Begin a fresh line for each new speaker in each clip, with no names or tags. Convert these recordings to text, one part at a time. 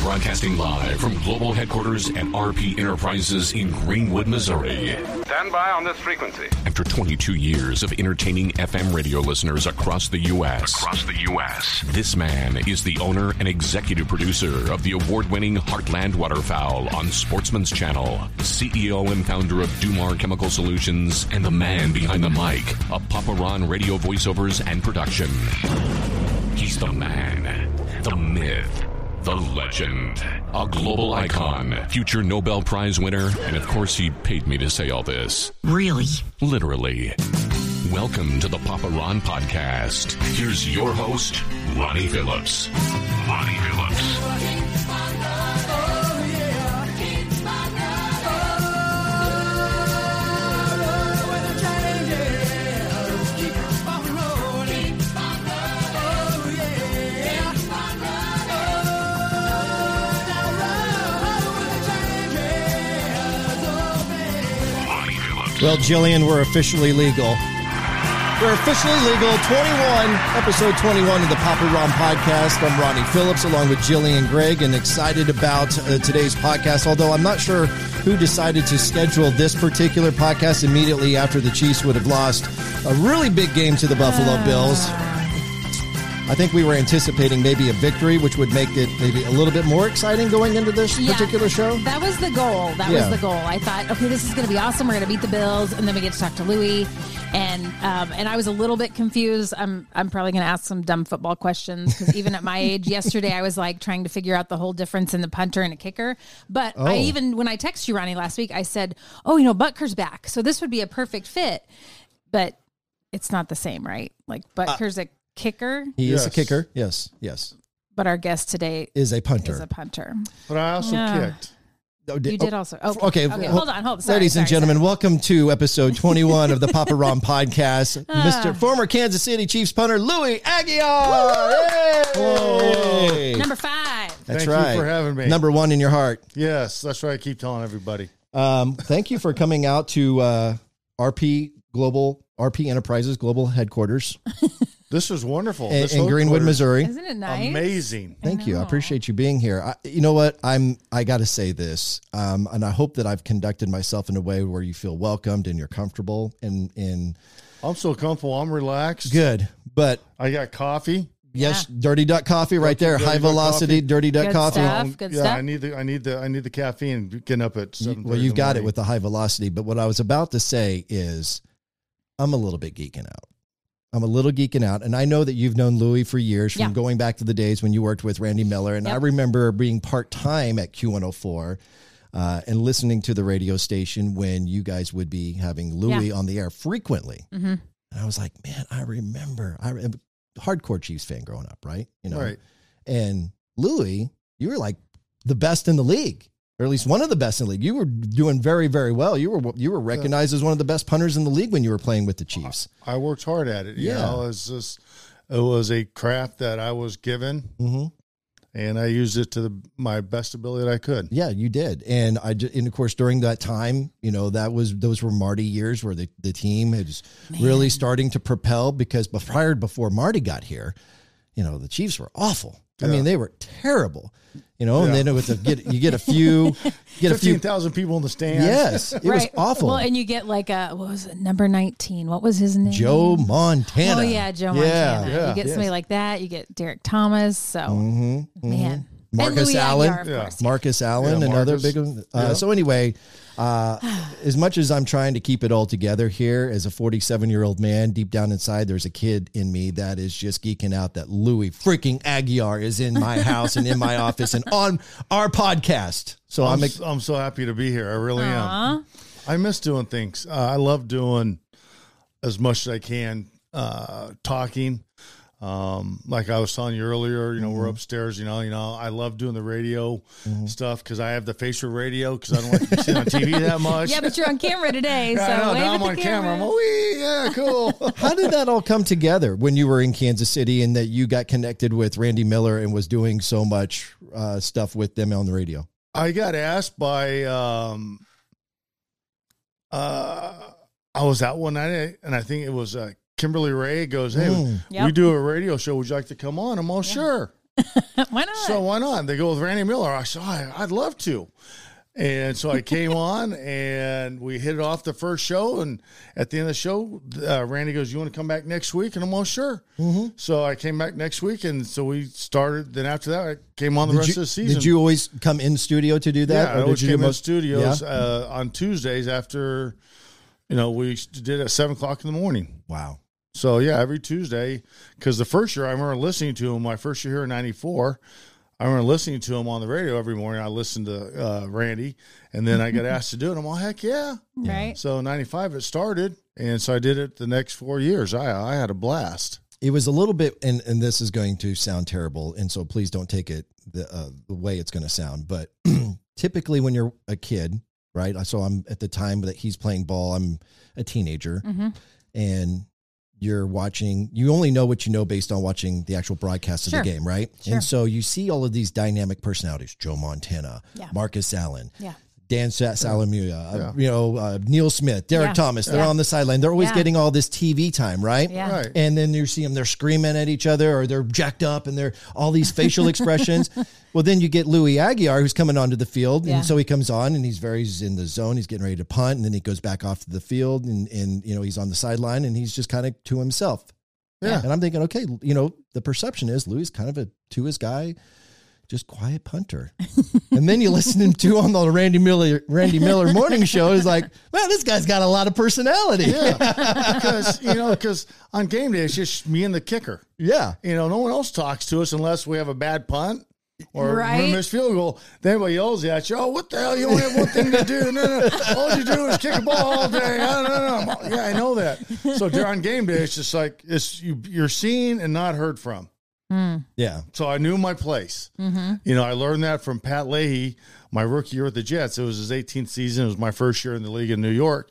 Broadcasting live from global headquarters at RP Enterprises in Greenwood, Missouri.
Stand by on this frequency.
After 22 years of entertaining FM radio listeners across the U.S.,
across the U.S.
this man is the owner and executive producer of the award winning Heartland Waterfowl on Sportsman's Channel, CEO and founder of Dumar Chemical Solutions, and the man behind the mic of Paparon radio voiceovers and production. He's the man, the myth, the legend, a global icon, future Nobel Prize winner, and of course, he paid me to say all this.
Really?
Literally. Welcome to the Papa Ron Podcast. Here's your host, Ronnie Phillips. Ronnie Phillips. Ronnie Phillips.
Well, Jillian, we're officially legal. We're officially legal. 21, episode 21 of the Papa Ron podcast. I'm Ronnie Phillips along with Jillian Gregg and excited about uh, today's podcast. Although I'm not sure who decided to schedule this particular podcast immediately after the Chiefs would have lost a really big game to the Buffalo
Ah.
Bills. I think we were anticipating maybe a victory, which would make it maybe a little bit more exciting going into this
Yeah.
particular show.
That was the goal. That
Yeah.
was the goal. I thought, okay, this is going to be awesome. We're going to beat the Bills, and then we get to talk to Louie. And um, and I was a little bit confused. I'm I'm probably going to ask some dumb football questions because even at my age, yesterday I was like trying to figure out the whole difference in the punter and a kicker. But I
Oh.
even when I texted you Ronnie last week, I said, oh, you know, Butker's back, so this would be a perfect fit. But it's not the same, right? Like Butker's a kicker,
Uh, He is a
Yes.
kicker. Yes, yes.
but our guest today
Is a punter.
is a punter.
But I also
Yeah.
kicked.
Oh,
You did also. Okay.
Okay,
Okay.
well,
Hold on. Hold on. Sorry,
ladies and
sorry,
gentlemen, welcome to episode 21 of the Papa Ron podcast.
Ah.
Mr. former Kansas City Chiefs punter Louis Aguiar. Hey!
sorry. Number five.
That's
Thank you
right.
for having me.
Number one in your heart.
Yes, that's what I keep telling everybody.
Um, thank you for coming out to uh, RP Global RP Enterprises Global Headquarters
This was wonderful.
in,
Oh, This
in
whole
Greenwood,
quarter-
Missouri.
Isn't it nice?
Amazing.
Thank you. I
know.
appreciate you being here. I, you know what? I'm. I got to say this, um, and I hope that I've conducted myself in a way where you feel welcomed and you're comfortable and and
I'm so comfortable. I'm relaxed.
good. But
I got coffee.
Yes, Dirty Duck Coffee right there.
Dirty
High
Duck
velocity
Coffee.
Dirty Duck
Good
Coffee.
stuff. Good
um, yeah,
stuff.
I need the I need the I need the caffeine getting up at
You-
seven.
well, you've got it with the high velocity. But what I was about to say is, I'm a little bit geeking out. I'm a little geeking out, and I know that you've known Louis for years from
Yeah.
going back to the days when you worked with Randy Miller, and I
Yep.
remember being part time at Q104. Uh, and listening to the radio station when you guys would be having Louis on the air frequently,
Mhm.
and I was like, "Man, I remember." I am a hardcore Chiefs fan growing up, right? You know,
right.
and Louis, you were like the best in the league, or at least one of the best in the league. You were doing very, very well. You were you were recognized as one of the best punters in the league when you were playing with the
Uh-huh.
Chiefs.
I worked hard at it. You
Yeah.
know, it's just it was a craft that I was given,
Mm-hmm.
and I used it to the, my best ability that I could.
Yeah, you did, and I ju- and of course during that time, you know that was those were Marty years where the the team is really starting to propel because bef- prior before Marty got here, you know the Chiefs were awful. I mean they were terrible, you know, and
Yeah.
then it was a get you get a few get a few
Fifteen thousand people in the stands.
yes it was awful.
Well, and you get like a what was it, number nineteen? What was his name?
Joe Montana.
Oh yeah, Joe Montana. you get somebody like that. You get Derek Thomas. So man,
Mm-hmm, Marcus
and Louis
Allen.
Aguiar, of
Yeah.
course.
Marcus Allen,
Yeah,
another
Marcus.
big one. Uh,
Yeah.
So anyway, uh, as much as I'm trying to keep it all together here, as a 47 year old man, deep down inside, there's a kid in me that is just geeking out that Louis freaking Aguiar is in my house and in my office and on our podcast. So I'm,
I'm,
ex-
s- I'm so happy to be here. I really am. I miss doing things. Uh, I love doing as much as I can, uh, talking. Um, like I was telling you earlier, you know,
Mm-hmm.
we're upstairs, you know, you know, I love doing the radio stuff cause I have the facial radio cause I don't like to be seen on TV that much.
Yeah, but you're on camera today, so
Yeah, I know.
wave
now
at
I'm
the
on camera.
camera.
I'm like, "Wee, yeah, cool.
how did that all come together when you were in Kansas City and that you got connected with Randy Miller and was doing so much uh, stuff with them on the radio?
I got asked by um uh I was out one night and I think it was uh Kimberly Ray goes, Hey,
Mm.
Yep.
we do a radio show, would you like to come on? I'm all sure.
Why not?
So why not? They go with Randy Miller. I said, "Oh, I'd love to. And so I came on and we hit it off the first show. And at the end of the show, uh, Randy goes, You want to come back next week? And I'm all sure.
Mm-hmm.
So I came back next week. And so we started. Then after that, I came on the rest
Did
of
you,
the season.
did you always come in studio to do that?
Yeah, I always
did you
came in
most-
studios
Yeah?
uh, on Tuesdays after, you know, we did at seven o'clock in the morning.
Wow.
So yeah, every Tuesday, because the first year I remember listening to him, my first year here in '94, I remember listening to him on the radio every morning. I listened to uh, Randy, and then I got asked to do it. I'm all heck yeah!
right?
So '95 it started, and so I did it the next four years. I I had a blast.
It was a little bit, and, and this is going to sound terrible, and so please don't take it the, uh, the way it's going to sound. But typically, when you're a kid, right? So I'm at the time that he's playing ball, I'm a teenager,
hmm
and you're watching you only know what you know based on watching the actual broadcast of
Sure.
the game right
Sure.
and so you see all of these dynamic personalities joe montana
Yeah.
marcus allen
Yeah.
dan Sa- salamuya uh,
Yeah.
you know uh, neil smith derek
Yeah.
thomas they're
Yeah.
on the sideline they're always
Yeah.
getting all this tv time right
Yeah.
Right.
and then you see them they're screaming at each other or they're jacked up and they're all these facial expressions well then you get louis aguiar who's coming onto the field
Yeah.
and so he comes on and he's very he's in the zone he's getting ready to punt and then he goes back off to the field and and you know he's on the sideline and he's just kind of to himself
Yeah.
and i'm thinking okay you know the perception is louis is kind of a to his guy just quiet punter and then you listen to him too on the randy miller randy miller morning show is like man this guy's got a lot of personality
Yeah, because you know, because on game day it's just me and the kicker.
yeah.
You know, no one else talks to us unless we have a bad punt or
Right.
we miss field goal. Then everybody yells at you, "Oh, what the hell? You only have one thing to do. No, no, all you do is kick a ball all day. I don't know. Yeah, I know that." So during game day, it's just like it's you, you're seen and not heard from.
yeah
So I knew my place.
Mm-hmm.
You know, I learned that from Pat Leahy, my rookie year with the Jets. It was his 18th season. It was my first year in the league in New York.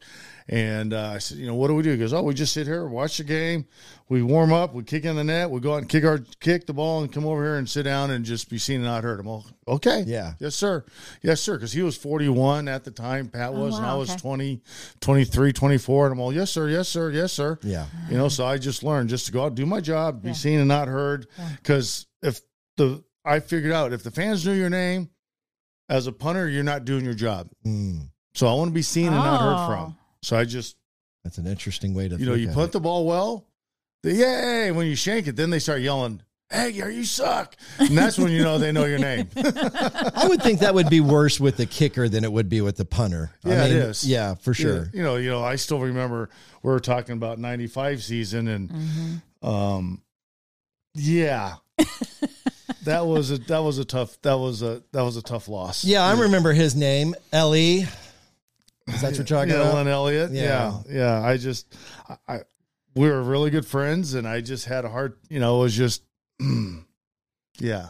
And uh, I said, you know, what do we do? He goes, oh, we just sit here, watch the game. We warm up, we kick in the net, we go out and kick our kick the ball, and come over here and sit down and just be seen and not heard. I'm all okay,
Yeah.
yes sir, yes sir, because he was 41 at the time, Pat was, and
Oh, wow,
I was
okay.
20, 23, 24, and I'm all yes sir, yes sir, yes sir,
Yeah.
you know, so I just learned just to go out, do my job, be seen and not heard. Because if the I figured out if the fans knew your name as a punter, you're not doing your job.
Mm,
So I want to be seen and not heard
Oh.
from. So I just,
that's an interesting way to
you know,
look
you
at
punt
it.
the ball well, the yay! When you shank it, then they start yelling, "Hey, you suck!" And that's when you know they know your name.
I would think that would be worse with the kicker than it would be with the punter.
Yeah,
I
it
mean,
is.
Yeah, for sure.
You know, you know, I still remember we were talking about '95 season, and um, yeah, that was a that was a tough that was a that was a tough loss.
Yeah, I remember his name, Ellie. Is that what you're talking
yeah, Len
about?
Elliott.
Yeah.
Yeah. yeah, I just, I, I, we were really good friends, and I just had a hard, you know, it was just, yeah,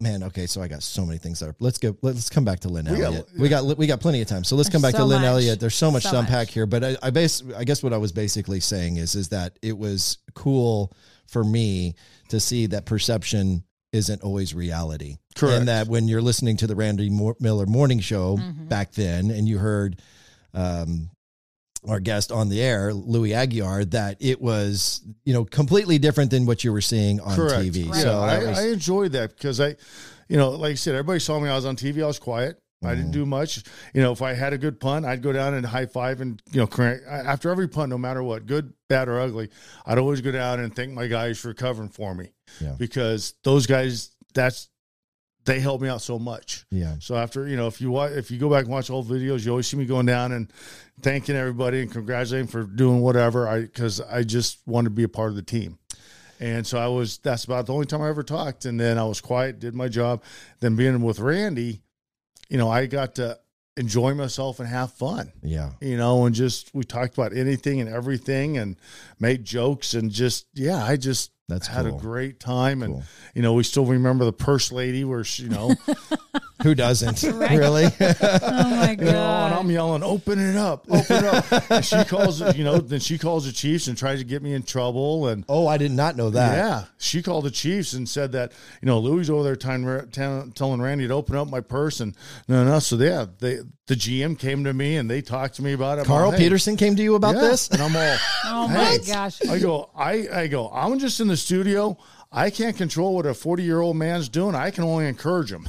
Man, okay, so I got so many things there. Let's go. Let's come back to Lynn
We got-
Elliott. we got we got plenty of time, so let's come back
So
to Lynn
much.
Elliott. There's so much
So
to unpack
much.
here, but I, I base I guess what I was basically saying is is that it was cool for me to see that perception isn't always reality.
Correct.
And that when you're listening to the Randy Moore, Miller Morning Show
Mm-hmm.
back then, and you heard um, our guest on the air, Louis Aguiar, that it was you know completely different than what you were seeing on
correct.
TV.
Yeah,
So
I,
that was-
I enjoyed that because I, you know, like I said, everybody saw me. I was on TV. I was quiet. I
Mm.
didn't do much. You know, if I had a good punt, I'd go down and high five and, you know, crank. I- after every punt, no matter what, good, bad, or ugly, I'd always go down and thank my guys for covering for me
Yeah.
because those guys, that's, they helped me out so much.
yeah,
So after you know, if you watch, if you go back and watch old videos, you always see me going down and thanking everybody and congratulating for doing whatever. I because I just wanted to be a part of the team, and so I was. That's about the only time I ever talked. And then I was quiet, did my job. Then being with Randy, you know, I got to enjoy myself and have fun.
yeah.
You know, and just we talked about anything and everything, and made jokes and just yeah, I just
That's
had
cool.
a great time, and
Cool.
you know, we still remember the purse lady where she, you know.
Who doesn't really?
Oh my
You know, and I'm
god!
yelling, open it up, open it up. And she calls, you know, then she calls the Chiefs and tries to get me in trouble. And
oh, I did not know that.
yeah, she called the Chiefs and said that, you know, Louis over there time, t- telling Randy to open up my purse. And no, no. So, yeah, they, the GM came to me and they talked to me about it. I'm
Carl
all, hey,
Peterson came to you about
yeah.
this.
And I'm all,
Oh my
hey.
gosh!
I go, I, I go, I'm just in the studio. I can't control what a 40 year old man's doing. I can only encourage him.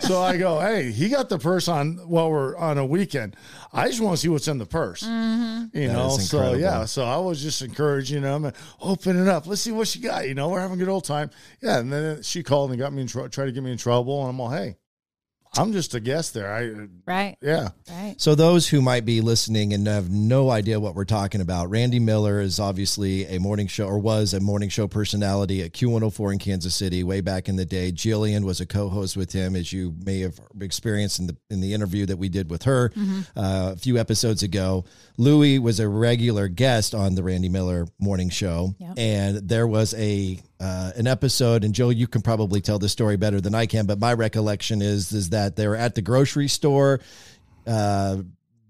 so I go, hey, he got the purse on while we're on a weekend. I just want to see what's in the purse.
Mm-hmm.
You know,
is
so
incredible.
yeah. So I was just encouraging him, open it up. Let's see what she got. You know, we're having a good old time. Yeah. And then she called and got me in trouble, tried to get me in trouble. And I'm all, hey, I'm just a guest there. I,
Right.
yeah.
Right.
So, those who might be listening and have no idea what we're talking about, Randy Miller is obviously a morning show or was a morning show personality at Q104 in Kansas City way back in the day. Jillian was a co host with him, as you may have experienced in the, in the interview that we did with her
Mm-hmm.
uh, a few episodes ago. Louie was a regular guest on the Randy Miller morning show.
Yep.
And there was a. Uh, an episode, and Joe, you can probably tell this story better than I can, but my recollection is is that they were at the grocery store uh,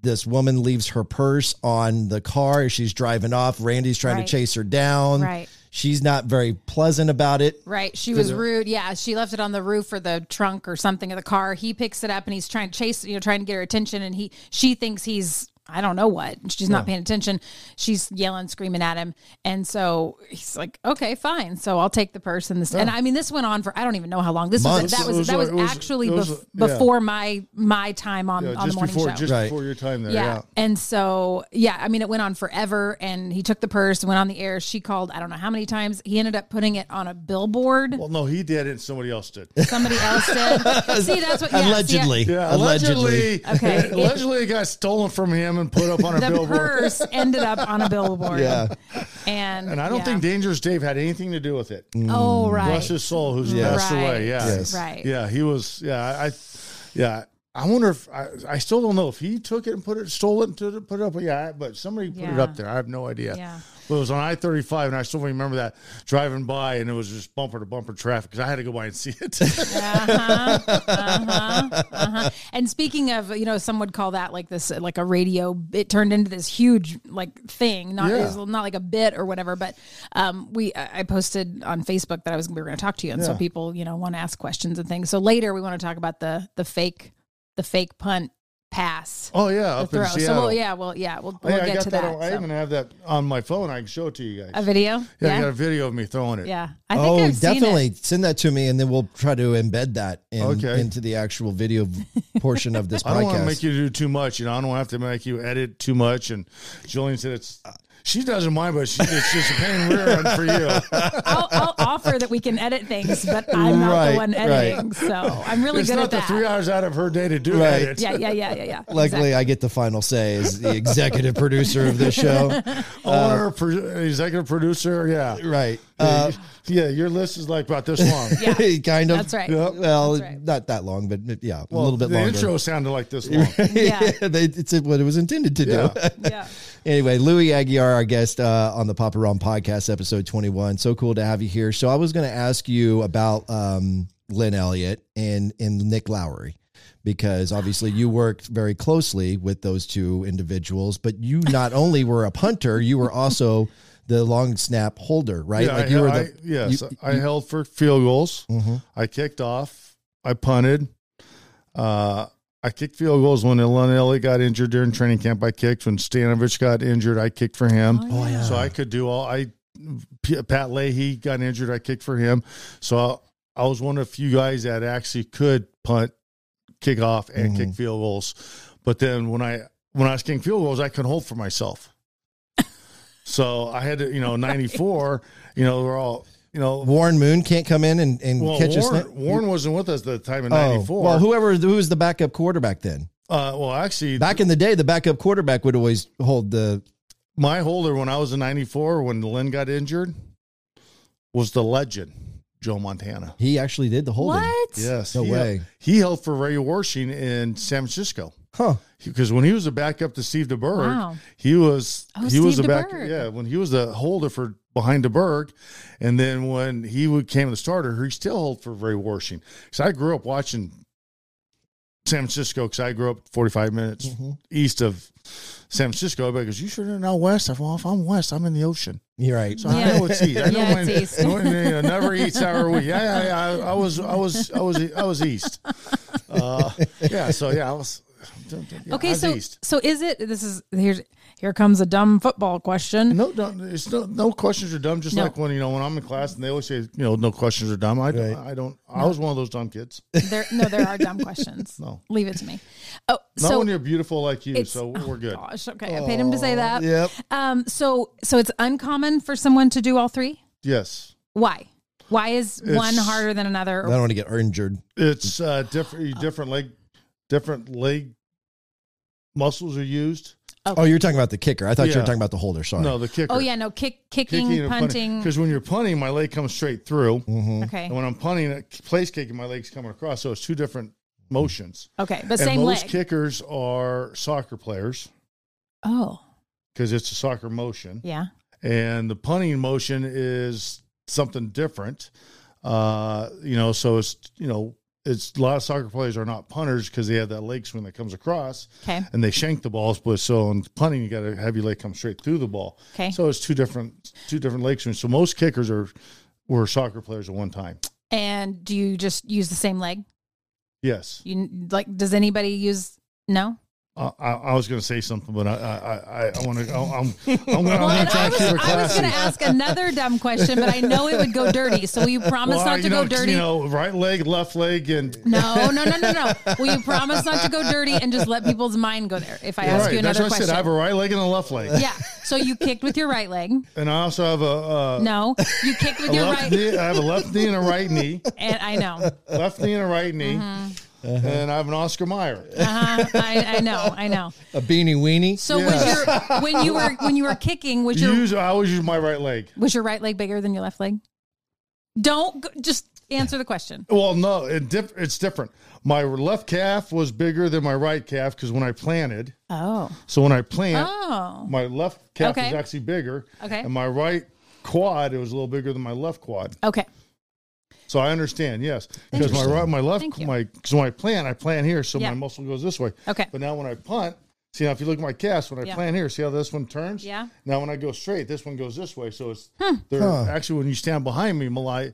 this woman leaves her purse on the car as she's driving off. Randy's trying
Right.
to chase her down.
Right.
She's not very pleasant about it.
Right. She was rude. Yeah. She left it on the roof or the trunk or something of the car. He picks it up and he's trying to chase, you know, trying to get her attention. And he, she thinks he's, I don't know what. and She's not paying attention. She's yelling, screaming at him. And so he's like, okay, fine. So I'll take the purse and this. And I mean, this went on for, I don't even know how long. This was,
Months.
that was,
It was
that
like-
was,
it was-
actually
it was,
bef-
yeah.
before my, my time on,
Yeah,
on the
just
morning
before,
show.
just
Right.
before your time there.
Yeah.
yeah.
And so, yeah, I mean, it went on forever. And he took the purse, went on the air. She called, I don't know how many times. He ended up putting it on a billboard.
Well, no, he did it. and Somebody else did.
Somebody else did. see, that's what. Yeah, see,
allegedly.
Yeah, allegedly.
Okay.
allegedly, it got stolen from him and put up on a
the
billboard.
purse ended up on a billboard.
Yeah.
And
And I don't
yeah.
think Dangerous Dave had anything to do with it.
Oh right.
Bless his soul, who's
Right.
passed away. Yeah,
Mm. Yes.
Right.
yeah, he was. Yeah, I, I yeah, I wonder if I, I still don't know if he took it and put it, stole it and took it- put it up. Yeah, but somebody put it
Yeah.
up there. I have no idea.
Yeah.
But it was on I thirty five, and I still remember that driving by, and it was just bumper to bumper traffic because I had to go by and see it.
Uh-huh, uh-huh, uh-huh. And speaking of, you know, some would call that like this, like a radio. It turned into this huge like thing, not
Yeah.
it was not like a bit or whatever. But um, we, I I posted on Facebook that I was we were going to talk to you, and so
Yeah.
people, you know, want to ask questions and things. So later we want to talk about the the fake, the fake punt pass.
oh yeah,
the
up
throw.
in
So
Seattle.
we'll, yeah, well, yeah, we'll,
Oh,
we'll
yeah, I
get
got
to
that.
that.
on- I
so.
even have that on my phone. I can show it to you guys.
a video,
Yeah,
yeah,
I got a video of me throwing it.
yeah. I think
Oh,
I've seen it.
definitely send that to me, and then we'll try to embed that in,
Okay.
into the actual video portion of this
I don't want to
podcast.
make you do too much. You know, I don't want to have to make you edit too much. And Jillian said it's she doesn't mind, but she, it's just a pain in the rear end for you.
I'll, I'll offer that we can edit things, but I'm not
Right,
the one
right.
editing, so I'm really
It's
good
not
at
the
that.
three hours out of her day to do
Right.
edits.
yeah, yeah, yeah, yeah, yeah.
Luckily,
Exactly.
I get the final say as the executive producer of the show.
Owner, pro- executive producer. Yeah,
Right. Uh,
yeah. Your list is like about this long.
Yeah.
kind of.
That's right.
Yep. Well,
That's right.
not that long, but yeah, a little bit
the
longer.
intro sounded like this long.
Yeah.
they, it's what it was intended to do.
Yeah.
yeah.
Anyway, Louis Aguiar, our guest uh, on the Papa Ron podcast, episode 21. So cool to have you here. So I was going to ask you about um, Lynn Elliott and, and Nick Lowry, because obviously you worked very closely with those two individuals, but you not only were a punter, you were also the long snap holder, right?
Yeah, I,
you were
I,
you- Mm-hmm.
yes, I held for field goals. I kicked off. I punted. Uh, I kicked field goals when Elon got injured during training camp. I kicked when Stanovich got injured. I kicked for him.
Oh, yeah.
So I
Uh-huh.
could do all. I P- Pat Leahy got injured. I kicked for him. So I, I was one of the few guys that actually could punt, kick off, and
Mm-hmm.
kick field goals. But then when I when I was kicking field goals, I couldn't hold for myself. So I had to, you know, 94, you know, we're all, you know,
Warren Moon can't come in and, and
well,
catch a snap.
Warren, Warren wasn't with us at the time in
Oh,
94.
well, whoever who was the backup quarterback then?
uh, well, actually,
Back in the day, the backup quarterback would always hold the
my holder when I was in 94, when Lynn got injured, was the legend, Joe Montana.
He actually did the holding.
What?
Yes.
No
he
way.
he held for Ray Warshing in San Francisco.
Huh.
because when he was a backup to Steve DeBerg,
Wow.
he was
Oh,
he was a
Steve
back
DeBerg.
yeah when he was a holder for behind DeBerg, and then when he would- came the starter, he still held for Ray Warshing. So I grew up watching San Francisco because I grew up 45 minutes
Mm-hmm.
east of San Francisco. Everybody goes, "You sure you're not west?" I well, if I'm west, I'm in the ocean,
You're right.
so
Yeah.
I know it's east. I know
Yeah,
when,
it's east.
when, you know, never east hour week. Yeah, yeah, yeah. I, I was, I was, I was, I was east. Uh, yeah, so yeah, I was. yeah, I
Okay,
was
so
east.
so is it? This is here's here comes a dumb football question.
No, no, it's no, no questions are dumb. Just
No.
like when you know when I'm in class and they always say you know no questions are dumb. I
Right.
I don't. I was one of those dumb kids.
There, no, there are dumb questions.
No.
Leave it to me. Oh,
Not
so
when you're beautiful like you.
it's- oh,
So we're good.
gosh, okay, I paid him to say that.
Yep.
Um, so, so it's uncommon for someone to do all three.
Yes.
Why? Why is one
It's-
harder than another?
I don't want to get injured.
It's uh, different. Different leg. Different leg muscles are used.
Oh, you were talking about the kicker. I thought you
Yeah.
were talking about the holder. Sorry.
No, the kicker.
oh yeah, no, kick, kicking, punting. Mm-hmm.
Because when you're punting, my leg comes straight through,
Okay,
and when I'm punting, a place kicking, my leg's coming across. So it's two different motions.
okay, but
and
same
most
leg.
kickers are soccer players
oh
because it's a soccer motion.
yeah,
and the punting motion is something different. Uh, you know, so it's you know, it's a lot of soccer players are not punters because they have that leg swing that comes across
okay,
and they shank the balls. But so in punting, you got to have your leg come straight through the ball.
okay.
So it's two different two different leg swings. So most kickers are were soccer players at one time.
and do you just use the same leg?
Yes,
You like? Does anybody use? No.
I, I, I was going to say something, but I I, I, I want to. I'm I'm
Well,
going
and
to
I
try to
was, I
keep it
was
classy.
going to ask another dumb question, but I know it would go dirty. So will you promise
Well,
not to
you know,
go dirty?
You know, right leg, left leg, and
No, no, no, no, no. Will you promise not to go dirty and just let people's mind go there? If I ask you
that's
another
what I
question,
said. I have a right leg and a left leg,
yeah. So you kicked with your right leg.
and I also have a, uh,
No, you kicked
a
with your
left
right.
knee. I have a left knee and a right knee,
And I know,
left knee and a right knee, and I have an Oscar Mayer.
uh-huh. I, I know, I know.
A beanie weenie.
So was your when you were when you were kicking was
You
your
use, I always use my right leg.
was your right leg bigger than your left leg? Don't go, just answer the question.
Well, no, it diff- it's different. My left calf was bigger than my right calf because when I planted,
Oh,
so when I plant,
oh,
my left calf is
Okay.
actually bigger,
Okay.
and my right quad it was a little bigger than my left quad.
okay,
So I understand, yes, because my
Interesting.
right, my
Thank
left,
you.
my because when I plant, I plant here, so
Yeah.
my muscle goes this way.
Okay.
but now when I punt, see now if you look at my cast, when I
Yeah.
plant here, see how this one turns.
Yeah.
Now when I go straight, this one goes this way. So it's they're actually when you stand behind me, Malai,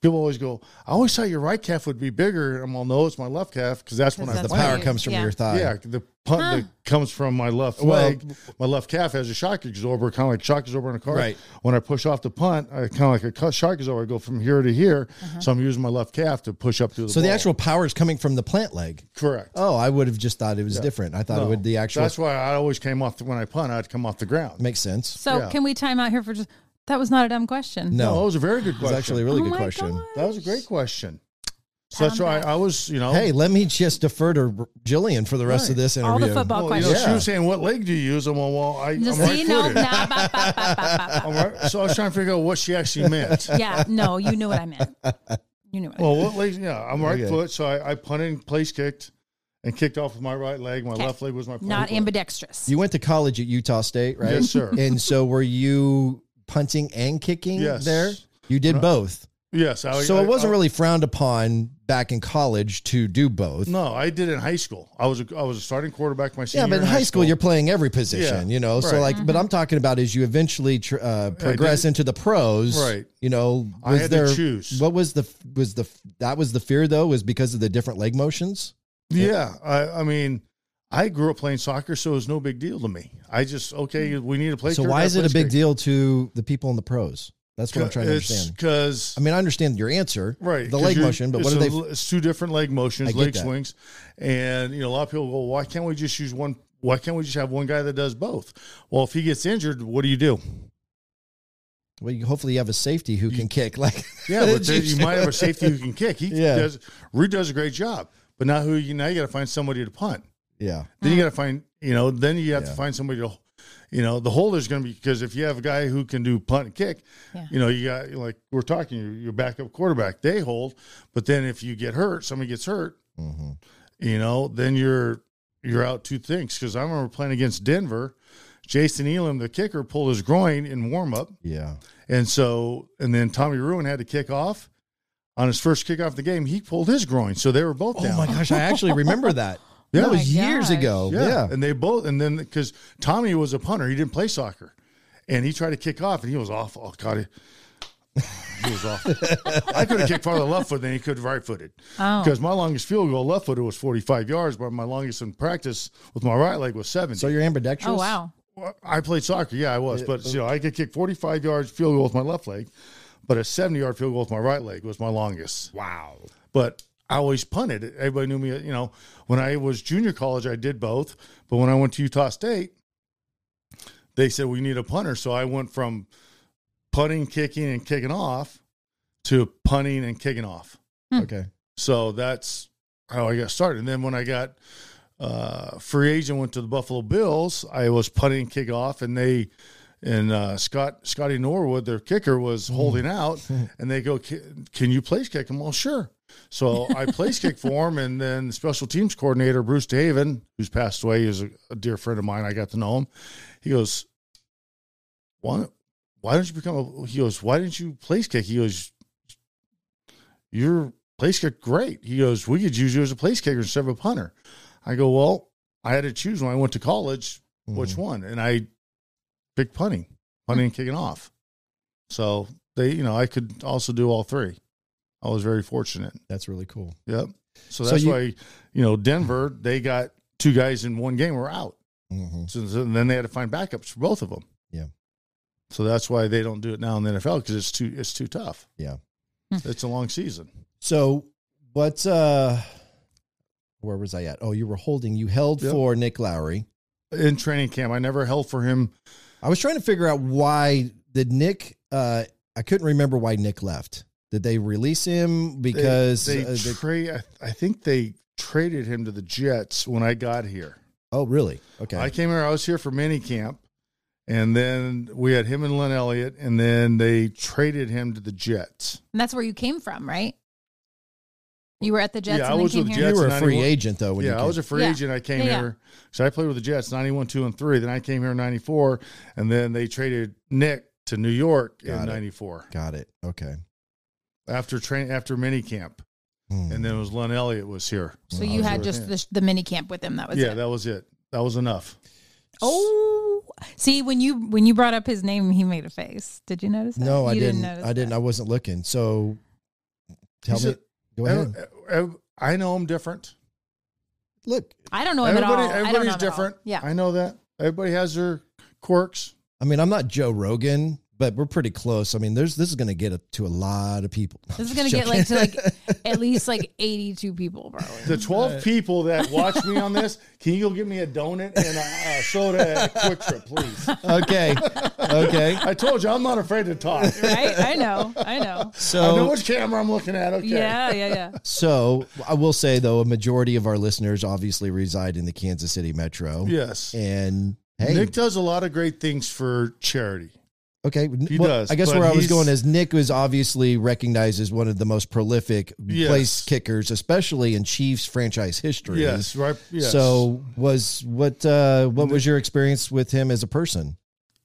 people always go, I always thought your right calf would be bigger. I'm all no, it's my left calf because that's when I
Because
the
that's
power
plant.
you-
comes from
yeah.
your thigh.
Yeah, the punt that comes from my left
Well-
leg. My left calf has a shock absorber, kind of like shock absorber in a car.
Right.
When I push off the punt, I kind of like a cut- shock absorber. I go from here to here, so I'm using my left calf to push up through the.
Uh-huh. So the
ball.
actual power is coming from the plant leg.
correct.
Oh, I would have just thought it was different. I thought it
No.
would the actual
That's why I always came off the, when I punt. I'd come off the ground.
makes sense.
So
Yeah.
can we time out here for just that was not a dumb question.
No,
No, that was a very good
it's
question.
actually a really
Oh
good
my
question.
God.
that was a great question. So that's why I was, you know,
Hey, let me just defer to Jillian for the rest of this interview.
All the football
well, you know,
questions.
she
Yeah.
was saying, "What leg do you use?" I'm all, well, I, I'm
Just see,
right-footed.
no, nah, bah, bah, bah, bah, bah, bah.
I'm right- so I was trying to figure out what she actually meant.
Yeah, no, you knew what I meant. You knew what I meant.
Well, what leg? Yeah, I'm right
Okay.
foot, so I, I punted, and place kicked, and kicked off with my right leg. My
Okay.
left leg was my punting
Not
foot.
ambidextrous.
You went to college at Utah State, right?
Yes, sir.
And so were you punting and kicking
Yes.
there? You did both.
Yes, I,
so
I-
it wasn't
I-
really frowned upon back in college to do both.
No, I did it in high school. I was a, I was a starting quarterback my senior.
yeah, but in high school, you're playing every position,
Yeah,
you know. So
right.
like, but I'm talking about is you eventually tr- uh, progress into the pros,
Right.
You know,
I had to choose.
What was the was the that was the fear though was because of the different leg motions.
Yeah, I, I mean, I grew up playing soccer, so it was no big deal to me. I just okay, we need to play.
Hmm. so why is it a big deal to the people in the pros? That's what I'm trying to understand.
Because
I mean, I understand your answer,
Right.
The
'cause
leg
you're-
motion, but what
it's
are they?
a l- It's two different leg
I
motions,
get
leg
that.
swings, and you know a lot of people go, "Why can't we just use one? Why can't we just have one guy that does both?" Well, if he gets injured, what do you do?
Well, you, hopefully you have a safety who can kick. Like,
Yeah, but there, you might have a safety who can kick. He
Yeah.
does. Reed does a great job, but now who you now you got to find somebody to punt.
yeah,
Then you got to find you know then you have
Yeah.
to find somebody to. You know the holder's going to be because if you have a guy who can do punt and kick,
Yeah.
you know you got like we're talking your, your backup quarterback they hold, but then if you get hurt, somebody gets hurt,
Mhm.
you know, then you're you're out two things. Because I remember playing against Denver, Jason Elam, the kicker, pulled his groin in warm up,
yeah.
and so and then Tommy Ruin had to kick off on his first kick off the game. He pulled his groin, so they were both
Oh
down.
my gosh, I actually remember that.
Yeah.
that
Oh
was
my
years
gosh.
ago.
Yeah. and they both and then because Tommy was a punter, he didn't play soccer, and he tried to kick off, and he was awful. Oh God. He, he was awful. I could have kicked farther left foot than he could right footed.
Oh.
Because my longest field goal left footed was 45 yards, but my longest in practice with my right leg was 70.
So you're ambidextrous.
oh wow.
Well, I played soccer. Yeah, I was, but you know, I could kick 45 yards field goal with my left leg, but a 70 yard field goal with my right leg was my longest.
Wow.
But I always punted. Everybody knew me. You know, when I was junior college, I did both. But when I went to Utah State, they said we need a punter. So I went from punting, kicking, and kicking off to punting and kicking off.
Hmm.
Okay.
So that's how I got started. And then when I got uh, free agent, went to the Buffalo Bills. I was punting kickoff, and they and uh, Scott Scotty Norwood, their kicker, was holding out, and they go, "Can can you place kick him?" Well, sure. So I place kick for him, and then the special teams coordinator Bruce DeHaven, who's passed away, is a, a dear friend of mine. I got to know him. He goes, "Why? Why don't you become a?" He goes, "Why didn't you place kick?" He goes, your place kick great. He goes, we could use you as a place kicker instead of a punter. I go, well, I had to choose when I went to college
Mm-hmm.
which one, and I picked punting, punting and kicking off. So they, you know, I could also do all three. I was very fortunate.
That's really cool.
Yep.
So
So that's
you-
why, you know, Denver they got two guys in one game were out,
Mm-hmm.
so so then they had to find backups for both of them.
Yeah.
So that's why they don't do it now in the NFL because it's too it's too tough.
Yeah.
It's a long season.
So what? Uh, where was I at? Oh, you were holding. You held
Yep.
for Nick Lowry.
in training camp. I never held for him.
I was trying to figure out why did Nick. Uh, I couldn't remember why Nick left. Did they release him
They-
because?
they,
uh, the-
tra- I, I think they traded him to the Jets when I got here.
oh, really? Okay.
I came here. I was here for mini camp, and then we had him and Lynn Elliott, and then they traded him to the Jets.
And that's where you came from, right? You were at the Jets.
Yeah,
and
I
then
was
came
with
here?
you
Jets.
were a
not
free
even-
agent though. When
yeah,
you
I
came.
was a free
Yeah.
agent. I came
Yeah, yeah.
here. So I played with the Jets, 91, 2, and 3. Then I came here in 94, and then they traded Nick to New York
Got
in
it.
94
Got it. Okay.
after train after mini camp.
Hmm.
And then it was Lynn Elliott was here.
So
I
you
was
had
with
just
him.
the, the mini camp with him. That was
yeah,
it.
that was it. That was enough.
oh, see when you when you brought up his name, he made a face. Did you notice? That?
No,
you
I didn't.
notice
I didn't. I
that.
wasn't looking. So tell
He's
me.
a-
go
Ev-
ahead.
ev- I know I'm different.
Look,
I don't know him at all. I don't know
everybody's
him at all.
different.
Yeah.
I know that. Everybody has their quirks.
I mean, I'm not Joe Rogan, but we're pretty close. I mean, there's this is going to get to a lot of people.
This is gonna get like to like at least like eighty two people probably.
The 12 people that watch me on this, can you go get me a donut and a, a soda at Quick Trip, please?
okay, okay.
I told you, I'm not afraid to talk.
Right? I know. I know.
I know
So,
which camera I'm looking at. Okay.
Yeah, yeah, yeah.
so I will say though, a majority of our listeners obviously reside in the Kansas City metro.
Yes.
And hey,
Nick does a lot of great things for charity.
okay,
He
well,
does,
I guess
but
where I was
he's-
going is Nick was obviously recognized as one of the most prolific
Yes.
place kickers, especially in Chiefs franchise history.
Yes, right. Yes.
So was what uh, what was your experience with him as a person?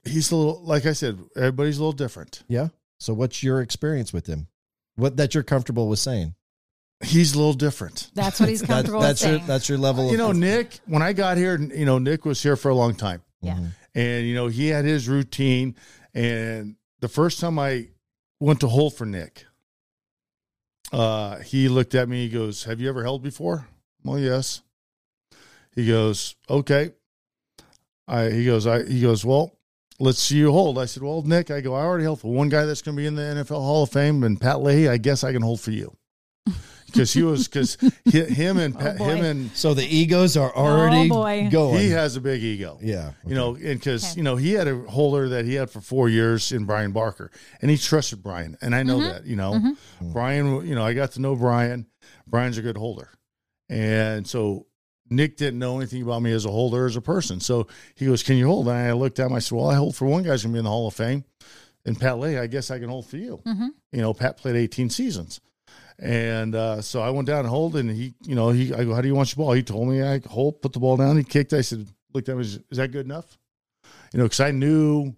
he's a little, like I said, everybody's a little different.
Yeah. So what's your experience with him? What that you're comfortable with saying?
He's a little different.
That's what he's
That-
comfortable
that's
with
your
saying.
that's your level.
You know,
of,
Nick, when I got here, you know, Nick was here for a long time.
yeah.
Mm-hmm.
and you know he had his routine and the first time i went to hold for nick uh he looked at me he goes have you ever held before well yes he goes okay i he goes i he goes well let's see you hold i said well nick i go i already held for one guy that's going to be in the nfl hall of fame and pat leahy i guess i can hold for you because he was because him and pat,
boy.
him and
so the egos are already
Oh, boy.
going.
he has a big ego
yeah.
you know, and because
Okay.
you know he had a holder that he had for four years in Brian Barker, and he trusted Brian, and I know
Mm-hmm.
that. You know, Brian. You know, I got to know Brian. Brian's a good holder, and so Nick didn't know anything about me as a holder, as a person. So he goes, "Can you hold?" And I looked at him. I said, "Well, I hold for one guy's gonna be in the Hall of Fame, and Pat Lay. I guess I can hold for you."
Mm-hmm.
You know, Pat played 18 seasons. And uh, so I went down and hold, and he, you know, he, I go, how do you want your ball? He told me, I hold, put the ball down. He kicked. I said, looked at him, is, is that good enough? You know, because I knew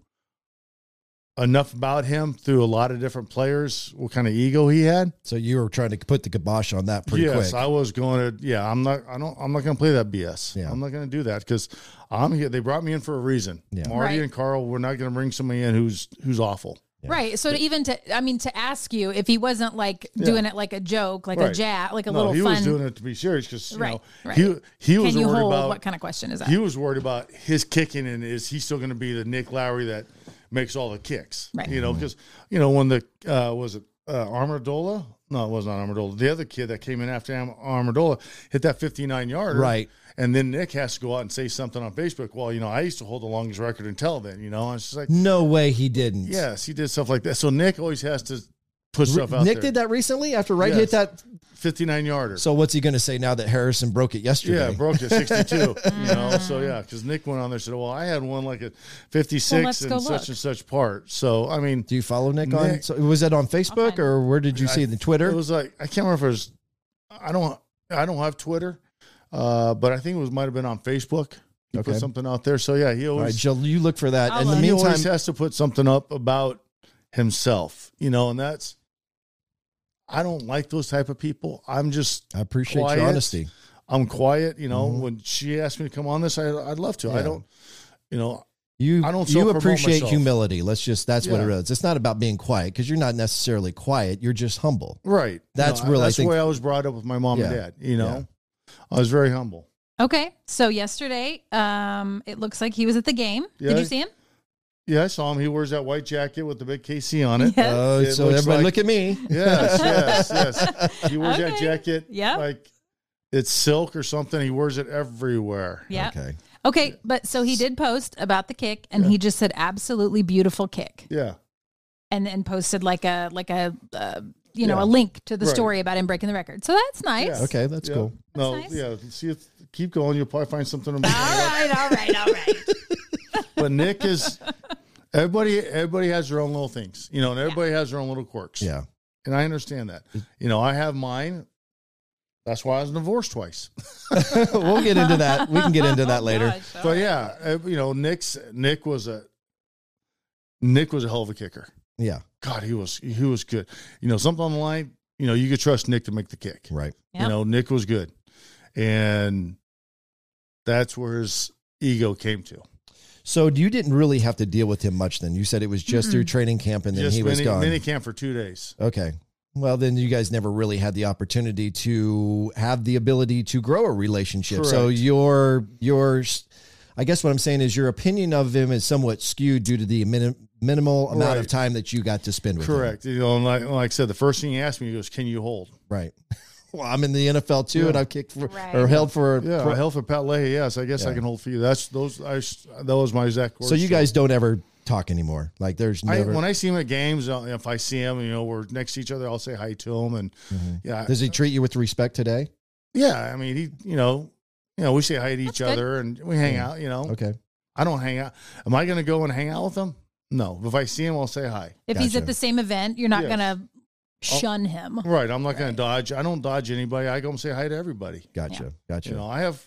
enough about him through a lot of different players, what kind of ego he had.
So you were trying to put the kibosh on that pretty
yes,
quick.
I was going to. Yeah, I'm not. I don't. I'm not going to play that BS.
Yeah.
I'm not going to do that because I'm here. They brought me in for a reason.
Yeah.
Marty
Right.
and Carl, we're not going to bring somebody in who's who's awful.
Right. So to even to, I mean, to ask you if he wasn't like doing it like a joke, like a
Right.
jab, like a
no,
little
he
fun.
was doing it to be serious because
Right,
know,
right.
he he was
Can you
worried
hold?
about
what kind of question is that?
he was worried about his kicking and is he still going to be the Nick Lowry that makes all the kicks?
Right.
You know, because you know when the uh, was it uh, Armadola? No, it was not Armadola. The other kid that came in after Am- Armadola hit that fifty nine yarder,
Right.
And then Nick has to go out and say something on Facebook. Well, you know, I used to hold the longest record until then. You know, and it's just like,
No way he didn't.
yes, he did stuff like that. So Nick always has to put stuff out
Nick
there.
did that recently after right hit
Yes.
that.
fifty nine yarder.
So what's he going to say now that Harrison broke it yesterday?
Yeah, broke to 62. you know,
Mm.
so yeah, because Nick went on there and said, well, I had one like a 56
let's go
and such
look.
and such part. So, I mean,
Do you follow Nick, on?
Nick-
So, was that on Facebook
find
or where did you see it? The
it
Twitter?
was like, I can't remember if it was, I don't, I don't have Twitter, uh, but I think it was, might have been on Facebook. He
Okay.
put something out there. So yeah, he
All right,
always,
Jill, you look for that.
I'll
In the
look.
he
meantime,
always has to put something up about himself, you know, and that's, I don't like those type of people. I'm just
I appreciate
quiet.
your honesty. Mm-hmm.
I'm quiet, you know. When she asked me to come on this, I, I'd love to.
Yeah.
I don't, you know,
You,
I don't
you
self-promote
appreciate
myself.
humility. Let's just, that's what
Yeah.
it is. It's not about being quiet because you're not necessarily quiet. You're just humble.
Right.
That's really, I
that's
think-
the way I was brought up with my mom and
Yeah.
dad. You know, I was very humble.
Okay. So yesterday, um, it looks like he was at the game. Did
Yeah.
you see him?
Yeah, I saw him. He wears that white jacket with the big KC on it.
Yeah.
Oh,
It
so
looks
everybody
like-
look at me.
Yes, yes, yes. He wears that
Okay.
jacket.
Yeah.
Like it's silk or something. He wears it everywhere.
Yeah. Okay.
Okay.
But so he did post about the kick and he just said absolutely beautiful kick
Yeah.
and then posted like a, like a, uh, you know,
Yeah.
a link to the
Right.
story about him breaking the record. So that's nice.
Yeah.
Okay. That's
yeah.
cool.
No,
That's nice.
yeah. See, if, keep going. You'll probably find something.
All
Amazing.
right. All right. All right.
but Nick is. Everybody, everybody has their own little things, you know, and everybody has their own little quirks.
Yeah.
and I understand that.
Mm.
You know, I have mine. That's why I was divorced twice.
we'll get into that. We can get into that later.
Oh, Gosh, all
But
right.
yeah, uh, you know, Nick's Nick was a Nick was a hell of a kicker.
Yeah.
God, he was he was good. You know, something on the line. You know, you could trust Nick to make the kick.
Right.
Yeah.
You know, Nick was good, and that's where his ego came to.
So you didn't really have to deal with him much then. You said it was just through training camp and then
Just
he was
mini,
gone.
mini camp for two days.
Okay. Well, then you guys never really had the opportunity to have the ability to grow a relationship. So
Correct.
your your I guess what I'm saying is your opinion of him is somewhat skewed due to the minim, minimal amount of
Right.
time that you got to spend with him.
Correct. You know, and like, like I said, the first thing he asked me was, "Can you hold?"
Right. Well, I'm in the NFL too, and I've kicked for,
Right.
or held for.
Yeah,
for-
for hell for Pat Leahy. Yes, I guess
Yeah.
I can hold for you. That's those. I that was my exact.
so
words
you
to him.
guys don't ever talk anymore. Like there's
I,
never.
when I see him at games, uh, if I see him, you know, we're next to each other, I'll say hi to him, and yeah,
does he treat you with respect today?
yeah. I mean, he, you know, you know, we say hi to each
good.
other, and we hang out. You know,
Okay.
I don't hang out. Am I going to go and hang out with him? No. If I see him, I'll say hi.
If he's
Gotcha.
at the same event, you're not
Yes.
going to shun him.
Right. I'm not going to dodge. I don't dodge anybody. I go and say hi to everybody.
Gotcha. Gotcha.
You know, I have,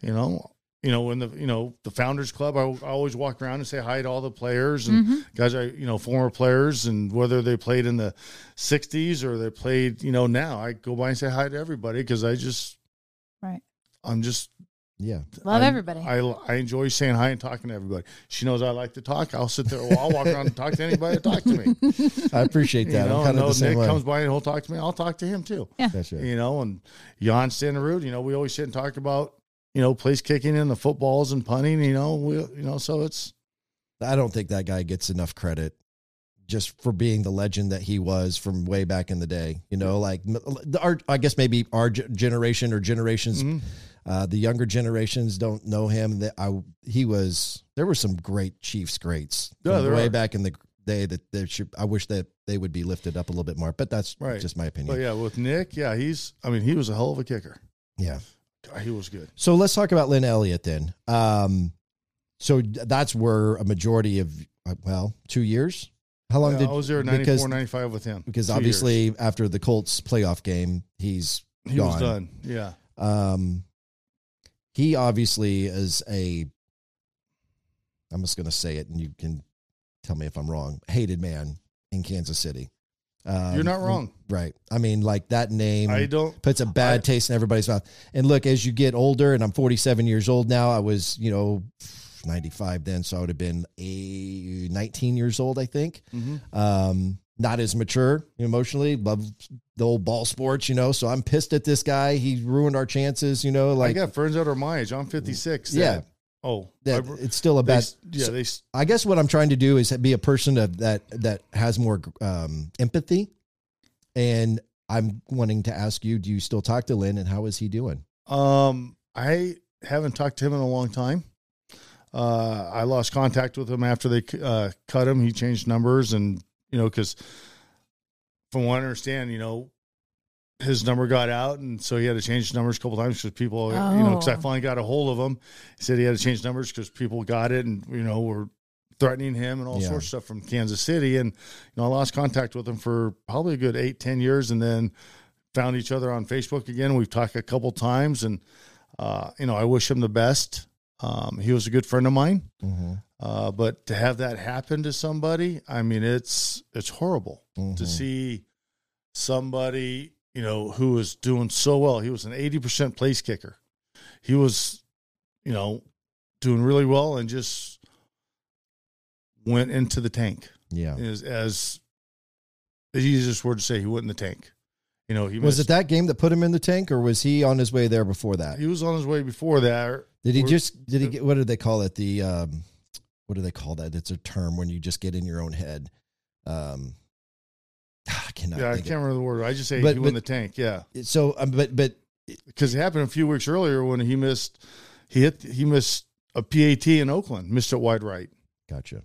you know. You know, when the you know the founders club, I, I always walk around and say hi to all the players and
Mm-hmm.
guys. I you know former players and whether they played in the '60s or they played you know now, I go by and say hi to everybody because I just
Right.
I'm just
yeah.
Love
I'm-
everybody.
I I enjoy saying hi and talking to everybody. She knows I like to talk. I'll sit there. Well, I'll walk around and talk to anybody that talk to me. You
I appreciate that.
know,
I'm kind
I
of
know
the same
Nick
way.
comes by and he'll talk to me. I'll talk to him too.
Gotcha.
You know, and Jan Standerud, you know, we always sit and talk about, you know, place kicking and the footballs and punting, you know, we, you know, so it's,
I don't think that guy gets enough credit just for being the legend that he was from way back in the day. You know, like m- the our, I guess maybe our ge- generation or generations,
Mm-hmm.
uh, the younger generations don't know him. That I he was there were some great Chiefs greats
Yeah,
from
there
way
are.
back in the day that they should. I wish that they would be lifted up a little bit more, but that's
Right.
just my
but
opinion.
yeah, with Nick, yeah, he's, I mean, he was a hell of a kicker.
yeah.
God, He was good.
So let's talk about Lynn Elliott then. Um, so that's where a majority of uh, well, two years. How long
Yeah,
did
I was there 94,
because
95 with him.
because
Two
obviously
years.
after the Colts playoff game, he's
he
gone.
was done. Yeah.
Um, he obviously is a. I'm just going to say it, and you can tell me if I'm wrong. Hated man in Kansas City. Um,
You're not wrong.
right? I mean, like that name
I don't,
puts a bad
I-
taste in everybody's mouth. And look, as you get older, and I'm 47 years old now, I was, you know, 95 then, so I would have been a 19 years old, I think.
Mm-hmm.
Um, not as mature emotionally. Love the old ball sports, you know. So I'm pissed at this guy. He ruined our chances, you know.
I
Like,
got friends that are my age. I'm 56. that-
Yeah.
oh,
that,
I-
it's still a
they,
bad.
yeah, they s-
I guess what I'm trying to do is be a person of that that has more um, empathy, and I'm wanting to ask you: Do you still talk to Lynn, and how is he doing?
Um, I haven't talked to him in a long time. Uh, I lost contact with him after they uh, cut him. He changed numbers, and you know, because from what I understand, you know, his number got out, and so he had to change numbers a couple times because people, you know, because I
Oh.
finally got a hold of him. He said he had to change numbers because people got it, and you know, were threatening him and all
Yeah.
sorts of stuff from Kansas City, and you know, I lost contact with him for probably a good eight, ten years, and then found each other on Facebook again. We've talked a couple times, and uh, you know, I wish him the best. Um, he was a good friend of mine, uh, but to have that happen to somebody, I mean, it's it's horrible to see somebody you know who was doing so well. He was an eighty percent place kicker. He was, you know, doing really well and just went into the tank.
Yeah.
Is as the easiest word to say, he went in the tank. You know, he
Was
missed-
it that game that put him in the tank, or was he on his way there before that?
He was on his way before that.
Did he
We're-
just? Did he get? What do they call it? The um, what do they call that? It's a term when you just get in your own head. Um, I cannot.
Yeah, I
think
can't remember the word. I just say
But-
he went in the
but-
tank. Yeah,
of- So, um, but but
because it happened a few weeks earlier when he missed. He hit. He missed a PAT in Oakland. Missed it wide right.
gotcha.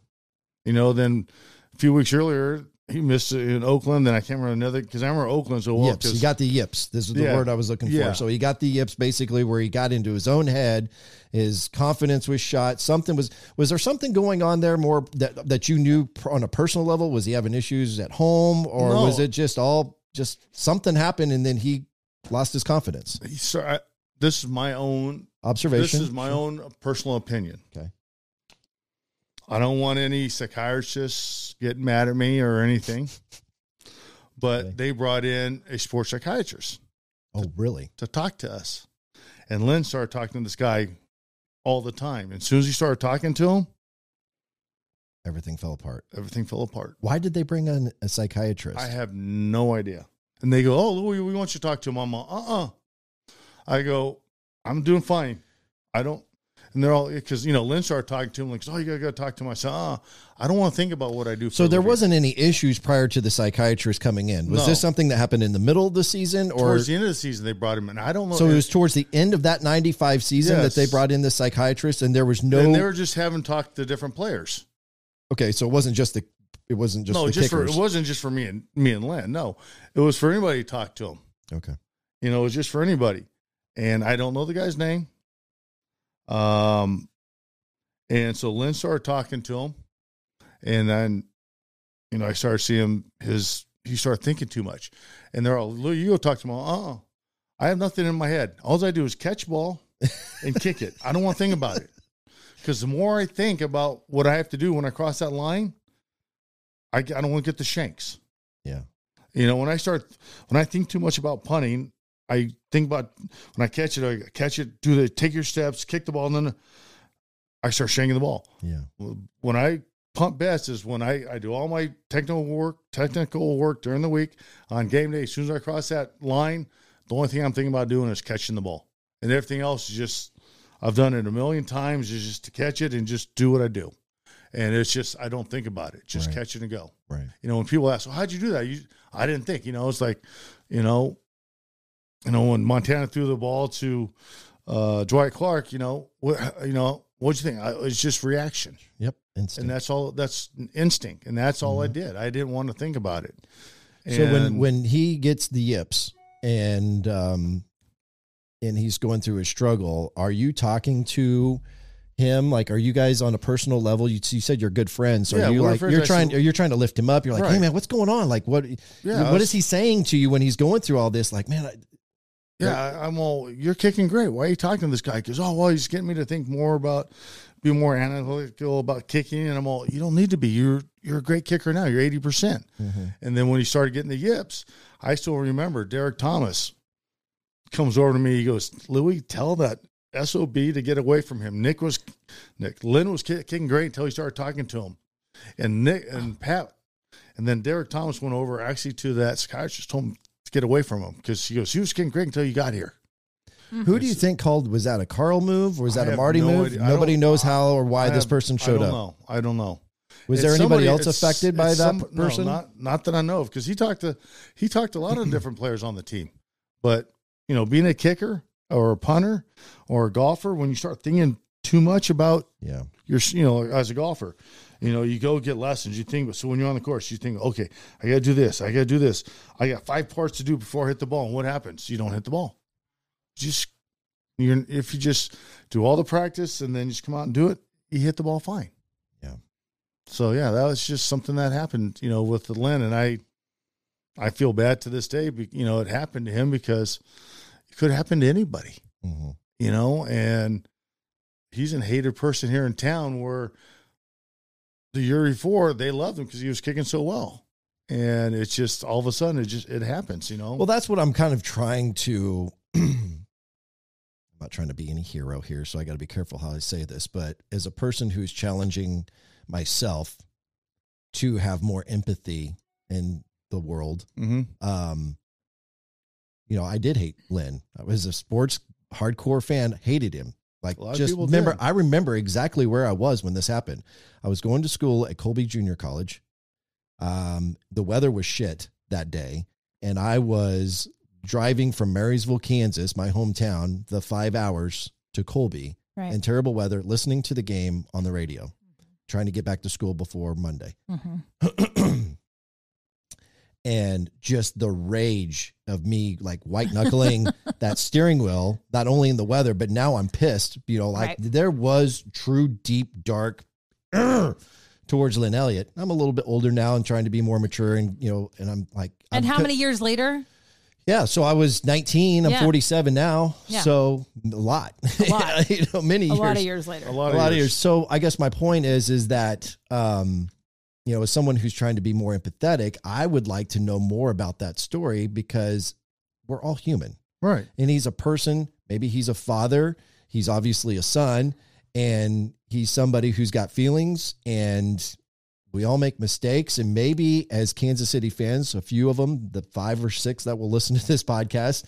You know. Then a few weeks earlier he missed it in Oakland. Then I can't remember another because I remember Oakland so well.
yips. He
'cause-
got the yips. This is the
Yeah.
word I was looking for.
Yeah.
So he got the yips basically where he got into his own head. His confidence was shot. Something was was there something going on there more that that you knew pr- on a personal level? Was he having issues at home or
No.
was it just all just something happened and then he lost his confidence?
he sor- I- this is my own. This
Observation.
is my own personal opinion.
Okay.
I don't want any psychiatrists getting mad at me or anything. But
Okay.
they brought in a sports psychiatrist.
Oh, really?
to talk to us. And Lynn started talking to this guy all the time. And as soon as he started talking to him,
Everything fell apart.
everything fell apart.
Why did they bring in a psychiatrist?
I have no idea. And they go, Oh, Louis, we want you to talk to him. I'm uh uh. I go, I'm doing fine. I don't. And they're all, because, you know, Lynn started talking to him, like, Oh, you got to talk to him. I said, Uh, I don't want to think about what I do. For
so
a
there
living."
wasn't any issues prior to the psychiatrist coming in. Was
No.
this something that happened in the middle of the season or
Towards the end of the season, they brought him in. I don't know.
So it was towards the end of that 95 season that they
Yes.
brought in the psychiatrist and there was no
and they were just having talked to different players.
Okay, so it wasn't just the it wasn't just
no,
the
just
kickers.
for it wasn't just for me and me and Len. No, it was for anybody to talk to him.
okay.
You know, it was just for anybody. And I don't know the guy's name. Um, and so Lynn started talking to him, and then, you know, I started seeing his. He started thinking too much, and they're all, "Lou, you go talk to him." Uh, uh I have nothing in my head. All I do is catch ball and kick it. I don't want to think about it because the more I think about what I have to do when I cross that line, I, I don't want to get the shanks.
Yeah.
You know, when I start, when I think too much about punting, I think about when I catch it, I catch it, do the take your steps, kick the ball, and then I start shanking the ball.
Yeah.
When I punt best is when I, I do all my technical work, technical work during the week on game day. As soon as I cross that line, the only thing I'm thinking about doing is catching the ball, and everything else is just I've done it a million times is just to catch it and just do what I do, and it's just I don't think about it, just
Right.
catch it and go.
Right.
You know, when people ask, well, how'd you do that? You, I didn't think, you know, it's like, you know, you know, when Montana threw the ball to uh, Dwight Clark, you know, what, you know, what'd you think? I, it's just reaction.
Yep. Instant.
And that's all, that's instinct. And that's all I did. I didn't want to think about it.
Mm-hmm. so when
And-
when he gets the yips and um and he's going through his struggle, are you talking to him like are you guys on a personal level you, you said you're good friends are
Yeah,
you
we're
like
friends.
you're
I
trying
still-
you're trying to lift him up you're like hey
Right.
man what's going on like what
I
what
was-
is he saying to you when he's going through all this like man I,
Yeah, I, I'm all. You're kicking great. Why are you talking to this guy? Because oh, well, he's getting me to think more about, be more analytical about kicking. And I'm all, you don't need to be. You're you're a great kicker now. You're 80. percent And then when he started getting the yips, I still remember Derek Thomas comes over to me. He goes, Louis, tell that sob to get away from him. Nick was Nick Lynn was kick, kicking great until he started talking to him, and Nick and Pat, and then Derek Thomas went over actually to that psychiatrist, told him to get away from him because he goes, he was kicking great until you got here.
Who do you think called? Was that a Carl move? Was
I
that a
have
Marty
no
move?
idea. I
Nobody
don't-
knows how or why
I
this
have-
person
I
showed
don't
up.
Know. I don't know.
Was
It's
there anybody
somebody-
else
it's-
affected by
it's
that
some-
p-
no,
person?
not not that I know of, because he talked to he talked to a lot of different players on the team. But you know, being a kicker or a punter or a golfer, when you start thinking too much about
yeah.
your you know as a golfer, you know you go get lessons. You think so when you're on the course, you think, okay, I got to do this, I got to do this, I got five parts to do before I hit the ball. And what happens? You don't hit the ball. Just you're if you just do all the practice and then just come out and do it, you hit the ball fine.
Yeah.
So yeah, that was just something that happened, you know, with the Lynn, and I, I feel bad to this day. But, you know, it happened to him because it could happen to anybody,
hmm
you know, and he's a hated person here in town. Where the year before they loved him because he was kicking so well, and it's just all of a sudden it just it happens, you know.
Well, that's what I'm kind of trying to. I'm not trying to be any hero here, so I got to be careful how I say this. But as a person who's challenging myself to have more empathy in the world,
mm-hmm.
um, you know, I did hate Lynn. I was a sports hardcore fan, hated him. Like,
A lot of
just
people
remember,
did.
I remember exactly where I was when this happened. I was going to school at Colby Junior College. Um, the weather was shit that day, and I was driving from Marysville, Kansas, my hometown, the five hours to Colby
Right. Mm-hmm.
in terrible weather, listening to the game on the radio, trying to get back to school before Monday
hmm
and just the rage of me like white knuckling that steering wheel, not only in the weather, but now I'm pissed. You know, like
Right.
there was true deep dark "Urgh" towards Lynn Elliott. I'm a little bit older now and trying to be more mature, and you know, and I'm like,
And
I'm
how
co-
many years later?
Yeah, so I was 19. I'm
Yeah.
47 now,
Yeah.
so a lot, a
lot.
you know, many
A
years
lot of years later.
a lot,
a lot of years. So I guess my point is, is that, um, you know, as someone who's trying to be more empathetic, I would like to know more about that story because we're all human
right?
and he's a person. Maybe he's a father. He's obviously a son and he's somebody who's got feelings and we all make mistakes. And maybe as Kansas City fans, a few of them, the five or six that will listen to this podcast,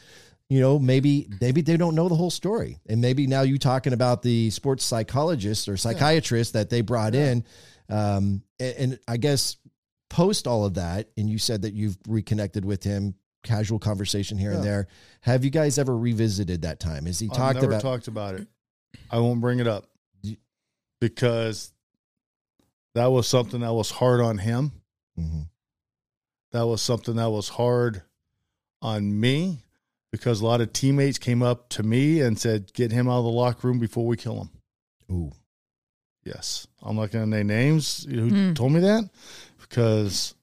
you know,
Mm-hmm.
maybe maybe they don't know the whole story. And maybe now you talking about the sports psychologist or psychiatrist that they brought in. Um, and, and I guess post all of that, and you said that you've reconnected with him, casual conversation here and
Yeah.
there. Have you guys ever revisited that time? Has he
I've
talked
never
about
talked about it. I won't bring it up
You-
because that was something that was hard on him.
Mhm.
That was something that was hard on me because a lot of teammates came up to me and said, "Get him out of the locker room before we kill him."
Ooh,
Yes, I'm not going to name names who
Hmm.
told me that because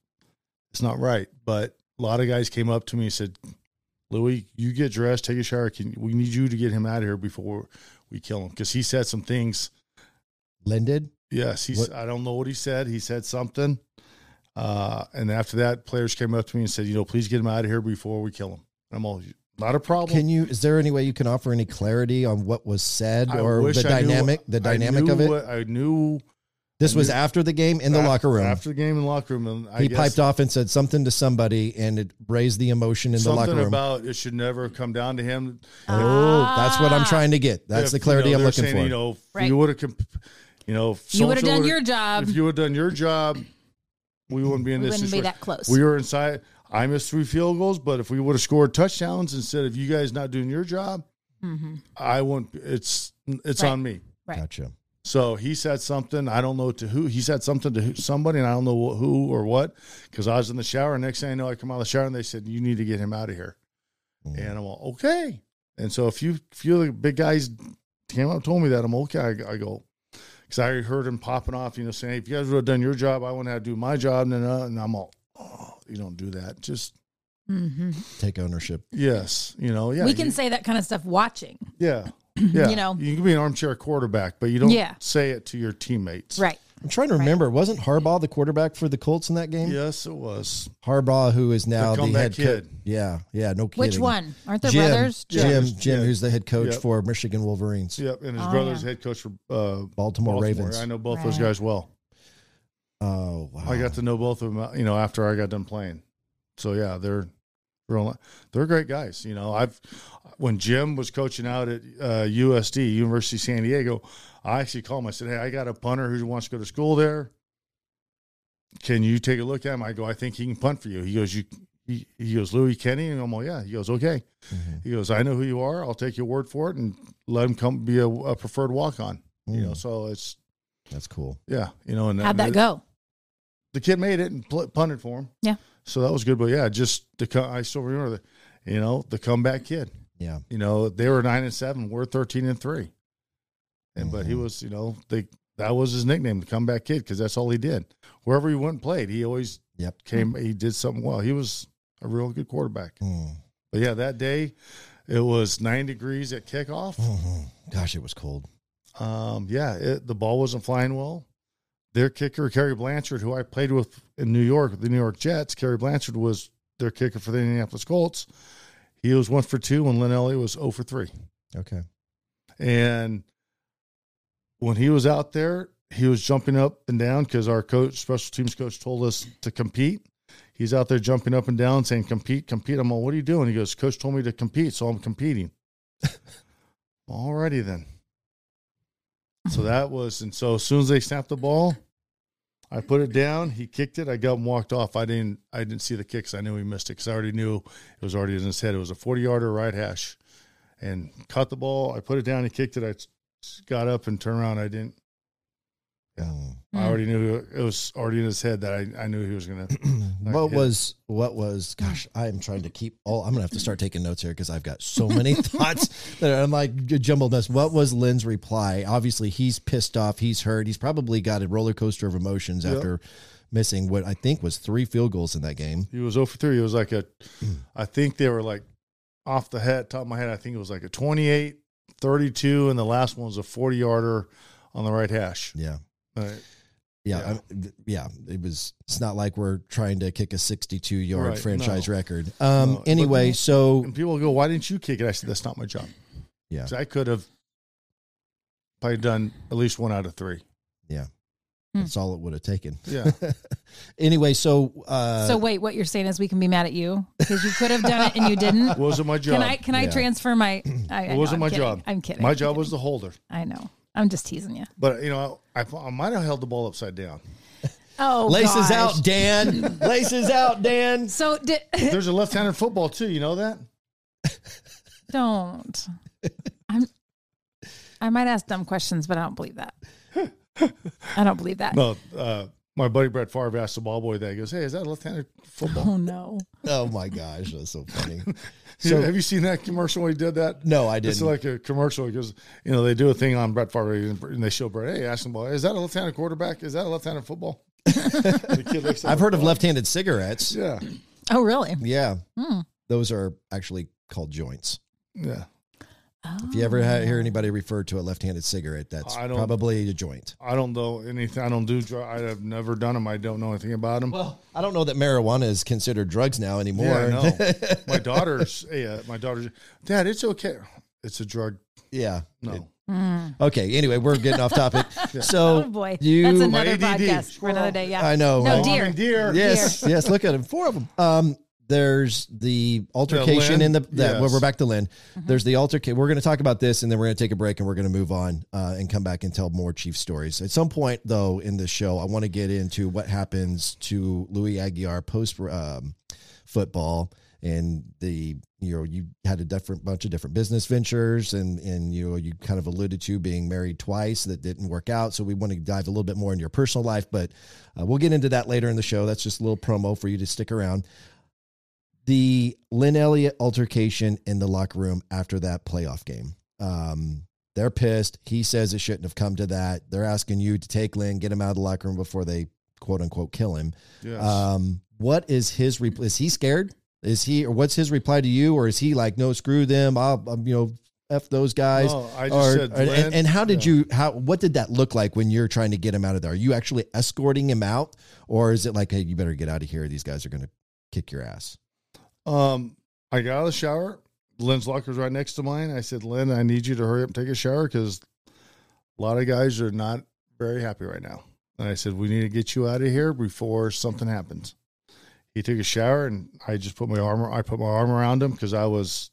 it's not right. But a lot of guys came up to me and said, "Louis, you get dressed, take a shower. Can, we need you to get him out of here before we kill him?" Because he said some things.
Len did?
Yes, he.
What-
I don't know what he said. He said something, uh, and after that, players came up to me and said, "You know, please get him out of here before we kill him." And I'm all, "Not a problem."
Can you? Is there any way you can offer any clarity on what was said
I
or
wish
the
I knew-
dynamic? the
I
dynamic
knew
of it.
what- I knew
this
I
was
knew-
after the game in the
af-
locker room.
after the game in the locker room, and I
he
guess
piped off and said something to somebody, and it raised the emotion in the
something
locker room.
about it should never come down to him.
oh, that's what I'm
Ah.
trying to get. That's
If,
the clarity
you know,
I'm
they're
looking
saying,
for.
You know, if
Right.
you would have, comp- you know, if
You would have
so-and-so
done
would've-
your job.
If you would have done your job, we wouldn't be in
We
this
wouldn't be
situation.
that close.
We were inside. I missed three field goals, but if we would have scored touchdowns instead of you guys not doing your job, I wouldn't. It's it's
Mm-hmm. Right.
on me.
Right.
Gotcha.
So he said something. I don't know to who. He said something to who, somebody, and I don't know who or what because I was in the shower. Next thing I know, I come out of the shower and they said, You need to get him out of here. And I'm all, Okay. And so a few, few of the big guys came up and told me that. I'm okay. I, I go, Because I heard him popping off, you know, saying, If you guys would have done your job, I wouldn't have to do my job. And, uh, and I'm all, Oh, you don't do that. Just,
Take ownership.
yes. You know, yeah.
we can
you-
say that kind of stuff watching.
yeah. Yeah.
you know.
you can be an armchair quarterback, but you don't
Yeah.
say it to your teammates.
Right.
I'm trying to remember. Wasn't Harbaugh the quarterback for the Colts in that game?
Yes, it was.
Harbaugh, who is now the,
comeback
head coach.
kid.
Yeah, yeah, no kidding.
Which one? Aren't there
Jim,
brothers?
Jim, Jim,
Yeah. Yeah.
who's the head coach
Yep.
for Michigan Wolverines.
Yep, and his
Oh,
brother's
yeah.
head coach for uh,
Baltimore Ravens.
I know both those
Right.
guys well.
Oh wow!
I got to know both of them, you know, after I got done playing. So yeah, they're real, they're great guys. You know, I've when Jim was coaching out at uh, USD University of San Diego, I actually called him. I said, "Hey, I got a punter who wants to go to school there. Can you take a look at him?" I go, "I think he can punt for you." He goes, "You." He, he goes, Louis Kenny, and I'm like, yeah. He goes, okay. He goes, I know who you are. I'll take your word for it, and let him come be a, a preferred walk on. You
Mm.
know, so it's
That's cool.
yeah, you know. And
How'd that
and-
go?
the kid made it and pl- punted for him.
Yeah.
So that was good. But yeah, just the co- I still remember the, you know, the comeback kid.
Yeah.
You know, they were nine and seven. We're thirteen and three. And but he was, you know, they that was his nickname, the comeback kid, because that's all he did. Wherever he went and played, he always
Yep.
came.
Hmm.
He did something well. He was a real good quarterback.
Mm.
But yeah, that day, it was nine degrees at kickoff.
Mhm. Gosh, it was cold.
Um, yeah, it, the ball wasn't flying well. Their kicker, Kerry Blanchard, who I played with in New York, the New York Jets, Kerry Blanchard was their kicker for the Indianapolis Colts. He was one for two when Lynn Elliott was 0 for three.
Okay.
And when he was out there, he was jumping up and down because our coach, special teams coach, told us to compete. He's out there jumping up and down saying, compete, compete. I'm like, what are you doing? He goes, Coach told me to compete, so I'm competing. Alrighty then. So that was, and so as soon as they snapped the ball, I put it down. He kicked it. I got and walked off. I didn't. I didn't see the kicks. I knew he missed it because I already knew it was already in his head. It was a forty-yarder right hash and caught the ball. I put it down. He kicked it. I s- got up and turned around. I didn't.
Mm.
I already knew it was already in his head that I, I knew he was gonna. like,
what
hit.
was what was gosh i am trying to keep all i'm gonna have to start taking notes here because i've got so many thoughts that i'm like j- jumbled mess what was lynn's reply obviously he's pissed off he's hurt he's probably got a roller coaster of emotions
Yep.
after missing what i think was three field goals in that game
He was over three. It was like a. I think they were like off the head top of my head. I think it was like a 28, 32, and the last one was a forty yarder on the right hash.
yeah
All right.
yeah
Yeah.
I'm- yeah it was it's not like we're trying to kick a 62 yard
Right,
franchise
no.
record um
No, but-
anyway so
And people go, "Why didn't you kick it?" I said, "That's not my job."
Yeah.
'Cause I could have probably done at least one out of three.
Hmm.
that's all it would have taken
Yeah.
anyway so uh
so wait, what you're saying is we can be mad at you because you could have done it and you didn't.
wasn't my job.
Can I can I
Yeah.
transfer my? I, I
it
know,
wasn't
I'm
my
kidding.
job.
I'm kidding.
My
I'm
job
kidding.
was the holder.
I know. I'm just teasing you.
But you know, I, I might have held the ball upside down.
Oh,
laces
gosh.
out dan laces out dan
So did,
There's a left-handed football too. You know that?
don't. I'm. I might ask dumb questions, but I don't believe that. I don't believe that.
No. Uh, my buddy Brett Favre asked the ball boy that. He goes, "Hey, is that left-handed football?"
Oh no.
Oh my gosh, that's so funny.
have you seen that commercial when he did that?
No, I
It's
didn't.
like a commercial because you know they do a thing on Brett Favre and they show Brett, "Hey, ask him, ball, is that a left-handed quarterback? Is that a left-handed football?" The kid looks at
I've
him,
heard of left-handed cigarettes.
Yeah,
Oh really?
Yeah,
Hmm.
those are actually called joints.
yeah.
If you ever ha-
Oh.
hear anybody refer to a left-handed cigarette, that's
I don't-
probably a joint.
I don't know anything. I don't do. dr- I have never done them. I don't know anything about them.
Well, I don't know that marijuana is considered drugs now anymore.
yeah, I know. my daughter's. Yeah, my daughter's. Dad, it's okay. It's a drug.
Yeah.
No,
Okay. Anyway, we're getting off topic. So
Oh boy.
you,
That's another
ADD.
podcast for another day. Yeah.
I know,
No
right?
deer.
Mom and deer.
yes, yes. Look at him. Four of them. Um, there's the altercation
Lynn?
in the that
Yes.
well, we're back to Lynn. There's the altercation. We're going to talk about this, and then we're going to take a break, and we're going to move on uh, and come back and tell more Chief stories. At some point, though, in this show, I want to get into what happens to Louis Aguiar post um, football and the you know you had a different bunch of different business ventures and and you know you kind of alluded to being married twice that didn't work out so we want to dive a little bit more into your personal life but uh, we'll get into that later in the show that's just a little promo for you to stick around the Lynn Elliott altercation in the locker room after that playoff game um they're pissed he says it shouldn't have come to that they're asking you to take Lynn get him out of the locker room before they quote unquote kill him
Yes.
um, what is his reply? Is he scared? Is he or what's his reply to you? Or is he like, no, screw them. I'll, I'm, you know, f those guys.
No, Oh, I just
or-
said
or- and,
Glenn.
and how did you how what did that look like when you're trying to get him out of there? Are you actually escorting him out, or is it like, hey, you better get out of here? These guys are going to kick your ass.
Um, I got out of the shower. Lynn's locker's right next to mine. I said, Lynn, I need you to hurry up and take a shower because a lot of guys are not very happy right now. And I said, we need to get you out of here before something happens. He took a shower and I just put my arm. I put my arm around him because I was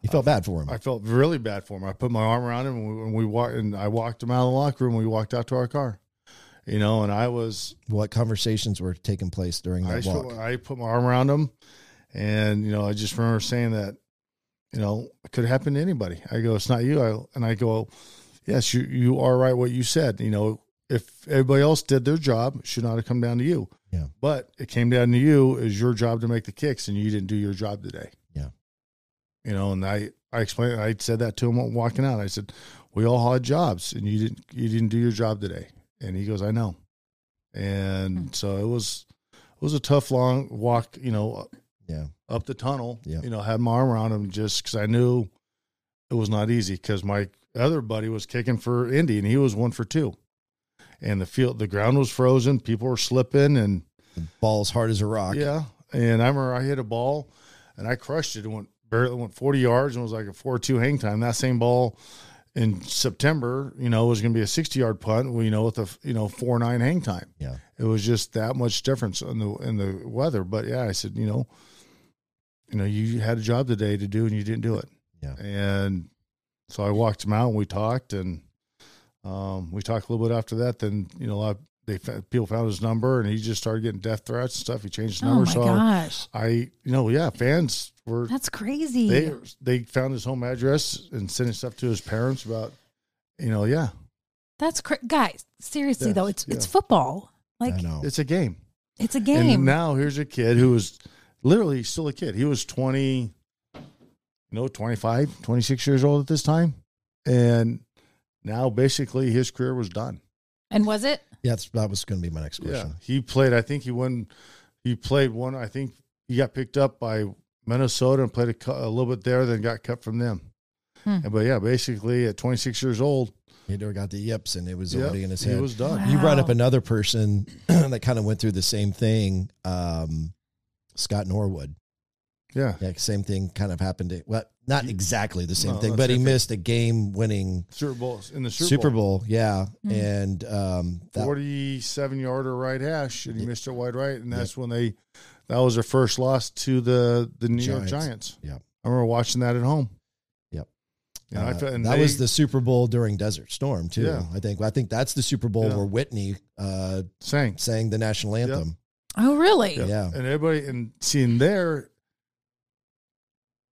You felt bad for him.
I felt really bad for him. I put my arm around him and we, and we walked and I walked him out of the locker room. We walked out to our car, you know, and I was
what conversations were taking place during
I,
that
just
walk?
put, I put my arm around him, and you know, I just remember saying that, you know, it could happen to anybody. I go, it's not you. I and I go, yes, you you are right. What you said, you know, if everybody else did their job, it should not have come down to you.
Yeah.
But it came down to you. It's your job to make the kicks, and you didn't do your job today.
Yeah.
You know, and I I explained. I said that to him walking out. I said, we all had jobs, and you didn't you didn't do your job today. And he goes, I know. And so it was it was a tough long walk you know
Yeah.
up the tunnel
Yeah.
you know had my arm around him just because i knew it was not easy because my other buddy was kicking for indy and he was one for two and the field the ground was frozen people were slipping and
Balls hard as a rock.
yeah and i remember i hit a ball and i crushed it it went barely went 40 yards and was like a 4-2 hang time that same ball in september you know was going to be a 60 yard punt you know with a you know 4-9 hang time
Yeah.
it was just that much difference in the in the weather. But yeah, I said, you know, you know, you had a job today to do and you didn't do it.
Yeah.
And so I walked him out and we talked and um, we talked a little bit after that. Then you know, a lot of, they fa- people found his number and he just started getting death threats and stuff. He changed his
Oh
number.
my
so
gosh,
I, you know, yeah, fans were
that's crazy.
they they found his home address and sending stuff to his parents about, you know, yeah,
that's cra- guys. Seriously
Yes,
though, it's it's
yeah.
football. Like
I know.
it's a game.
it's a game.
And now here's a kid who was literally still a kid. He was 20, you know, 25, 26 years old at this time. And now basically his career was done.
and was it?
Yeah, that's, that was going to be my next question.
He played, I think he won, he played one, I think he got picked up by Minnesota and played a, cou- a little bit there, then got cut from them.
Hmm.
And- But yeah, basically at 26 years old,
He never got the yips, and it was
yeah,
already in his
he
head.
was done.
Wow.
You brought up another person that kind of went through the same thing. Um, Scott Norwood.
Yeah.
Yeah, same thing kind of happened. To, well, not exactly the same
No,
thing,
that's
but he
different.
missed a game winning
Super Bowl in the
Super,
Super, Bowl.
Bowl. Yeah.
Mm.
And um, that,
47 yarder right hash and he
Yeah.
missed it wide right and that's when they that was their first loss to the the new
Giants.
york giants
Yep.
i remember watching that at home
Yep.
and I
uh,
felt, and
that
they-
was the Super Bowl during Desert Storm, too.
Yeah.
I think I think that's the Super Bowl
Yeah.
where Whitney uh,
saying
sang the national
Yep.
anthem.
Oh really?
Yeah.
and everybody and seeing there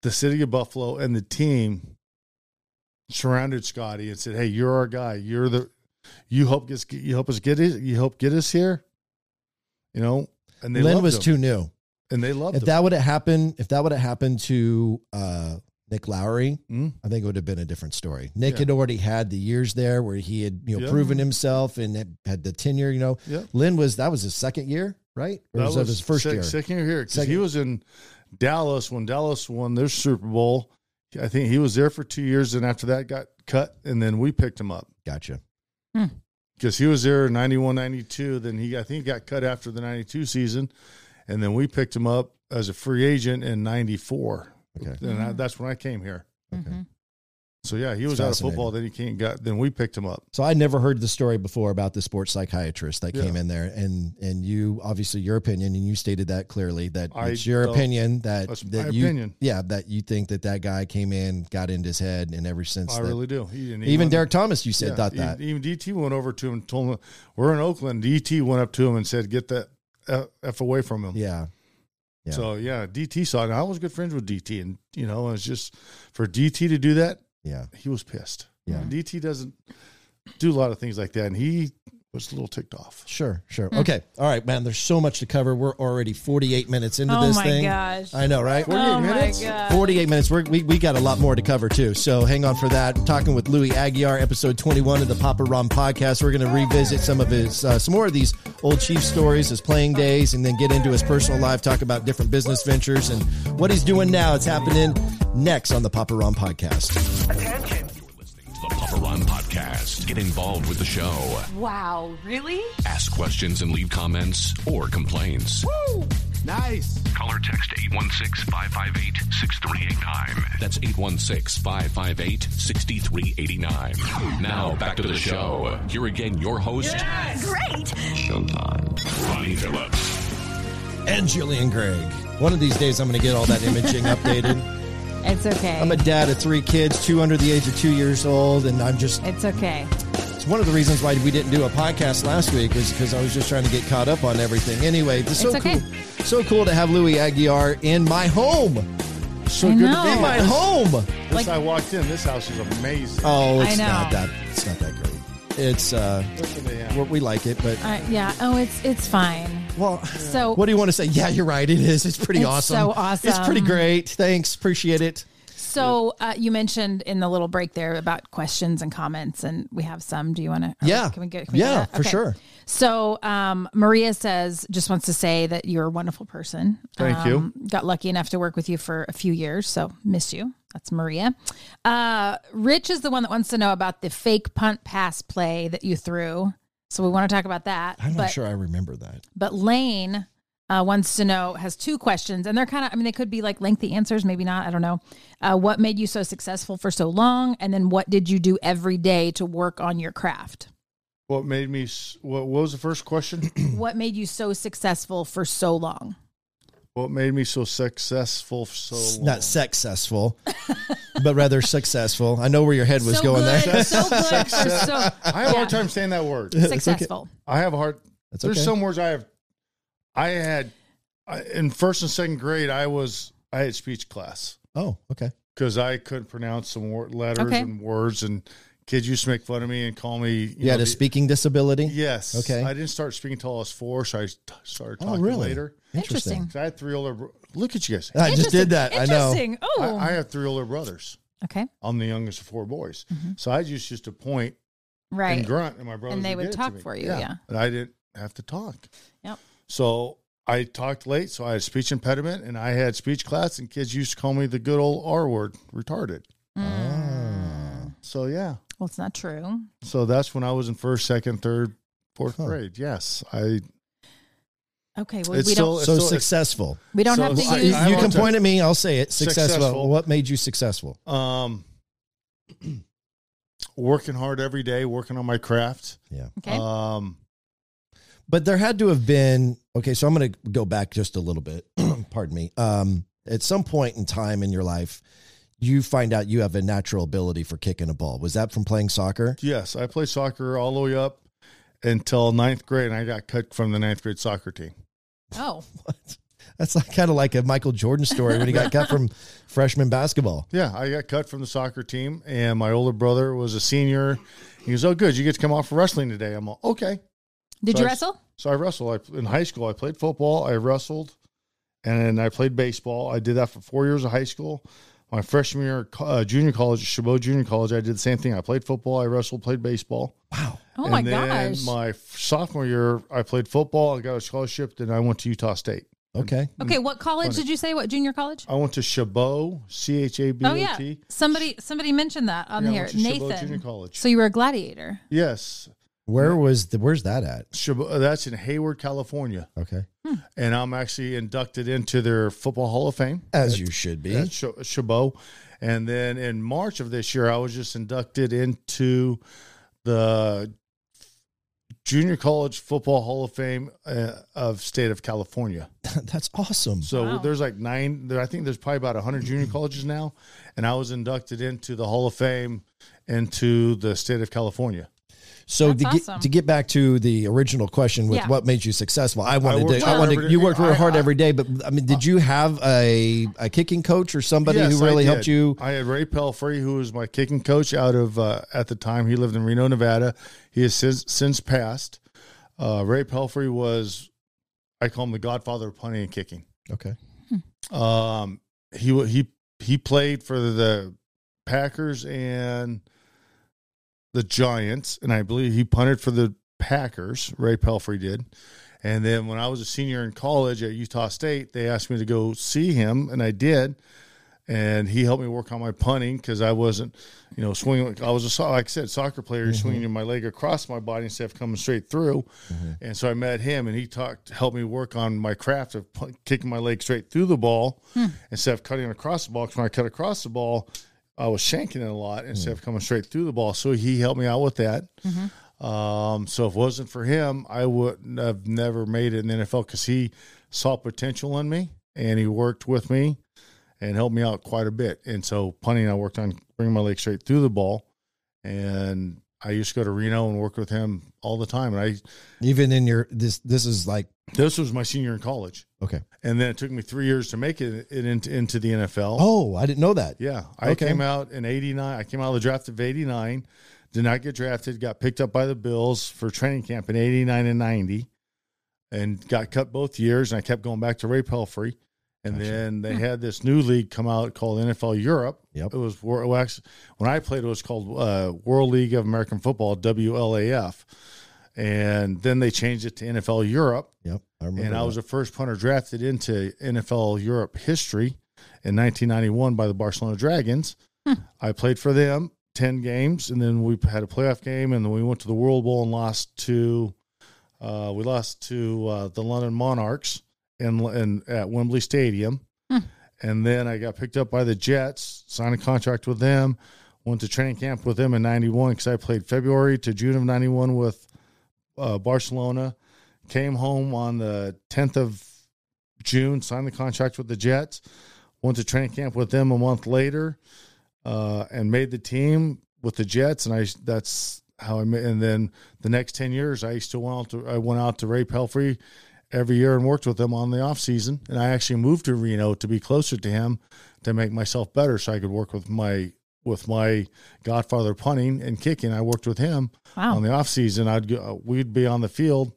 the city of buffalo and the team surrounded scotty and said hey you're our guy you're the you help us get you help us get it you help get us here you know and they
Lynn
loved
was
him.
too new.
and they loved
If
him.
that would have happened, if that would have happened to uh, Nick Lowry,
Mhm.
I think it would have been a different story. Nick
Yeah.
had already had the years there where he had you know
Yeah.
proven himself and had- had the tenure. You know,
Yeah.
Lynn was that was his second year, right? Or was, that his first
sec-
year?
Second year here. 'cause
Second.
he was in Dallas when Dallas won their Super Bowl. I think he was there for two years, and after that got cut, and then we picked him up
Gotcha.
because he was there in 91, 92. Then he, I think, he got cut after the 92 season, and then we picked him up as a free agent in 94.
Okay.
And I, that's when I came here.
Mhm.
So, yeah, he
It's
was out of
fascinating.
football. Then he came, got, then we picked him up.
So I never heard the story before about the sports psychiatrist that
Yeah.
came in there, and and you obviously your opinion, and you stated that clearly that
I
it's your
felt-
opinion that
That's
that
my
you
opinion.
yeah that you think that that guy came in, got into his head, and ever since
I
that-
really do. He didn't
even Derek Thomas, you said
Yeah,
thought
even-
that
Even DT went over to him and told him, We're in Oakland. DT went up to him and said, Get that uh, F away from him.
yeah. yeah.
So, yeah, DT saw it. And I was good friends with DT. And, you know, it's just for DT to do that,
Yeah.
he was pissed.
Yeah.
DT doesn't do a lot of things like that. And he was a little ticked off.
Sure, sure.
Hmm.
Okay. All right, man. There's so much to cover. We're already 48 minutes into
Oh
this
my
thing.
gosh.
I know, right?
Oh my god.
48 minutes. We're, we, we got a lot more to cover, too. So hang on for that. Talking with Louis Aguiar, episode 21 of the Papa Rom podcast. We're going to revisit some of his, uh, some more of these old Chief stories, his playing days, and then get into his personal life, talk about different business ventures and what he's doing now. It's happening next on the Papa Rom podcast.
listening to the Papa Ron Podcast. Get involved with the show.
Wow, really?
Ask questions and leave comments or complaints.
Nice.
Call or text 816 558 6389. That's 816 558 6389. Now back to the show. Here again, your host,
Great.
Showtime, Ronnie Phillips.
And Jillian Gregg. One of these days, I'm going to get all that imaging updated.
It's okay.
I'm a dad of three kids, two under the age of two years old, and I'm just.
it's okay.
It's one of the reasons why we didn't do a podcast last week is because I was just trying to get caught up on everything. Anyway, it's so
It's okay.
cool, so cool to have Louis Aguiar in my home,
So
I
good
know.
to
in
be
my home.
This, I walked in. This house is amazing.
Oh, it's
I know.
not that. It's not that great. It's uh,
That's what they have.
we- we like it, but
Uh, yeah. Oh, it's it's fine.
well,
So
what do you want to say? Yeah, you're right. It is. It's pretty
It's
awesome.
so awesome.
It's pretty great. Thanks, appreciate it.
so uh, you mentioned in the little break there about questions and comments, and we have some. Do you want to?
Yeah.
Can we get? Can we
Yeah,
get that?
for sure.
So um, Maria says, just wants to say that you're a wonderful person.
Thank
um, you. Got lucky enough to work with you for a few years, so miss you. That's Maria. Uh, Rich is the one that wants to know about the fake punt pass play that you threw. So we want to talk about that.
I'm not
but
sure I remember that.
But Lane uh, wants to know has two questions, and they're kind of I mean they could be like lengthy answers, maybe not. I don't know. Uh, what made you so successful for so long, and then what did you do every day to work on your craft?
What made me? s- What, what was the first question?
what made you so successful for so long?
what made me so successful? for
S-
So long?
Not successful, but rather successful. I know where your head was
so
going
good,
there.
so good for so
I have a hard
Yeah.
time saying that word.
successful.
I have a hard.
That's
there's
okay.
some words I have. I had I, in first and second grade. I was I had speech class
Oh, okay.
because I couldn't pronounce some word, letters
Okay.
and words, and kids used to make fun of me and call me. You
You had
know,
a
the-
speaking disability.
Yes.
Okay.
I didn't start speaking until I was four, so I t- started
Oh,
talking
really?
later.
Interesting.
'Cause I had three older. bro- Look at you guys.
I just did that. I know.
Interesting. Oh.
I, I have three older brothers.
okay.
I'm the youngest of four boys,
Mm-hmm.
so I just used to point
Right.
and grunt, and my brothers
they would
get it to
talk
me.
for you, yeah.
and I didn't have to talk.
Yep.
So I talked late, so I had speech impediment, and I had speech class, and kids used to call me the good old R word, retarded.
Ah.
So yeah,
Mm. Well, it's not true.
so that's when I was in first, second, third, fourth
Huh.
grade. Yes, I.
Okay. Well,
It's
we
still-
So
don't.
So it's-
successful.
We don't
so
have to
I-
use.
I
you can
apologize.
point at me. I'll say it. Successful.
Successful.
What made you successful?
Um, working hard every day, working on my craft.
Yeah.
okay.
Um,
But there had to have been. Okay, so I'm going to go back just a little bit. Pardon me. Um, at some point in time in your life, you find out you have a natural ability for kicking a ball. Was that from playing soccer?
yes, I played soccer all the way up until ninth grade, and I got cut from the ninth grade soccer team.
oh.
What? That's like, kind of like a Michael Jordan story when he got cut from freshman basketball.
Yeah, I got cut from the soccer team, and my older brother was a senior. He goes, "Oh, good, you get to come off for wrestling today." I'm all, "Okay."
Did
So
you
I-
wrestle?
So I wrestled. I, in high school, I played football, I wrestled, and then I played baseball. I did that for four years of high school. My freshman year, co- uh, junior college, Chabot Junior College, I did the same thing. I played football, I wrestled, played baseball.
Oh my
and then
gosh.
My f- sophomore year, I played football. I got a scholarship. Then I went to Utah State.
Okay.
okay. What college did you say? What junior college?
I went to Chabot, C H A B
Oh
O T.
yeah. Somebody somebody mentioned that on
Yeah, I
here.
went to Chabot Junior
Nathan.
College.
So you were a gladiator.
Yes,
Where was the? Where's that at?
Chabot, uh, that's in Hayward, California,
Okay.
and I'm actually inducted into their Football Hall of Fame
As you should be.
at Ch- Chabot. And then in March of this year, I was just inducted into the Junior College Football Hall of Fame uh, of State of California.
That's awesome.
So there's like nine. There, I think there's probably about 100 junior colleges now, and I was inducted into the Hall of Fame into the State of California.
So to
That's
get
awesome.
to get back to the original question with
Yeah.
what made you successful, I wanted
worked
to. I
hard
wanted
every
you
day.
worked really
I-
hard
I-
every day, but I mean, did you have a a kicking coach or somebody
Yes,
who
I
really
did.
helped you?
I had Ray Pelfrey, who was my kicking coach out of uh, at the time. He lived in Reno, Nevada. He has since, since passed. Uh, Ray Pelfrey was, I call him the Godfather of punting and kicking.
Okay.
Um, he wa- he he played for the Packers and the Giants, and I believe he punted for the Packers. Ray Pelfrey did. And then when I was a senior in college at Utah State, they asked me to go see him, and I did. And he helped me work on my punting because I wasn't, you know, swinging. I was a so- like I said, soccer player, swinging my leg across my body instead of coming straight through. And so I met him, and he talked, helped me work on my craft of pu- kicking my leg straight through the ball instead of cutting across the ball. 'Cause when I cut across the ball, I was shanking it a lot instead of coming straight through the ball. So he helped me out with that. Um, so if it wasn't for him, I wouldn't have never made it in the NFL because he saw potential in me and he worked with me and helped me out quite a bit. And so punting, I worked on bringing my leg straight through the ball. And I used to go to Reno and work with him all the time. And I
Even in your this this is like
this was my senior in college,
okay.
and then it took me three years to make it, it into, into the NFL.
Oh, I didn't know that.
Yeah, I
Okay.
came out in '89. I came out of the draft of '89. Did not get drafted. Got picked up by the Bills for training camp in '89 and '90, and got cut both years. And I kept going back to Ray Pelfrey, and then they had this new league come out called NFL Europe.
Hmm. Yep.
It was wor- well, actually, when I played, it was called uh, World League of American Football (WLAF), and then they changed it to NFL Europe.
Yep. I remember.
And I
that.
was the first punter drafted into NFL Europe history in 1991 by the Barcelona Dragons. I played for them 10 games, and then we had a playoff game, and then we went to the World Bowl and lost to uh, we lost to uh, the London Monarchs in, in at Wembley Stadium. And then I got picked up by the Jets, signed a contract with them, went to training camp with them in 91 because I played February to June of 91 with uh, Barcelona. Came home on the 10th of June, signed the contract with the Jets, went to training camp with them a month later, uh, and made the team with the Jets. And I that's how I made. And then the next 10 years, I still went out to, I went out to Ray Pelfrey every year and worked with him on the off season. And I actually moved to Reno to be closer to him to make myself better so I could work with my with my godfather punting and kicking. I worked with him
Wow.
on the off season. I'd go, uh, we'd be on the field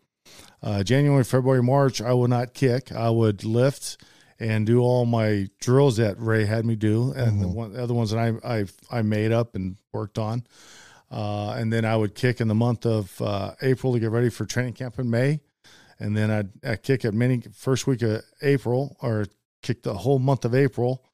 uh, January, February, March. I would not kick. I would lift and do all my drills that Ray had me do, and the, one, the other ones that I I I made up and worked on. Uh, and then I would kick in the month of uh, April to get ready for training camp in May and then I'd, i kick at mini first week of April or kick the whole month of April.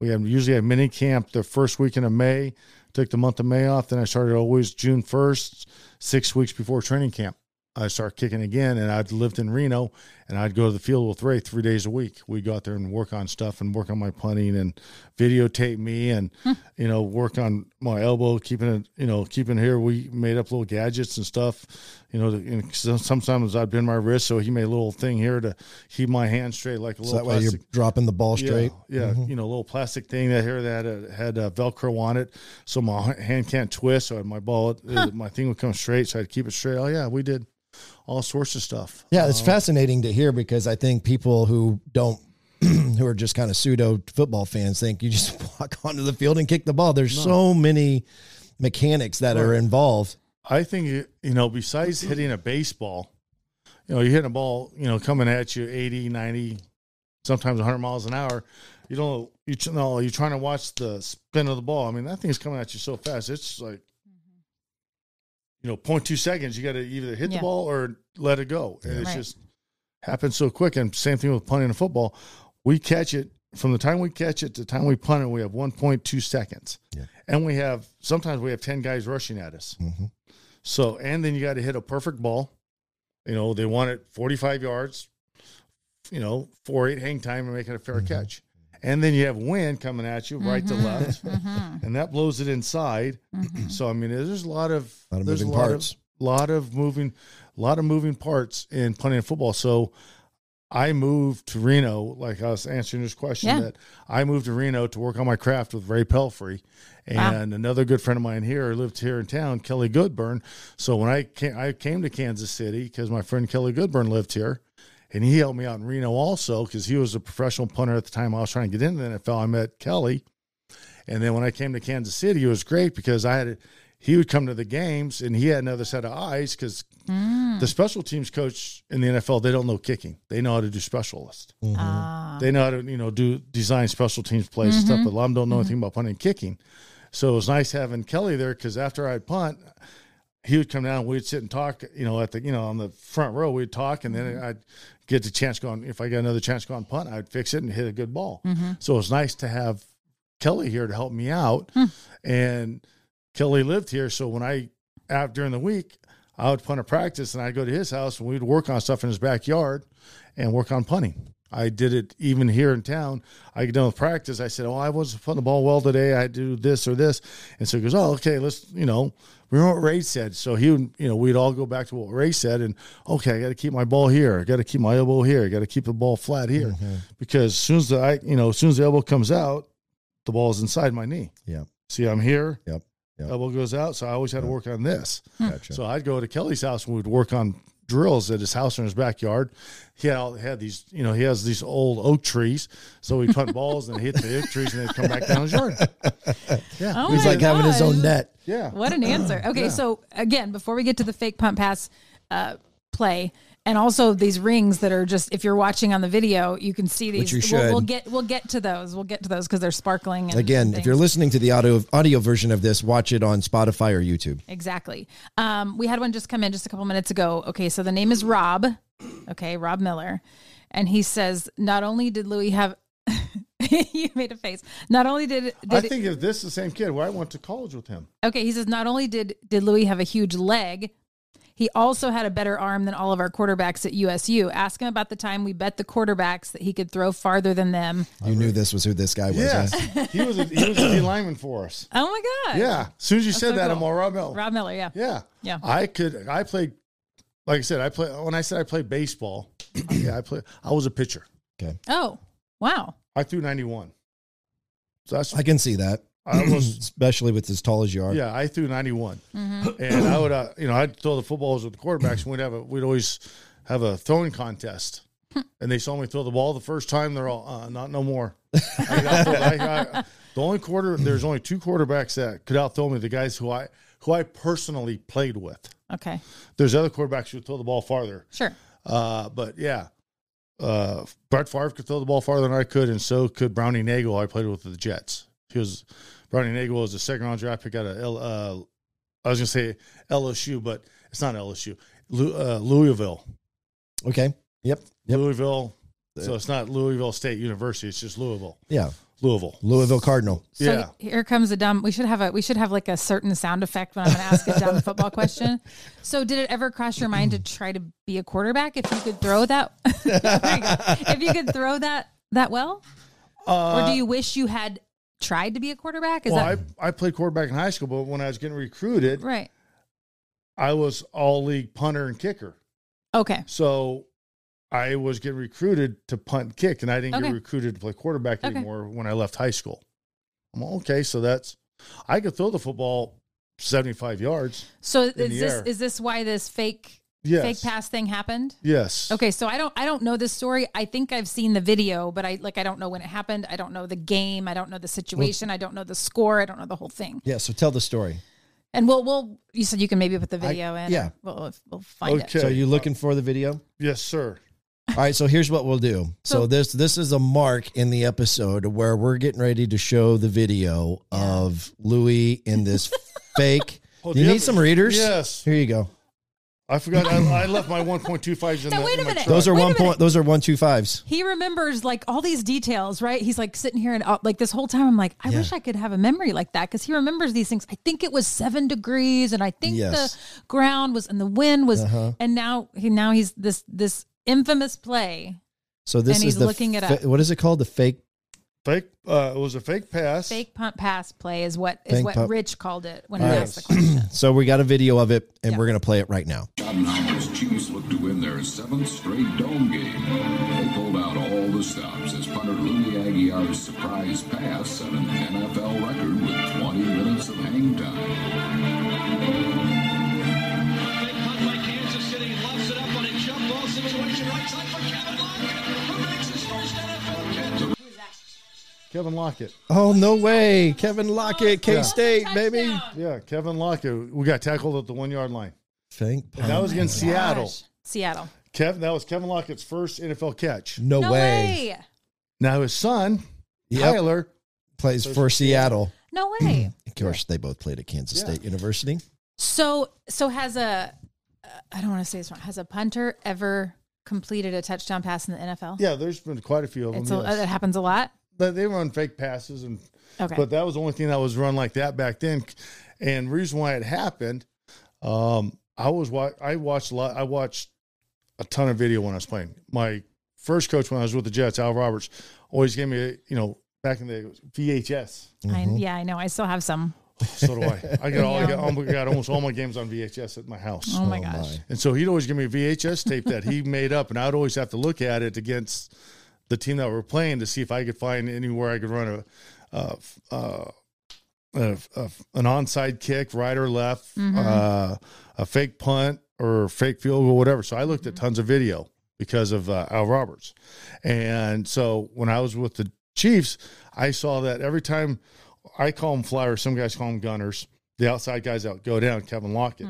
We have usually have mini camp the first weekend of May. Took the month of May off. Then I started always June first, six weeks before training camp. I start kicking again, and I'd lived in Reno, and I'd go to the field with Ray three days a week. We'd go out there and work on stuff and work on my punting and videotape me, and you know work on my elbow, keeping it, you know, keeping here. We made up little gadgets and stuff, you know. And so- sometimes I'd bend my wrist, so he made a little thing here to keep my hand straight, like a
so
little.
that way you're
plastic-
dropping the ball straight.
yeah, yeah. you know, little plastic thing that here that had, uh, had uh, Velcro on it, so my h- hand can't twist. So my ball, uh, my thing would come straight, so I'd keep it straight. Oh yeah, we did all sorts of stuff.
Yeah, it's fascinating to hear because I think people who don't, who are just kind of pseudo football fans, think you just walk onto the field and kick the ball. There's so many mechanics that are involved.
I think you you know, besides hitting a baseball, you know, you hit a ball, you know, coming at you 80, 90, sometimes 100 miles an hour. You don't you tr- no, you're trying to watch the spin of the ball. I mean, that thing's coming at you so fast. It's like
Mm-hmm.
you know, 0.2 seconds. You got to either hit
Yeah.
the ball or let it go. And it's
Right.
just happens so quick. And same thing with punting and football. We catch it from the time we catch it to the time we punt it, we have 1.2 seconds.
Yeah.
And we have sometimes we have 10 guys rushing at us. So, and then you got to hit a perfect ball. You know, they want it 45 yards, you know, 4 8 hang time and making a
Mm-hmm.
fair catch. And then you have wind coming at you right to left,
Mm-hmm.
and that blows it inside. So, I mean, there's a lot of,
Lot of
there's
moving
a lot
parts.
Of, lot of moving, lot of moving parts in punting and football. So, I moved to Reno, like I was answering this question,
Yeah.
that I moved to Reno to work on my craft with Ray Pelfrey and another good friend of mine here lived here in town, Kelly Goodburn. So when I came, I came to Kansas City because my friend Kelly Goodburn lived here, and he helped me out in Reno also because he was a professional punter at the time I was trying to get into the NFL. I met Kelly, and then when I came to Kansas City, it was great because I had he would come to the games and he had another set of eyes because the special teams coach in the NFL, they don't know kicking. They know how to do specialist. They know how to, you know, do design special teams plays and stuff, but Lum don't know anything about punting and kicking. So it was nice having Kelly there because after I'd punt, he would come down and we'd sit and talk, you know, at the, you know, on the front row, we'd talk and then I'd get the chance going. If I got another chance going punt, I'd fix it and hit a good ball. So it was nice to have Kelly here to help me out. And Kelly lived here. So when I, out during the week, I would punt a practice and I'd go to his house and we'd work on stuff in his backyard and work on punting. I did it even here in town. I get done with practice. I said, Oh, I wasn't putting the ball well today. I do this or this. And so he goes, Oh, okay, let's, you know, remember what Ray said. So he would, you know, we'd all go back to what Ray said and, okay, I got to keep my ball here. I got to keep my elbow here. I got to keep the ball flat here. Because as soon as the, I, you know, as soon as the elbow comes out, the ball is inside my knee.
Yeah.
See, I'm here.
Yep. Yep.
Elbow goes out. So I always had to work on this.
Gotcha.
So I'd go to Kelly's house and we'd work on drills at his house in his backyard. He had, all, had these, you know, he has these old oak trees. So we'd punt balls and hit the oak trees and they'd come back down his yard.
Oh
He's
my
like having his own
gosh.
net.
Yeah.
What an answer. Okay, so again, before we get to the fake pump pass uh, play, and also these rings that are just if you're watching on the video, you can see these.
Which you
We'll, we'll
should.
get we'll get to those. We'll get to those because they're sparkling. And
Again, if
things.
you're listening to the audio audio version of this, watch it on Spotify or YouTube.
Exactly. Um, we had one just come in just a couple minutes ago. Okay, so the name is Rob. Okay, Rob Miller. And he says, not only did Louis have, you made a face. Not only did, did
I
it-
think if this is the same kid, why I went to college with him.
okay, he says, not only did, did Louis have a huge leg, he also had a better arm than all of our quarterbacks at USU. Ask him about the time we bet the quarterbacks that he could throw farther than them.
You knew this was who this guy was.
Yes.
huh?
he was a, he was a D lineman for us.
Oh my God.
Yeah. As soon as you said
so
that,
cool.
I'm all Rob Miller.
Rob Miller, yeah.
Yeah.
Yeah.
I could, I played, like I said, I play, when I said I played baseball, yeah, I play, I was a pitcher.
Oh, wow.
I threw 91. So that's,
I can see that,
I was,
especially with as tall as you are.
Yeah, I threw 91. And I would, uh, you know, I'd throw the footballs with the quarterbacks, and we'd have a, we'd always have a throwing contest. And they saw me throw the ball the first time. They're all, uh, not no more. I could outthrow- I- I- the only quarter, there's only two quarterbacks that could outthrow me. The guys who I, who I personally played with.
Okay,
There's other quarterbacks who throw the ball farther.
sure.
Uh, but yeah, uh, Brett Favre could throw the ball farther than I could, and so could Brownie Nagel. I played with the Jets. He was Brownie Nagel was a second round draft pick out of L, uh, I was gonna say LSU, but it's not LSU. Lu, uh, Louisville,
Okay. Yep.
Louisville. So it's not Louisville State University. It's just Louisville,
Yeah.
Louisville.
Louisville Cardinal.
So
Yeah.
here comes a dumb. We should have a we should have like a certain sound effect when I'm going to ask a dumb football question. So did it ever cross your mind to try to be a quarterback if you could throw that? There you go. If you could throw that that well, or do you wish you had tried to be a quarterback? Is
Uh, Well,
that
I, I played quarterback in high school, but when I was getting recruited,
right?
I was all league punter and kicker.
Okay,
So I was getting recruited to punt and kick, and I didn't
Okay.
get recruited to play quarterback
Okay.
anymore when I left high school. I'm all, okay, so that's I could throw the football 75 yards.
so is
the
this
air.
is this why this fake
Yes.
fake pass thing happened?
Yes.
Okay, so I don't I don't know this story. I think I've seen the video, but I like I don't know when it happened. I don't know the game. I don't know the situation. I don't know the score. I don't know the whole thing.
Yeah. So tell the story.
And we'll we'll you said you can maybe put the video in.
yeah.
we'll we'll- we'll find
Okay.
it.
So are you looking for the video?
Yes, sir.
All right, so here's what we'll do. So
So-
this this is a mark in the episode where we're getting ready to show the video of Louis in this fake.
Oh,
Do you
the
need
other-
some readers?
Yes.
Here you go.
I forgot I, I left my 1.25s in
Now,
the
wait a
in my
minute.
truck.
Those are
Wait a
one
minute.
point. Those are one two fives.
He remembers like all these details, right? He's like sitting here and uh, like this whole time I'm like, I wish I could have a memory like that because he remembers these things. I think it was seven degrees, and I think
Yes. Uh-huh.
the ground was and the wind was, and now he now he's this this infamous play
So this
And
is
he's
the
looking it
fa-
up.
what is it called? The fake.
fake uh, it was a fake pass.
fake punt pass play is what is
Fake
what
punt.
Rich called it when he
All right.
asked the question.
So we got a video of it, and
Yeah.
we're gonna play it right now.
Tottenham's Chiefs look to win their seventh straight dome game. They pulled out all the stops as punter Louis Aguiar's surprise pass set an NFL record with 20 minutes of hang time.
Punt by Kansas City, lofts it up on a jump ball situation, right side for Kevin Locke, who makes his first NFL catch.
Kevin Kevin Lockett.
Oh no way, Kevin Lockett, K
Yeah.
State, baby.
Touchdown.
Yeah, Kevin Lockett. We got tackled at the one yard line.
Thank
And that was against Seattle.
Gosh. Seattle.
Kev, that was Kevin Lockett's first NFL catch.
no,
No
way.
way.
Now his son,
Yep.
Tyler,
Plays for Seattle.
No way.
Of course, they both played at Kansas
Yeah.
State University.
so so has a uh, I don't want to say this wrong. Has a punter ever completed a touchdown pass in the NFL?
yeah, there's been quite a few of them.
It's a,
yes.
that happens a lot.
But they run fake passes and
Okay.
but that was the only thing that was run like that back then. And reason why it happened, um, I was wa- I watched a lot. I watched a ton of video when I was playing. My first coach when I was with the Jets, Al Roberts, always gave me a, you know back in the VHS.
I, yeah, I know. I still have some.
So do I. I got all I got, almost, got almost all my games on VHS at my house.
Oh my gosh.
And so he'd always give me a VHS tape that he made up, and I'd always have to look at it against the team that we're playing to see if I could find anywhere I could run a, uh, f- uh, a, a- an onside kick, right or left, uh, a fake punt or fake field goal, whatever. So I looked at tons of video because of uh, Al Roberts, and so when I was with the Chiefs, I saw that every time I call them flyers, some guys call them gunners. The outside guys that go down, Kevin Lockett,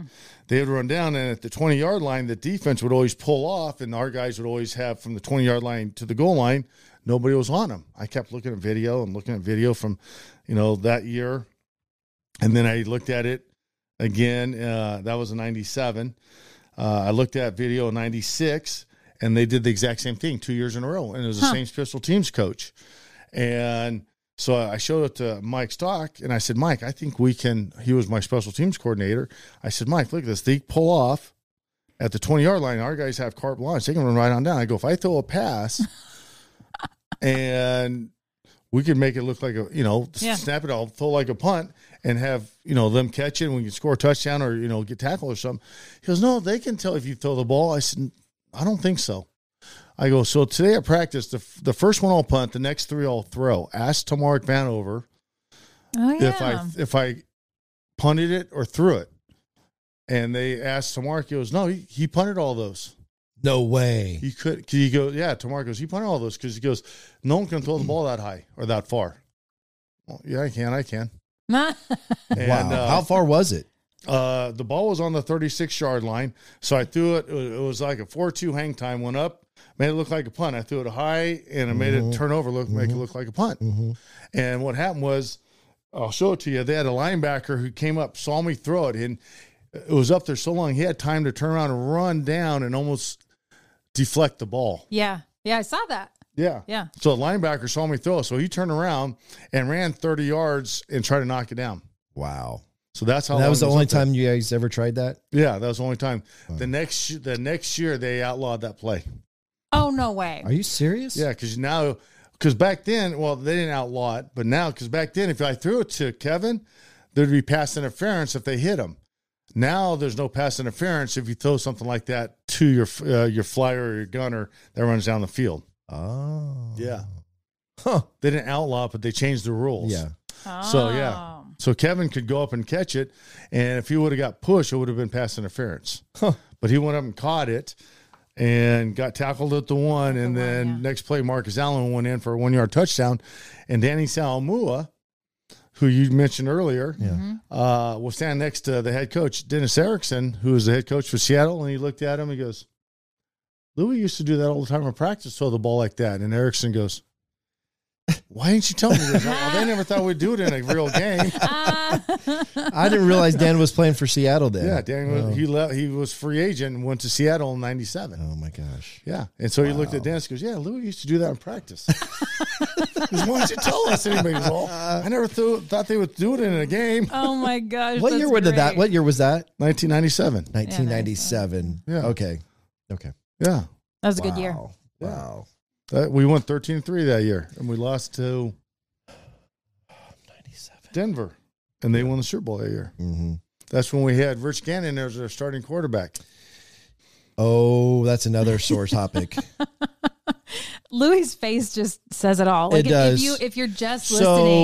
they would run down, and at the twenty yard line, the defense would always pull off, and our guys would always have from the twenty yard line to the goal line. Nobody was on them. I kept looking at video and looking at video from, you know, that year, and then I looked at it again. Uh, that was in '97. Uh, I looked at video in '96, and they did the exact same thing two years in a row, and it was the same special teams coach. And so I showed it to Mike Stock, and I said, Mike, I think we can. He was my special teams coordinator. I said, Mike, look at this. They pull off at the 20 yard line. Our guys have carte blanche. They can run right on down. I go, if I throw a pass and we could make it look like a, you know,
Yeah.
snap it all, throw like a punt and have, you know, them catch it and we can score a touchdown or, you know, get tackled or something. He goes, no, they can tell if you throw the ball. I said, I don't think so. I go, so today at practice, the, the first one I'll punt, the next three I'll throw. Ask Tamark Vanover
Oh yeah.
if I if I punted it or threw it. And they asked Tamark, he goes, no, he, he punted all those.
No way.
He could, he go, yeah, Tamark goes, he punted all those because he goes, no one can throw the ball that high or that far. Well, yeah, I can, I can. And,
wow.
uh,
How far was it?
uh, the ball was on the 36 yard line. So I threw it. It was, it was like a 4 2 hang time, went up, made it look like a punt. I threw it high and I
Mm-hmm.
made it turn over, look, make it look like a punt. And what happened was, I'll show it to you. They had a linebacker who came up, saw me throw it, and it was up there so long he had time to turn around and run down and almost deflect the ball.
yeah. Yeah. I saw that.
Yeah.
Yeah.
So the linebacker saw me throw it. So he turned around and ran 30 yards and tried to knock it down.
Wow.
So that's how
that
long
was
it
the only
up there.
time you guys ever tried that.
Yeah, that was the only time. The next the next year they outlawed that play.
Oh no way.
Are you serious?
Yeah, because now, because back then, well, they didn't outlaw it, but now, because back then, if I threw it to Kevin, there'd be pass interference if they hit him. Now there's no pass interference if you throw something like that to your uh, your flyer or your gunner that runs down the field.
Oh.
Yeah,
Huh.
they didn't outlaw it, but they changed the rules.
Yeah.
So yeah,
Oh.
so Kevin could go up and catch it, and if he would have got pushed, it would have been pass interference. But he went up and caught it, and got tackled at the one, and then next play, Marcus Allen went in for a one yard touchdown, and Danny Salamua, who you mentioned earlier, uh, was standing next to the head coach Dennis Erickson, who was the head coach for Seattle, and he looked at him and he goes, "Louis used to do that all the time in practice, throw the ball like that," and Erickson goes. Why didn't you tell me this? well, they never thought we'd do it in a real game.
Ah,
I didn't realize Dan was playing for Seattle then.
Yeah, Danny. was He left. He was free agent and went to Seattle in '97.
Oh my gosh.
Yeah, and so he looked at Dennis. Goes, yeah, Louis used to do that in practice. He goes, Why don't you tell us anybody? Well, I never threw, thought they would do it in a game.
Oh my gosh.
What
that's
year was that?
great.
What year was that?
1997.
1997.
Yeah.
Okay. Okay.
Yeah,
That was a good year.
Wow. Wow.
That- we won 13-3 that year, and we lost to Denver, and they won the Super Bowl that year.
hmm
That's when we had Rich Gannon as our starting quarterback.
Oh, that's another sore topic.
Louis' face just says it all. Like
It
if,
does.
If you if you're just
so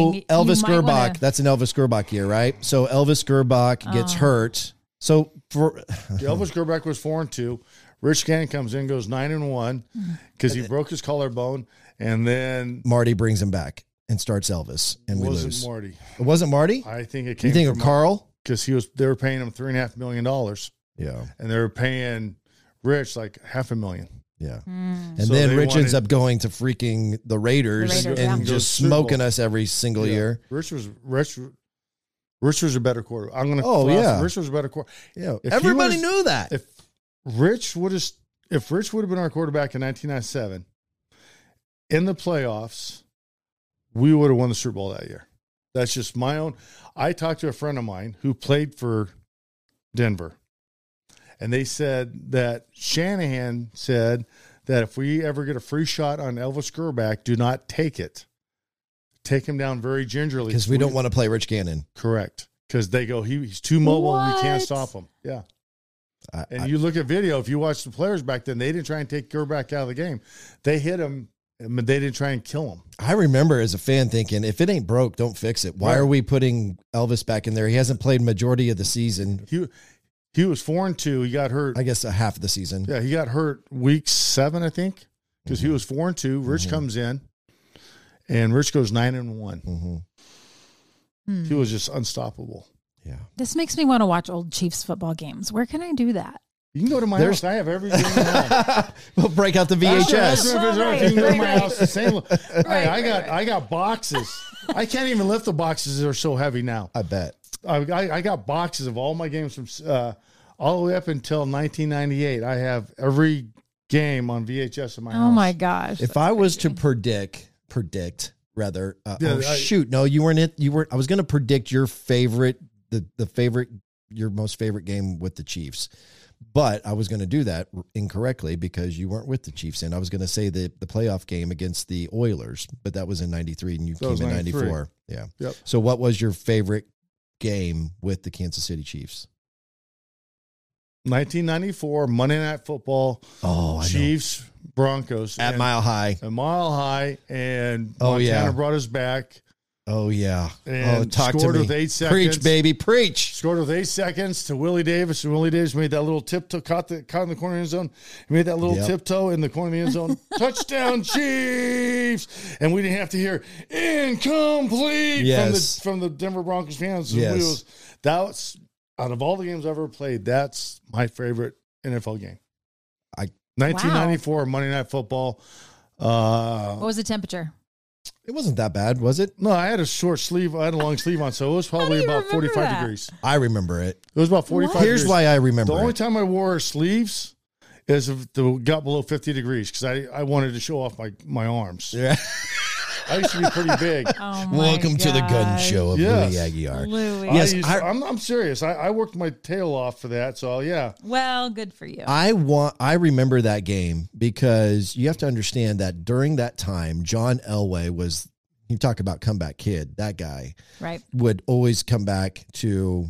listening,
Elvis
you might
Gerbach,
wanna-
that's an Elvis Gerbach year, right? So Elvis Gerbach gets hurt. So for
Elvis Gerbeck was four and two. Rich Gannon comes in, goes nine and one because he broke his collarbone, and then
Marty brings him back. and starts Elvis, and we
wasn't
lose.
Marty.
it wasn't Marty.
I think it came.
You think of
from
Carl?
because he was they were paying him three and a half million dollars,
Yeah,
and they were paying Rich like half a million.
yeah.
Mm.
And
So
then
they
Rich ends
wanted-
up going to freaking the Raiders,
The Raiders,
and
yeah.
just
Super Bowl.
smoking us every single
Yeah.
year.
Rich was Rich. Rich was a better quarter. I'm gonna.
Oh,
flat-
yeah.
Rich was a better quarter.
Yeah,
If he
everybody
was-
knew that.
If Rich would have, if Rich would have been our quarterback in 1997, in the playoffs, we would have won the Super Bowl that year. That's just my own. I talked to a friend of mine who played for Denver, and they said that Shanahan said that if we ever get a free shot on Elvis Gerback, do not take it. Take him down very gingerly
because we don't want to play Rich Gannon.
Correct. Because they go, he, he's too mobile. We can't
What?
stop him. Yeah.
I,
And
I-
you look at video. If you watch the players back then, they didn't try and take Gerback out of the game. They hit him, but they didn't try and kill him.
I remember as a fan thinking, if it ain't broke, don't fix it. Why
Right.
are we putting Elvis back in there? He hasn't played majority of the season.
He he was four and two. He got hurt.
I guess a half of the season.
yeah, he got hurt week seven, I think, because
Mm-hmm.
he was four and two. Rich comes in, and Rich goes nine and one.
hmm Mm-hmm.
He
Hmm.
was just unstoppable.
Yeah.
This makes me want to watch old Chiefs football games. Where can I do that?
You can go to my
There's-
house. I have everything. in my house.
we'll break out the
Ah. That's
VHS.
what I'm saying. You can go to my house. The same. Hey, I
right,
got I got boxes. I can't even lift the boxes. They're so heavy now.
I bet.
I, I, I got boxes of all my games from uh, all the way up until 1998. I have every game on VHS in my house.
Oh my gosh.
If I was to predict, predict rather, uh,
Yeah,
oh
I-
shoot, no, you weren't it. You weren't. I was going to predict your favorite, the the favorite, your most favorite game with the Chiefs, but I was going to do that incorrectly because you weren't with the Chiefs, and I was going to say the the playoff game against the Oilers, but that was in '93, and you
That was
came in
93.
'94. Yeah.
Yep.
So, what was your favorite game with the Kansas City Chiefs?
1994 Monday Night Football,
Oh,
Chiefs, Broncos
At
and-
Mile High.
and Mile High, and
Oh,
Montana
yeah.
brought us back.
Oh yeah.
And
oh, talk to
scored
me.
with eight
Preach,
seconds.
baby, preach.
Scored with eight seconds to Willie Davis, and Willie Davis made that little tiptoe, caught the caught in the corner of the end zone, He made that little
Yep.
tiptoe in the corner of the end zone, touchdown Chiefs, and we didn't have to hear incomplete
Yes.
from the from the Denver Broncos fans.
Yes.
We was, that was out of all the games I've ever played, that's my favorite NFL game.
I-
1994 Monday Night Football. Uh,
what was the temperature?
It wasn't that bad, was it?
no, I had a short sleeve. I had a long sleeve on, so it was
do
probably
you
about
remember
45
that?
degrees.
I remember it.
It was about 45.
Here's
degrees.
why I remember.
The only
it.
time I wore sleeves is if the got below 50 degrees because I, I wanted to show off my, my arms.
Yeah.
I used to be pretty big.
Oh my
Welcome to the gun
gosh.
show of
Yes.
Louis Aguiar.
Louis.
Yes,
I used
I-
to, I'm, I'm serious. I, I worked my tail off for that. So, yeah.
Well, good for you.
I want. I remember that game because you have to understand that during that time, John Elway was. You talk about comeback kid. That guy
right.
would always come back to.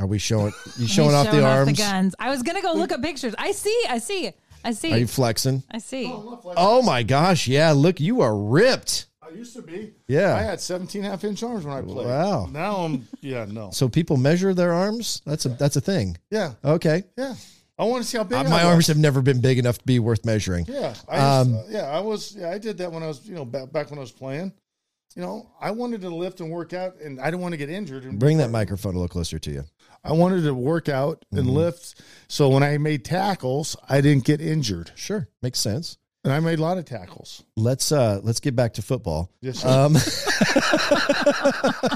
Are we showing? You
He's
showing off the arms?
guns. I was gonna go look at pictures. I see. I see. I
are you
see.
flexing?
I see.
Oh my gosh! Yeah, look, you are ripped.
I used to be.
Yeah.
I had 17 half inch arms when I played.
Wow.
Now I'm, yeah, no.
So people measure their arms. That's a that's a thing.
Yeah.
Okay.
Yeah. I want to see how big
Uh,
I
my
was.
arms have never been big enough to be worth measuring.
Yeah, I used- uh,
Um,
yeah, I was. Yeah, I did that when I was, you know, back, back when I was playing. You know, I wanted to lift and work out, and I didn't want to get injured. And
Bring that microphone a little closer to you.
I wanted to work out and
Mm-hmm.
lift, so when I made tackles, I didn't get injured,
Sure, makes sense.
and I made a lot of tackles.
Let's uh let's get back to football.
Yes, sir.
Um,
Let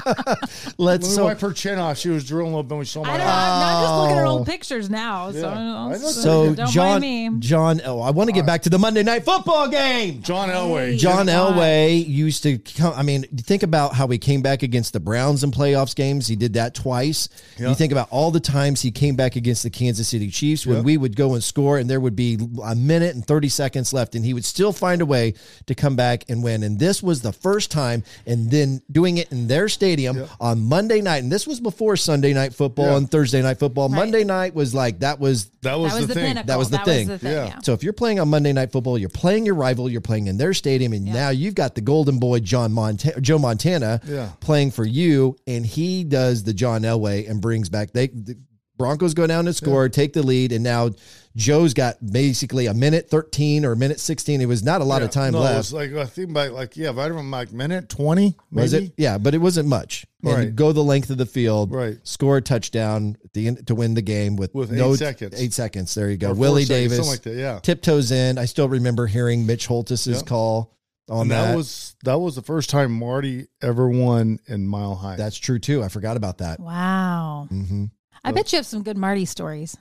let's
me
so
wipe her chin off. She was drooling a little bit when she
I
saw my.
don't know. I'm not just looking at
Oh.
old pictures now. So,
Yeah. I know.
so
don't
John
mind me.
John oh I want to get back to the Monday night football game.
John Elway.
John
Good God.
Elway used to come. I mean, think about how he came back against the Browns in playoffs games. He did that twice. You think about all the times he came back against the Kansas City Chiefs when we would go and score, and there would be a minute and 30 seconds left, and he would still find a way to come back and win. And this was the first time, and then doing it in their stadium on Monday night. And this was before Sunday night football
Yeah.
and Thursday night football. Monday night was like, that was
That was,
that was the,
the, thing.
pinnacle.
That was the thing.
Yeah.
yeah.
so if you're playing on Monday Night Football, you're playing your rival, you're playing in their stadium, and now you've got the golden boy John Monta- Joe Montana
Yeah.
playing for you, and he does the John Elway and brings back they. The, Broncos go down and score, take the lead, and now Joe's got basically a minute 13 or a minute 16. It was not a lot of
Yeah.
time
No,
left.
It was like I think by like yeah, right around like minute twenty. Maybe.
Was it? Yeah, but it wasn't much. And
Right.
go the length of the field,
Right.
score a touchdown at the end to win the game with,
With eight
no
seconds.
Eight seconds. There you
Or
go.
four
Willie
seconds,
Davis
something like that. Yeah,
tiptoes in. I still remember hearing Mitch Holtis's
Yep.
call on
and
that.
that, was that was the first time Marty ever won in Mile High.
That's true too. I forgot about that.
Wow.
hmm
I bet you have some good Marty stories.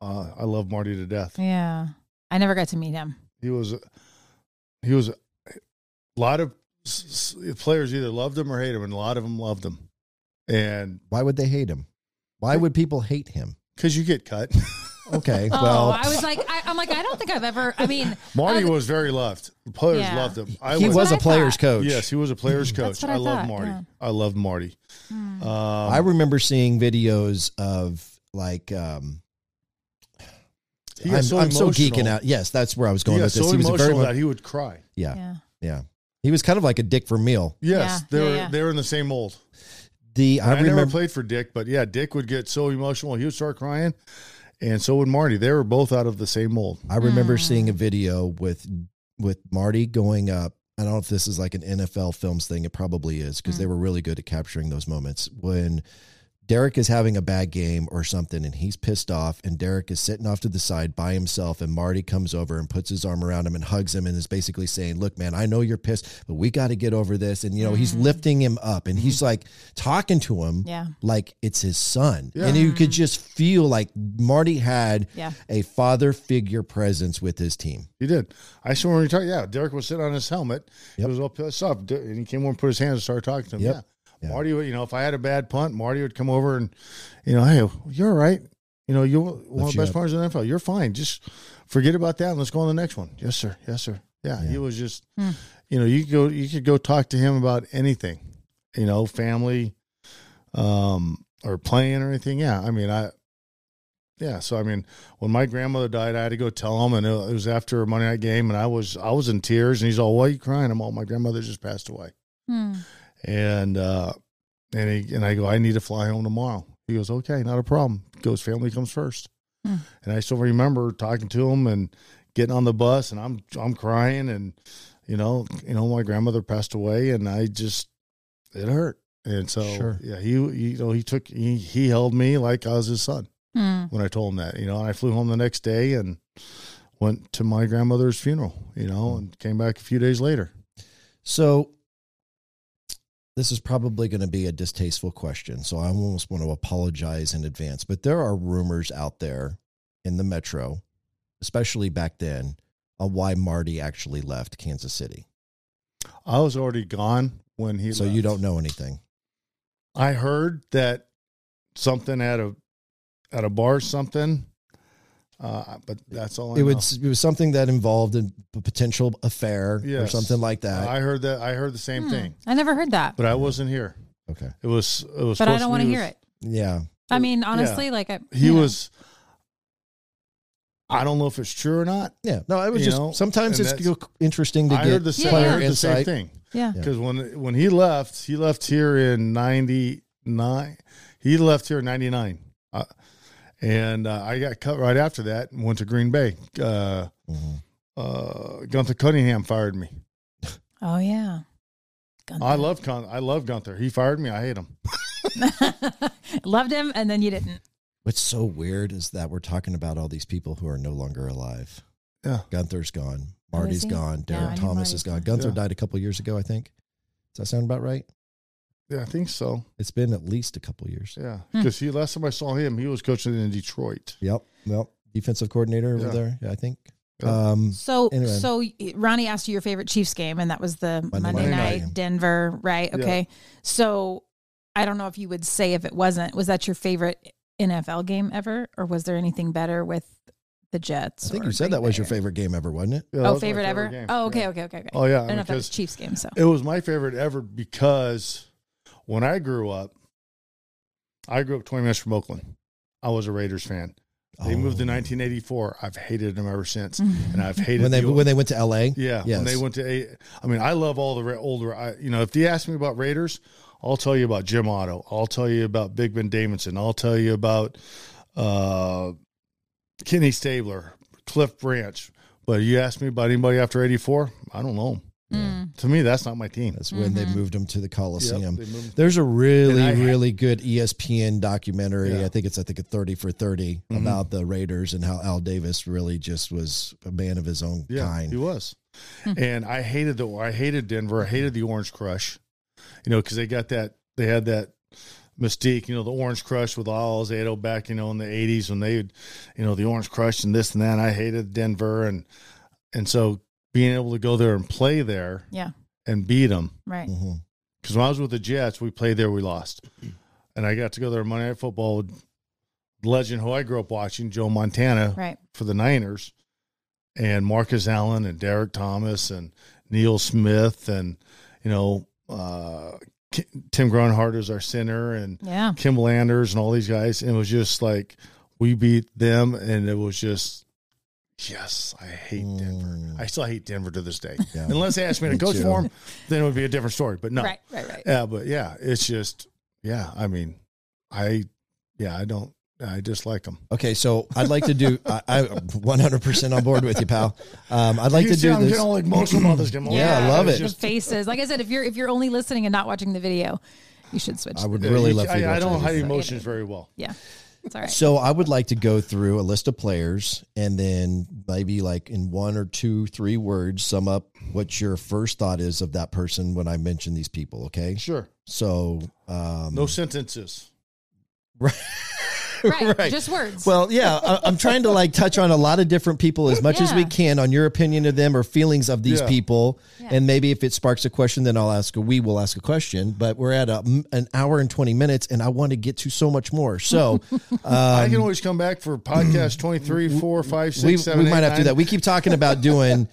uh, I love Marty to death.
Yeah. I never got to meet him.
He was he was a lot of s- s- players either loved him or hated him, and a lot of them loved him. And
Why would they hate him? Why would people hate him?
because you get cut,
Okay, well,
oh, I was like, I, I'm like, I don't think I've ever. I mean,
Marty
I've-
was very loved. The players
Uh, Yeah.
loved him. I
he
That's
was,
what
was a
I
player's
thought.
coach.
yes, he was a players
That's
coach.
what
I,
I
love
thought,
Marty.
yeah. Hmm.
I loved Marty. Um,
I remember seeing videos of like. um
he got
I'm, I'm so geeking
emotional.
out. Yes, that's where I was
He
going
got
with this.
so
he was a
emotional
very
that he would cry.
yeah.
yeah.
Yeah. He was kind of like a dick for meal.
Yes,
Yeah,
they
yeah,
were
yeah.
they were in the same mold.
The
I,
I, remember
never played for Dick, but yeah, Dick would get so emotional, he would start crying, and so would Marty. They were both out of the same mold.
I remember seeing a video with with Marty going up. I don't know if this is like an NFL films thing. It probably is because they were really good at capturing those moments when Derek is having a bad game or something and he's pissed off and Derek is sitting off to the side by himself and Marty comes over and puts his arm around him and hugs him and is basically saying, "Look, man, I know you're pissed, but we got to get over this." And you know, he's lifting him up and he's like talking to him
Yeah.
like it's his son. And you could just feel like Marty had
Yeah.
a father figure presence with his team.
He did. I saw him retire. Yeah, Derek was sitting on his helmet. He
Yep.
was all pissed off, D- and he came over and put his hands and started talking to him.
Yep.
Yeah.
Yeah.
Marty, would- you know, if I had a bad punt, Marty would come over and, you know, hey, you're all right. You know, you're one of
Lift
the
you
best
up.
punters in the NFL. You're fine. Just forget about that and let's go on the next one. Yes, sir. Yes, sir. Yeah. He was just, you know, you could go, you could go talk to him about anything, you know, family, um, or playing or anything. Yeah. I mean, I, yeah. So I mean, when my grandmother died, I had to go tell him, and it was after a Monday night game, and I was I was in tears, and he's all, "Why are you crying?" I'm all, "My grandmother just passed away,"
Hmm.
and uh, and he and I go, "I need to fly home tomorrow." He goes, "Okay, not a problem." He goes, "Family comes first.
Hmm.
and I still remember talking to him and getting on the bus, and I'm I'm crying, and you know, you know, my grandmother passed away, and I just it hurt. And so,
Sure.
yeah, he, you know, he took, he, he held me like I was his son
Hmm.
when I told him that, you know, and I flew home the next day and went to my grandmother's funeral, you know,
Hmm.
and came back a few days later.
So this is probably going to be a distasteful question. So I almost want to apologize in advance, but there are rumors out there in the metro, especially back then, on why Marty actually left Kansas City.
I was already gone when he
so
left.
you don't know anything.
I heard that something at a at a bar something uh but that's all I
It
know.
was it was something that involved a p- potential affair or
Yes.
something like that.
I heard that I heard the same
Hmm.
thing,
I never heard that, but,
but I wasn't here.
okay.
It was it was
I
supposed
don't want to
be-
hear it.
Yeah.
I mean, honestly, like I,
He
you know.
was I don't know if it's true or not.
Yeah. No, I was
You
just
know,
sometimes
and
it's
that's-
interesting to
I
get
heard the same, I
player
heard the same
insight.
thing.
Yeah.
Yeah.
because when when he left, he left here in '99. He left here in '99, uh, and uh, I got cut right after that and went to Green Bay. Uh,
Mhm.
uh, Gunther Cunningham fired me.
Oh yeah.
I love Con- I love Gunther. He fired me. I hate him.
Loved him, and then you didn't.
What's so weird is that we're talking about all these people who are no longer alive.
Yeah.
Gunther's gone.
Oh, is
Marty's
he?
gone.
Yeah,
Derek
I knew
Thomas
Marty's
is gone.
gone.
Gunther
Yeah.
died a couple years ago, I think. Does that sound about right?
Yeah, I think so.
It's been at least a couple years.
Yeah,
Hmm.
because he last time I saw him, he was coaching in Detroit.
Yep. Yep. Defensive coordinator over
Yeah.
there, yeah, I think.
Yeah.
Um,
So,
Anyway.
so Ronnie asked you your favorite Chiefs game, and that was the Monday,
night.
night,
Night.
Denver, right?
Yeah.
Okay. So, I don't know if you would say if it wasn't, was that your favorite NFL game ever, or was there anything better with the Jets?
I think
or
you said
Green
that was
Bay
your
or-
favorite game ever, wasn't it?
Yeah, that
Oh,
was my
favorite, ever?
game.
Oh, okay,
Yeah.
okay, okay, okay.
Oh yeah,
I don't know if that was
because-
Chiefs game. So,
It was my favorite ever because when I grew up, I grew up 20 minutes from Oakland. I was a Raiders fan. They moved
Oh.
in 1984. I've hated them ever since, and I've hated
When they
the-
when they went to LA.
yeah
Yes.
when they went to a. I mean, I love all the Ra- old. Ra- I, you know, if you ask me about Raiders, I'll tell you about Jim Otto. I'll tell you about Big Ben Davidson. I'll tell you about uh, Kenny Stabler, Cliff Branch. But you asked me about anybody after 84, I don't know. To me, that's not my team.
That's when they moved him to the
Yep,
Coliseum.
they moved-
There's a really,
And I-
really good E ESPN documentary.
Yeah. Mm-hmm.
I think it's I think a 30 for 30 about the Raiders and how Al Davis really just was a man of his own
Yeah,
kind.
he was. and I hated the I hated Denver. I hated the Orange Crush, you know, because they got that they had that mystique, you know, the Orange Crush with Oz Alzado back, you know, in the '80s when they, would, you know, the Orange Crush and this and that. And I hated Denver, and and so being able to go there and play there
Yeah.
and beat them
Right.
Mhm.
because when I was with the Jets, we played there, we lost, and I got to go there Monday Night Football. with Legend who I grew up watching, Joe Montana,
Right.
for the Niners, and Marcus Allen and Derek Thomas and Neil Smith and you know uh, K- Tim Grunhardt is our center and
Yeah.
Kim Landers and all these guys, and it was just like we beat them, and it was just yes, I hate Denver. I still hate Denver to this day. Unless they asked me to coach
too.
for them, then it would be a different story. But no,
Right. Right. Right.
yeah, but yeah, it's just yeah. I mean, I yeah, I don't. I dislike them.
Okay, so I'd like to do. I, I'm 100% on board with you, pal. Um, I'd like
you
to do
I'm
this.
getting all emotional about this game.
Yeah, I love
the
it.
The faces. Like I said, if you're if you're only listening and not watching the video, you should switch.
I would
Yeah,
really
you-
love for you to
I, I
watch
don't
that.
hide emotions very well.
Yeah. It's all right.
So I would like to go through a list of players and then maybe like in one or two, three words, sum up what your first thought is of that person when I mention these people. Okay.
Sure.
So, um,
No sentences.
right.
right.
Just words.
well, yeah, I, I'm trying to like touch on a lot of different people as much as we
Yeah.
can on your opinion of them or feelings of these
Yeah.
people.
Yeah.
And maybe if it sparks a question, then I'll ask a, we will ask a question, but we're at a, an hour and 20 minutes and I want to get to so much more. So,
I can always come back for podcast 23, 4, 5, 6,
Um, we,
7,
we might
eight,
have to do that.
nine.
We keep talking about doing,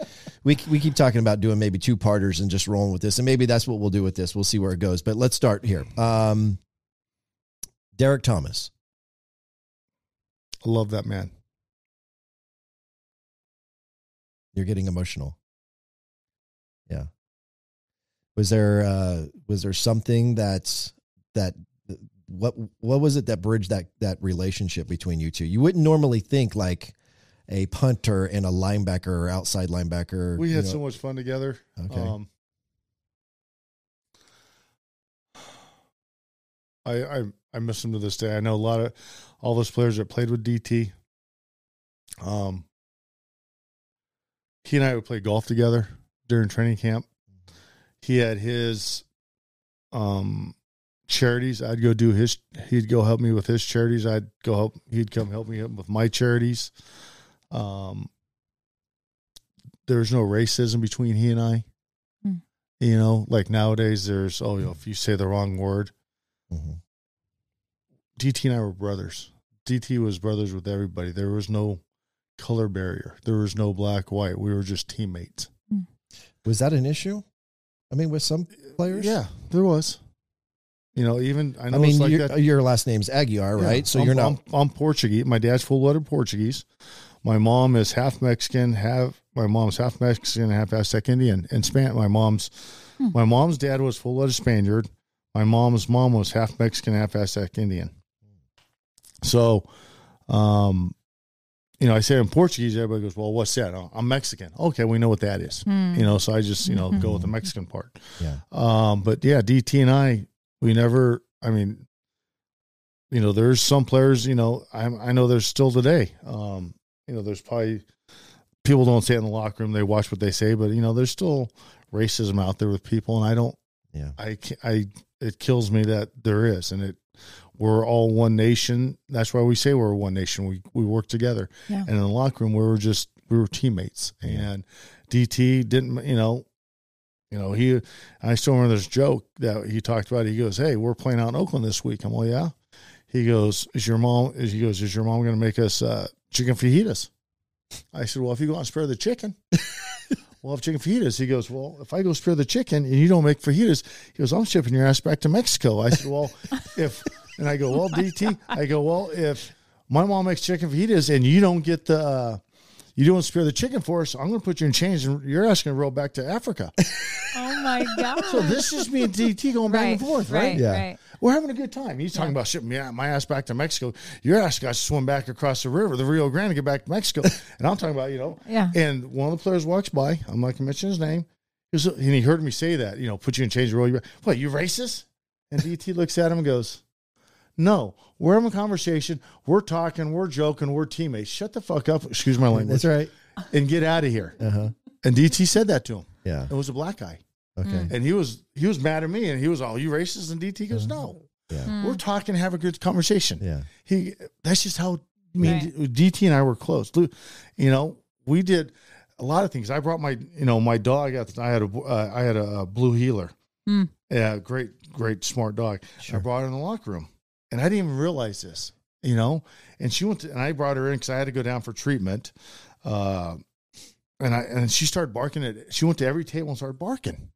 we, we keep talking about doing maybe two parters and just rolling with this. And maybe that's what we'll do with this. We'll see where it goes. But let's start here. Um, Derek Thomas.
I love that man.
You're getting emotional. Yeah. Was there uh, was there something that's that what what was it that bridged that that relationship between you two? You wouldn't normally think like a punter and a linebacker or outside linebacker.
We
you
had
know-
so much fun together.
Okay.
Um, I, I I miss him to this day. I know a lot of all those players that played with DT. Um, he and I would play golf together during training camp. He had his um charities. I'd go do his. He'd go help me with his charities. I'd go help. He'd come help me with my charities. Um, there's no racism between he and I.
Hmm.
You know, like nowadays, there's oh, you know, if you say the wrong word,
Mhm.
DT and I were brothers. DT was brothers with everybody. There was no color barrier. There was no black white. We were just teammates.
Was that an issue? I mean, with some players,
Yeah, there was. You know, even I
I,
know
mean,
it's like
your,
that.
your last name's Aguiar,
Yeah,
right? So
I'm-
you're not.
I'm, I'm Portuguese. My dad's full blooded Portuguese. My mom is half Mexican, half my mom's half Mexican, half Aztec Indian, and span. My mom's my mom's dad was full blooded Spaniard. My mom's mom was half Mexican, half Aztec Indian. So, um, you know, I say in Portuguese, everybody goes, "Well, what's that?" "Oh, I'm Mexican. Okay, we know what that is. You know, so I just you know go with the Mexican part.
Yeah.
Um, but yeah, DT and I, we never. I mean, you know, there's some players. You know, I I know there's still today. Um, you know, there's probably people don't say it in the locker room. They watch what they say, but you know, there's still racism out there with people, and I don't.
Yeah.
I ca- I it kills me that there is, and it we're all one nation. That's why we say we're one nation. We we work together,
Yeah.
and in the locker room, we were just we were teammates. And DT didn't, you know, you know he. I still remember this joke that he talked about. He goes, "Hey, we're playing out in Oakland this week." I'm like, "Yeah." He goes, "Is your mom?" Is he goes, "Is your mom going to make us uh, chicken fajitas?" I said, "Well, if you go out and spare the chicken." Well, if chicken fajitas, he goes. Well, if I go spare the chicken and you don't make fajitas, he goes. I'm shipping your ass back to Mexico. I said, well, if and I go, well, DT, I go, well, if my mom makes chicken fajitas and you don't get the, uh, you don't spare the chicken for us, I'm going to put you in chains and your ass going to roll back to Africa.
oh my god.
So this is me and DT going back and forth, right?
Right.
Yeah.
right.
We're having a good time. He's talking about shipping me out- my ass back to Mexico. Your ass got to swim back across the river, the Rio Grande, to get back to Mexico. and I'm talking about, you know.
Yeah.
And one of the players walks by. I'm not going to mention his name. He was- and he heard me say that, you know, put you in change of role. You- What, you racist? And DT looks at him and goes, no, we're having a conversation. We're talking. We're joking. We're teammates. Shut the fuck up. Excuse my language.
That's right.
And get out of here.
Uh huh.
And DT said that to him.
Yeah.
It was a black guy
Okay.
and he was he was mad at me and he was all you racist and dt goes no
Yeah.
we're talking have a good conversation
Yeah.
he that's just how I mean dt and i were close Lu- you know we did a lot of things i brought my you know my dog at the time, i had a uh, i had a, uh blue healer yeah great great smart dog i brought her in the locker room and i didn't even realize this you know and she went to, and i brought her in because i had to go down for treatment uh and I and she started barking at she went to every table and started barking.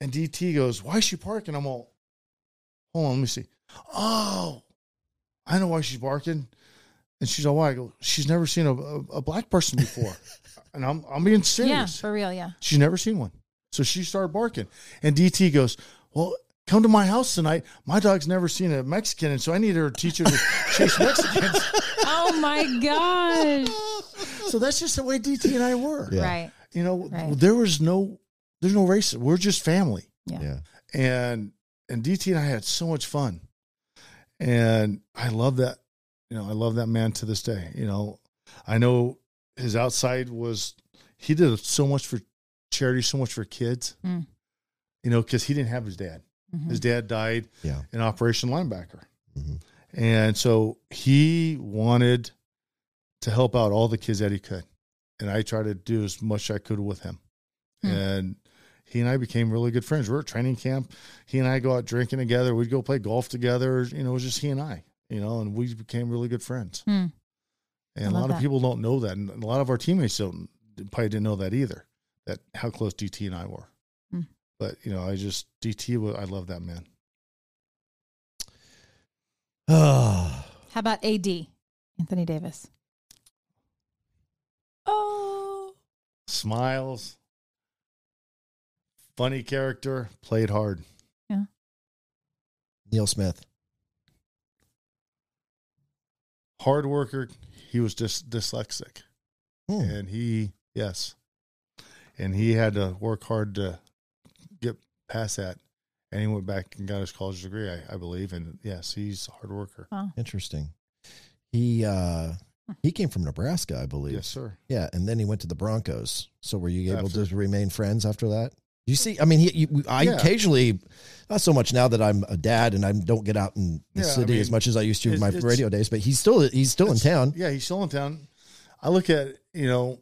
And DT goes, Why is she barking? I'm all hold on, let me see. Oh, I know why she's barking. And she's all why I go, She's never seen a, a, a black person before. and I'm I'm being
Yeah,
serious.
for real, yeah.
She's never seen one. So she started barking. And DT goes, Well, come to my house tonight. My dog's never seen a Mexican, and so I need her to teach her to chase Mexicans.
Oh my gosh.
so that's just the way DT and I were.
Yeah.
Right.
You know,
Right.
there was no, there's no racism. We're just family,
Yeah.
Yeah.
and and DT and I had so much fun, and I love that. You know, I love that man to this day. You know, I know his outside was he did so much for charity, so much for kids.
Mm.
You know, because he didn't have his dad. His dad died
Yeah.
an operation linebacker.
Mhm.
And so he wanted to help out all the kids that he could. And I tried to do as much I could with him.
Hmm.
And he and I became really good friends. We were at training camp. He and I go out drinking together. We'd go play golf together. You know, it was just he and I, you know, and we became really good friends.
Hmm. I
And a
love
lot of
that.
people don't know that. And a lot of our teammates don't probably didn't know that either, that how close DT and I were.
Hmm.
But, you know, I just, DT, wa- I love that man.
Ah.
How about AD? Anthony Davis. Oh.
smiles, funny character, played hard.
Neil Smith.
Hard worker. He was just dyslexic.
Hmm.
And he, yes. And he had to work hard to get past that. And he went back and got his college degree, I, I believe. And yes, he's a hard worker.
Interesting. He uh he came from Nebraska, I believe.
Yes, sir.
Yeah, and then he went to the Broncos. So were you able to
After.
remain friends after that? You see, I mean, he, you, I
Yeah.
occasionally, not so much now that I'm a dad and I don't get out in the
Yeah, I
city as
mean,
much as I used to in
it's-
my
it's-
radio days, but he's still he's still in
It's-
town.
Yeah, he's still in town. I look at you know,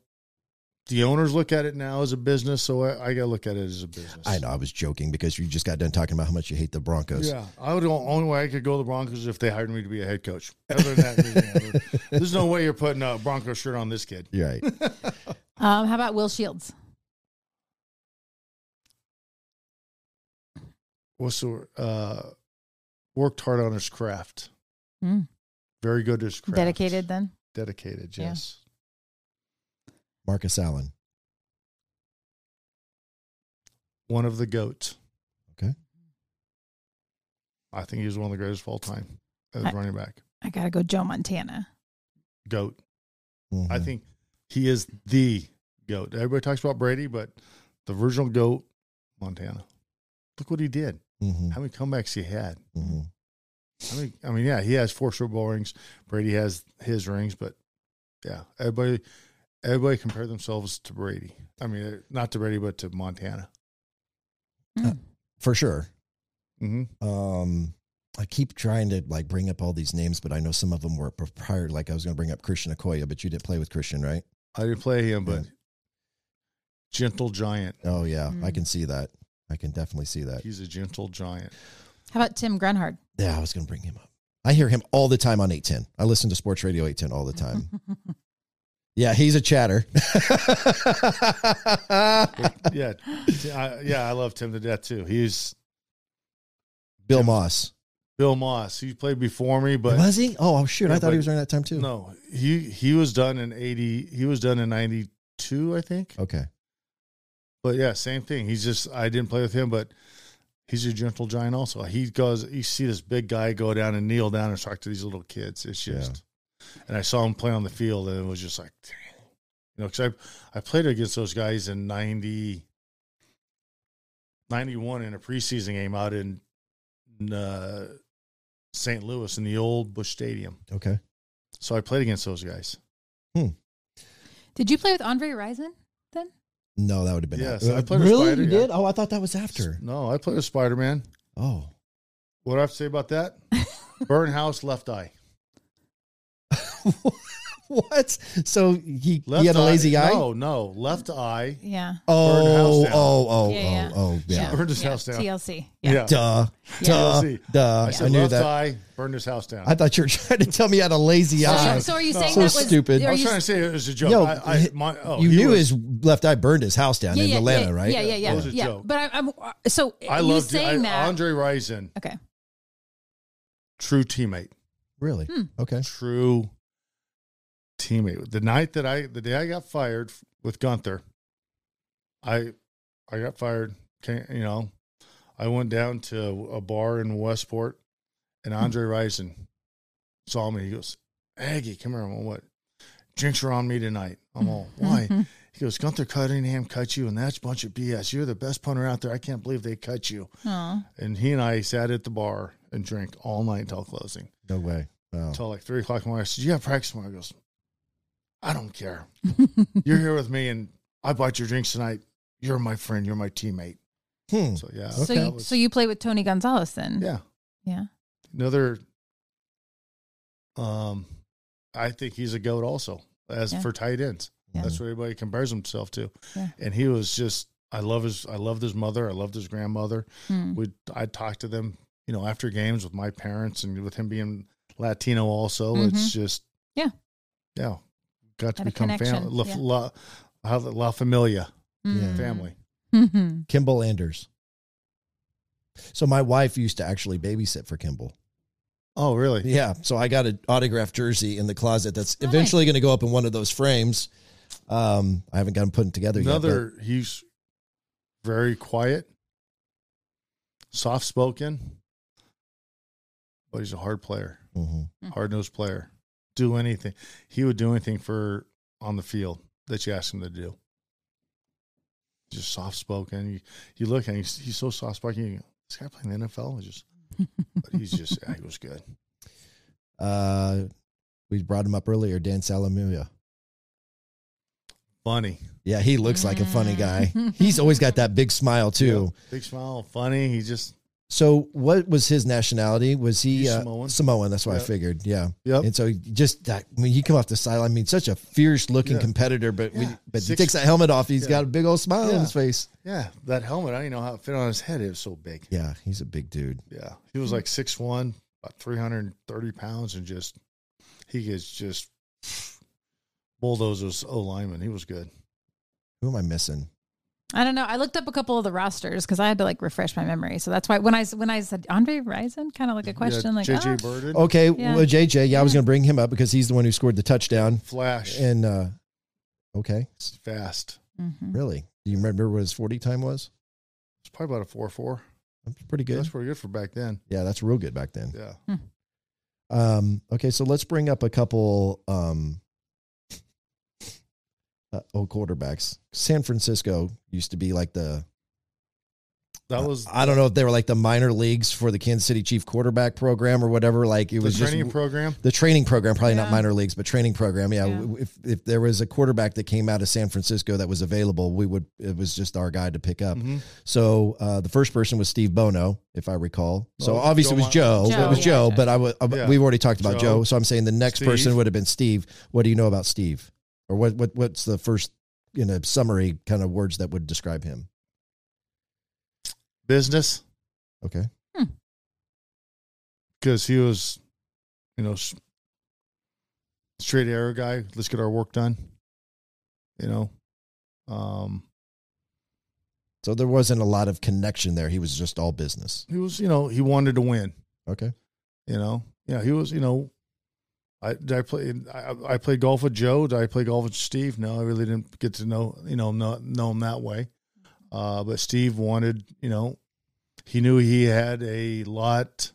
the owners look at it now as a business, so I, I got to look at it as a business.
I know I was joking because you just got done talking about how much you hate the Broncos.
Yeah, I would. Only way I could go to the Broncos is if they hired me to be a head coach. Other than that, there's no way you're putting a Bronco shirt on this kid.
You're right.
Um, how about Will Shields?
What's the word? uh, worked hard on his craft.
Mm.
Very good at his craft.
Dedicated then?
Dedicated.
Yeah.
Yes.
Marcus Allen.
One of the goats.
Okay.
I think he was one of the greatest of all time as
I-
running back.
I gotta go Joe Montana.
Goat. I
Mhm.
think he is the goat. Everybody talks about Brady, but the original goat, Montana. Look what he did.
Mhm.
How many comebacks he had.
Mhm.
I mean, I mean, yeah, he has four Super Bowl rings. Brady has his rings, but yeah, everybody, everybody compare themselves to Brady. I mean, uh, not to Brady, but to Montana.
For sure.
hmm
um I keep trying to like bring up all these names, but I know some of them were prior. Like I was going to bring up Christian Okoye, but you didn't play with Christian, right?
I didn't play him, but gentle giant.
Oh yeah, I
Mm.
can see that. I can definitely see that.
He's a gentle giant.
How about Tim Grunhard?
Yeah, I was going to bring him up. I hear him all the time on eight ten. I listen to Sports Radio eight ten all the time. yeah, he's a chatter.
Yeah, T- I, yeah, I love Tim to death too. He's
Bill Moss
Bill Moss. He played before me, but
was he? Oh shoot, I
Yeah,
thought he
but-
was during that time too.
no, he he was done in eighty. He was done in ninety two, I think.
Okay.
But yeah, same thing. He's just I didn't play with him, but he's a gentle giant. Also, he goes. You see this big guy go down and kneel down and talk to these little kids. It's just, and I saw him play on the field, and it was just like, dang. you know, because I I played against those guys in 90, 91 in a preseason game out in, in, uh, St. Louis in the old Bush Stadium.
Okay.
So I played against those guys.
Did you play with Andre Rison then?
No, that would have been
Yes,
after.
I played with
really.
Spider,
you
yeah.
did? Oh, I thought that was after.
No, I played with Spider Man.
Oh,
What do I have to say about that? Burn house left eye.
what? So he,
Left
he had a lazy eye.
No, no, left eye.
Yeah.
Burned the house
Oh, oh,
down.
oh,
Yeah, yeah.
oh, oh, yeah.
Burned his house down.
TLC. Yeah.
Yeah.
Duh, duh,
TLC.
duh.
I
I,
said
knew
left
that.
eye, burned his house down.
I thought you were trying to tell me I had a lazy eye.
So, so are you saying
So
that was
stupid.
are
Uh, I was
you-
trying to say it was a joke.
Yo,
I, I, my, oh,
you
he
knew
was-
his left eye burned his house down
yeah,
in
yeah,
Atlanta,
yeah,
right?
Yeah, yeah, yeah.
That was a
yeah.
joke.
But I'm, I'm so
I
you
loved it.
saying
I-
that.
Andre Rison,
okay.
true teammate,
Really?
Hmm.
Okay.
true teammate. The night that I, the day I got fired with Gunther, I, I got fired. Can't, you know, I went down to a bar in Westport, and Andre Rison saw me. He goes, "Aggie, come here." I'm all, "What? Drinks are on me tonight." I'm all, "Why?" He goes, "Gunther Cunningham cut you, and that's a bunch of BS. You're the best punter out there. I can't believe they cut you."
Aw.
And he and I sat at the bar and drank all night until closing,
No way. Wow.
until like three o'clock in the morning. I said, "You have practice tomorrow." He goes, "I don't care. You're here with me, and I bought your drinks tonight. You're my friend. You're my teammate."
Hmm.
So yeah,
So
that
you
was-
so you play with Tony Gonzalez then?
yeah.
Yeah.
another um I think he's a goat also as
Yeah.
for tight ends.
Yeah.
That's what everybody compares himself to.
Yeah.
And he was just I love his I loved his mother, I loved his grandmother.
Hmm.
We I talked to them, you know, after games with my parents and with him being Latino also. It's just
Mm-hmm. Yeah.
Yeah. Got to
Had a
become family
connection,
La,
yeah. Mm.
La, how the- La Familia
Hmm.
family.
Mhm.
Kimball Anders. So my wife used to actually babysit for Kimball.
Oh really?
Yeah. So I got an autographed jersey in the closet that's
Nice.
eventually going to go up in one of those frames. Um, I haven't got them put together yet.
Another, he's very quiet, soft spoken, but he's a hard player,
but- Mhm.
hard nosed player. Do anything. He would do anything for on the field that you ask him to do. Just soft spoken. You, you look and he's, he's so soft spoken. You go, this guy playing the NFL is just, but he's just, yeah, he was good.
Uh, we brought him up earlier, Dan Salamuya.
Funny.
Yeah, he looks like a funny guy. He's always got that big smile too.
Big smile, funny. He just,
So, what was his nationality? Was he
He's
uh,
Samoan.
Samoan. That's what I
Yep.
figured. Yeah.
Yep.
And so, just that. I mean, he come off the sideline. I mean, such a fierce looking
Yeah.
competitor, but when-
Yeah.
but he
Six-
takes that helmet off, he's
Yeah.
got a big old smile on
Yeah.
his face.
yeah, that helmet, I didn't know how it fit on his head. It was so big.
Yeah, he's a big dude.
Yeah, he was like six one, about three hundred and thirty pounds, and just he gets just bulldozers O lineman. He was good.
Who am I missing?
I don't know. I looked up a couple of the rosters because I had to like refresh my memory. So that's why when I s- when I said Andre Rison, kind of like a question, like
JJ
oh.
Burden,
Okay,
Yeah.
well, JJ. Yeah, I was going to bring him up because he's the one who scored the touchdown.
Flash,
And uh okay, s-
fast.
Mhm.
really, do you remember what his forty time was?
It's probably about a four four.
That's pretty good.
That's pretty good for back then.
yeah, that's real good back then.
Yeah,
Um, okay, so let's bring up a couple um, uh, old quarterbacks. San Francisco used to be like the
that was
Uh, I don't know if they were like the minor leagues for the Kansas City Chief quarterback program or whatever. Like it
the
was
training
just
program.
the training program, probably not
Yeah.
minor leagues, but training program. Yeah,
Yeah.
w- if if there was a quarterback that came out of San Francisco that was available, we would. It was just our guy to pick up.
Mhm.
So uh, the first person was Steve Bono, if I recall. So
Oh,
obviously it was Joe.
Joe.
It was
Joe,
Joe,
yeah.
but I would. I-
Yeah.
We've already talked about Joe.
Joe.
so I'm saying the next
Steve.
person would have been Steve. What do you know about Steve, or what? What? What's the first you know summary kind of words that would describe him?
business
Okay.
because he was, you know, s- straight arrow guy. Let's get our work done. You know, um,
So there wasn't a lot of connection there. He was just all business.
he was, you know, he wanted to win.
Okay.
You know, yeah, he was. You know, I did I play I, I played golf with Joe. Did I play golf with Steve? No, I really didn't get to know you know know, know him that way. Uh, but Steve wanted, you know, he knew he had a lot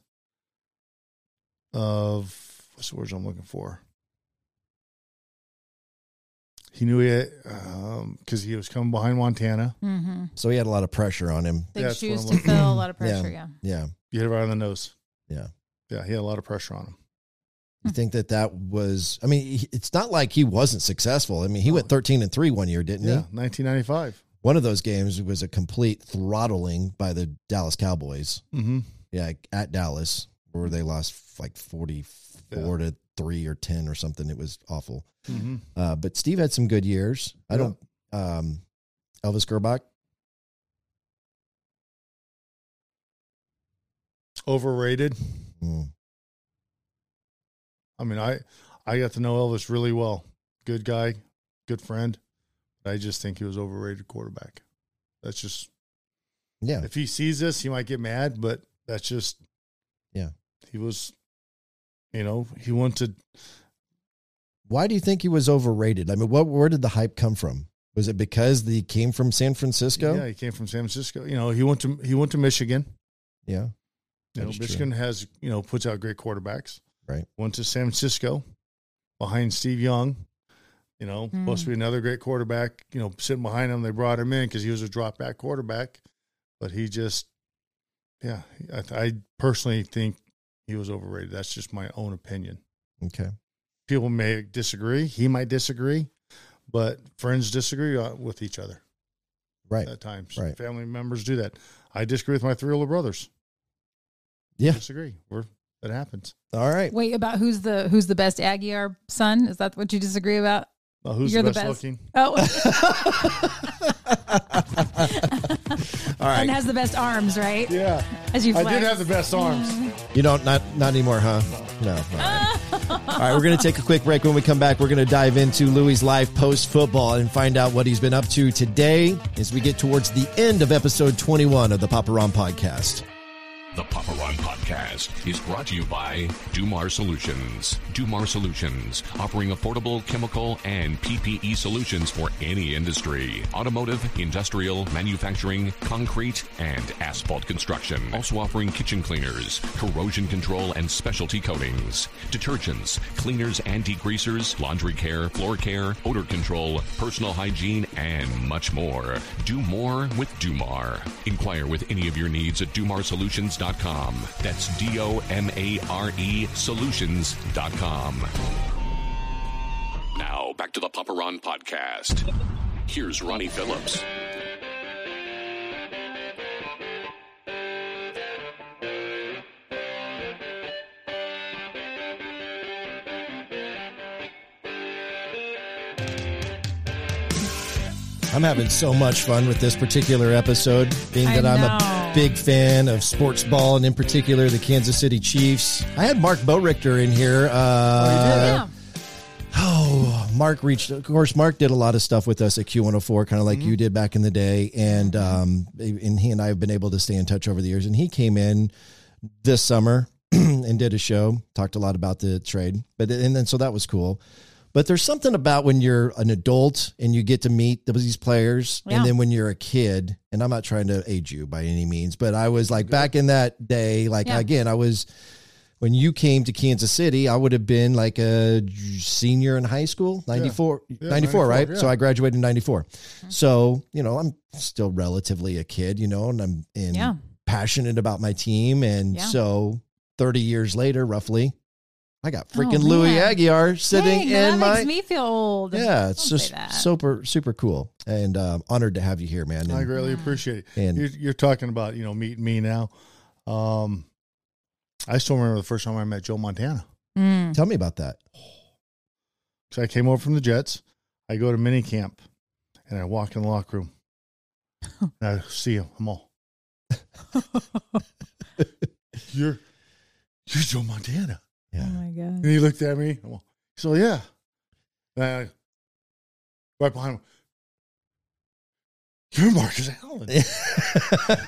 of what's the words I'm looking for. He knew he had because he was coming behind Montana.
Mm-hmm.
So he had a lot of pressure on him.
Big
That's
shoes
what
to
I'm looking-
fill, a lot of pressure. Yeah.
Yeah.
You hit it right on the nose.
Yeah.
yeah. He had a lot of pressure on him. Hmm.
You think that that was, I mean, he- it's not like he wasn't successful. I mean, he went 13 and 3 one year, didn't
Yeah,
he?
1995.
One of those games was a complete throttling by the Dallas Cowboys.
Mm-hmm.
Yeah. At Dallas, where they lost like 44 to 3 or 10 or something. It was awful.
Mm-hmm.
Uh, but Steve had some good years. I
Yeah.
don't, um, Elvis Gerbach.
Overrated.
Mm.
I mean, I I got to know Elvis really well. Good guy, good friend. I just think he was overrated quarterback. That's just
Yeah.
if he sees this, he might get mad, but that's just
Yeah.
He was, you know, he wanted
Why do you think he was overrated? I mean, what where did the hype come from? Was it because he came from San Francisco?
Yeah, he came from San Francisco. You know, he went to he went to Michigan.
Yeah.
You
That
know,
is true.
Michigan has you know puts out great quarterbacks.
Right.
Went to San Francisco behind Steve Young. You know, supposed to be another great quarterback. You know, sitting behind him, they brought him in because he was a drop back quarterback, but he just, yeah, I, I personally think he was overrated. That's just my own opinion.
Okay.
People may disagree. He might disagree, but friends disagree uh, with each other
Right.
at times.
Right.
Family members do that. I disagree with my three older brothers.
Yeah.
Disagree. We're, that happens.
All right.
Wait, about who's the who's the best Aggie our son? Is that what you disagree about?
Well, who's
You're
the
the
best,
best.
looking?
Oh,
All right.
and has the best arms, right?
Yeah.
As you
I
flex.
did have the best arms.
You don't not not anymore, huh? No. All right. All right, we're going to take a quick break. When we come back, we're going to dive into Louis' life post football and find out what he's been up to today as we get towards the end of episode 21 of the Papa Ron podcast.
The Papa Ron Podcast is brought to you by Dumar Solutions. Dumar Solutions, offering affordable chemical and PPE solutions for any industry automotive, industrial, manufacturing, concrete, and asphalt construction. Also offering kitchen cleaners, corrosion control, and specialty coatings, detergents, cleaners and degreasers, laundry care, floor care, odor control, personal hygiene, and much more. Do more with Dumar. Inquire with any of your needs at DumarSolutions.com. That's D O M A R E Solutions.com. Now back to the Papa Ron podcast. Here's Ronnie Phillips.
I'm having so much fun with this particular episode, being
I
that I'm a
know.
big fan of sports ball and in particular the Kansas City Chiefs. I had Mark Boerichter in here. Uh,
Oh, yeah.
oh, Mark reached, of course, Mark did a lot of stuff with us at Q104, kind of like
Mm-hmm.
you did back in the day. And, um, and he and I have been able to stay in touch over the years. And he came in this summer and did a show, talked a lot about the trade. But and then so that was cool. But there's something about when you're an adult and you get to meet these players,
Yeah.
and then when you're a kid, and I'm not trying to age you by any means, but I was like back in that day, like
Yeah.
again, I was when you came to Kansas City, I would have been like a senior in high school, 94, 94,
94,
right?
yeah.
So I graduated in 94. So, you know, I'm still relatively a kid, you know, and I'm in
Yeah.
passionate about my team. And
Yeah.
so 30 years later, roughly, I got freaking
Oh,
Louis
man.
Aguiar sitting
Dang, that
in my.
makes me feel old.
yeah, it's
Don't say
just
that.
super, super cool. And um, honored to have you here, man.
I
And
greatly appreciate it.
And-
you're, you're talking about, you know, meeting me now. Um, I still remember the first time I met Joe Montana.
Mm.
Tell me about that.
So I came over from the Jets. I go to mini camp and I walk in the locker room and I see him. I'm all, you're, you're Joe Montana.
Oh
Yeah.
my god.
And he looked at me. I'm all, So yeah, and I, right behind him. You're Marcus Allen.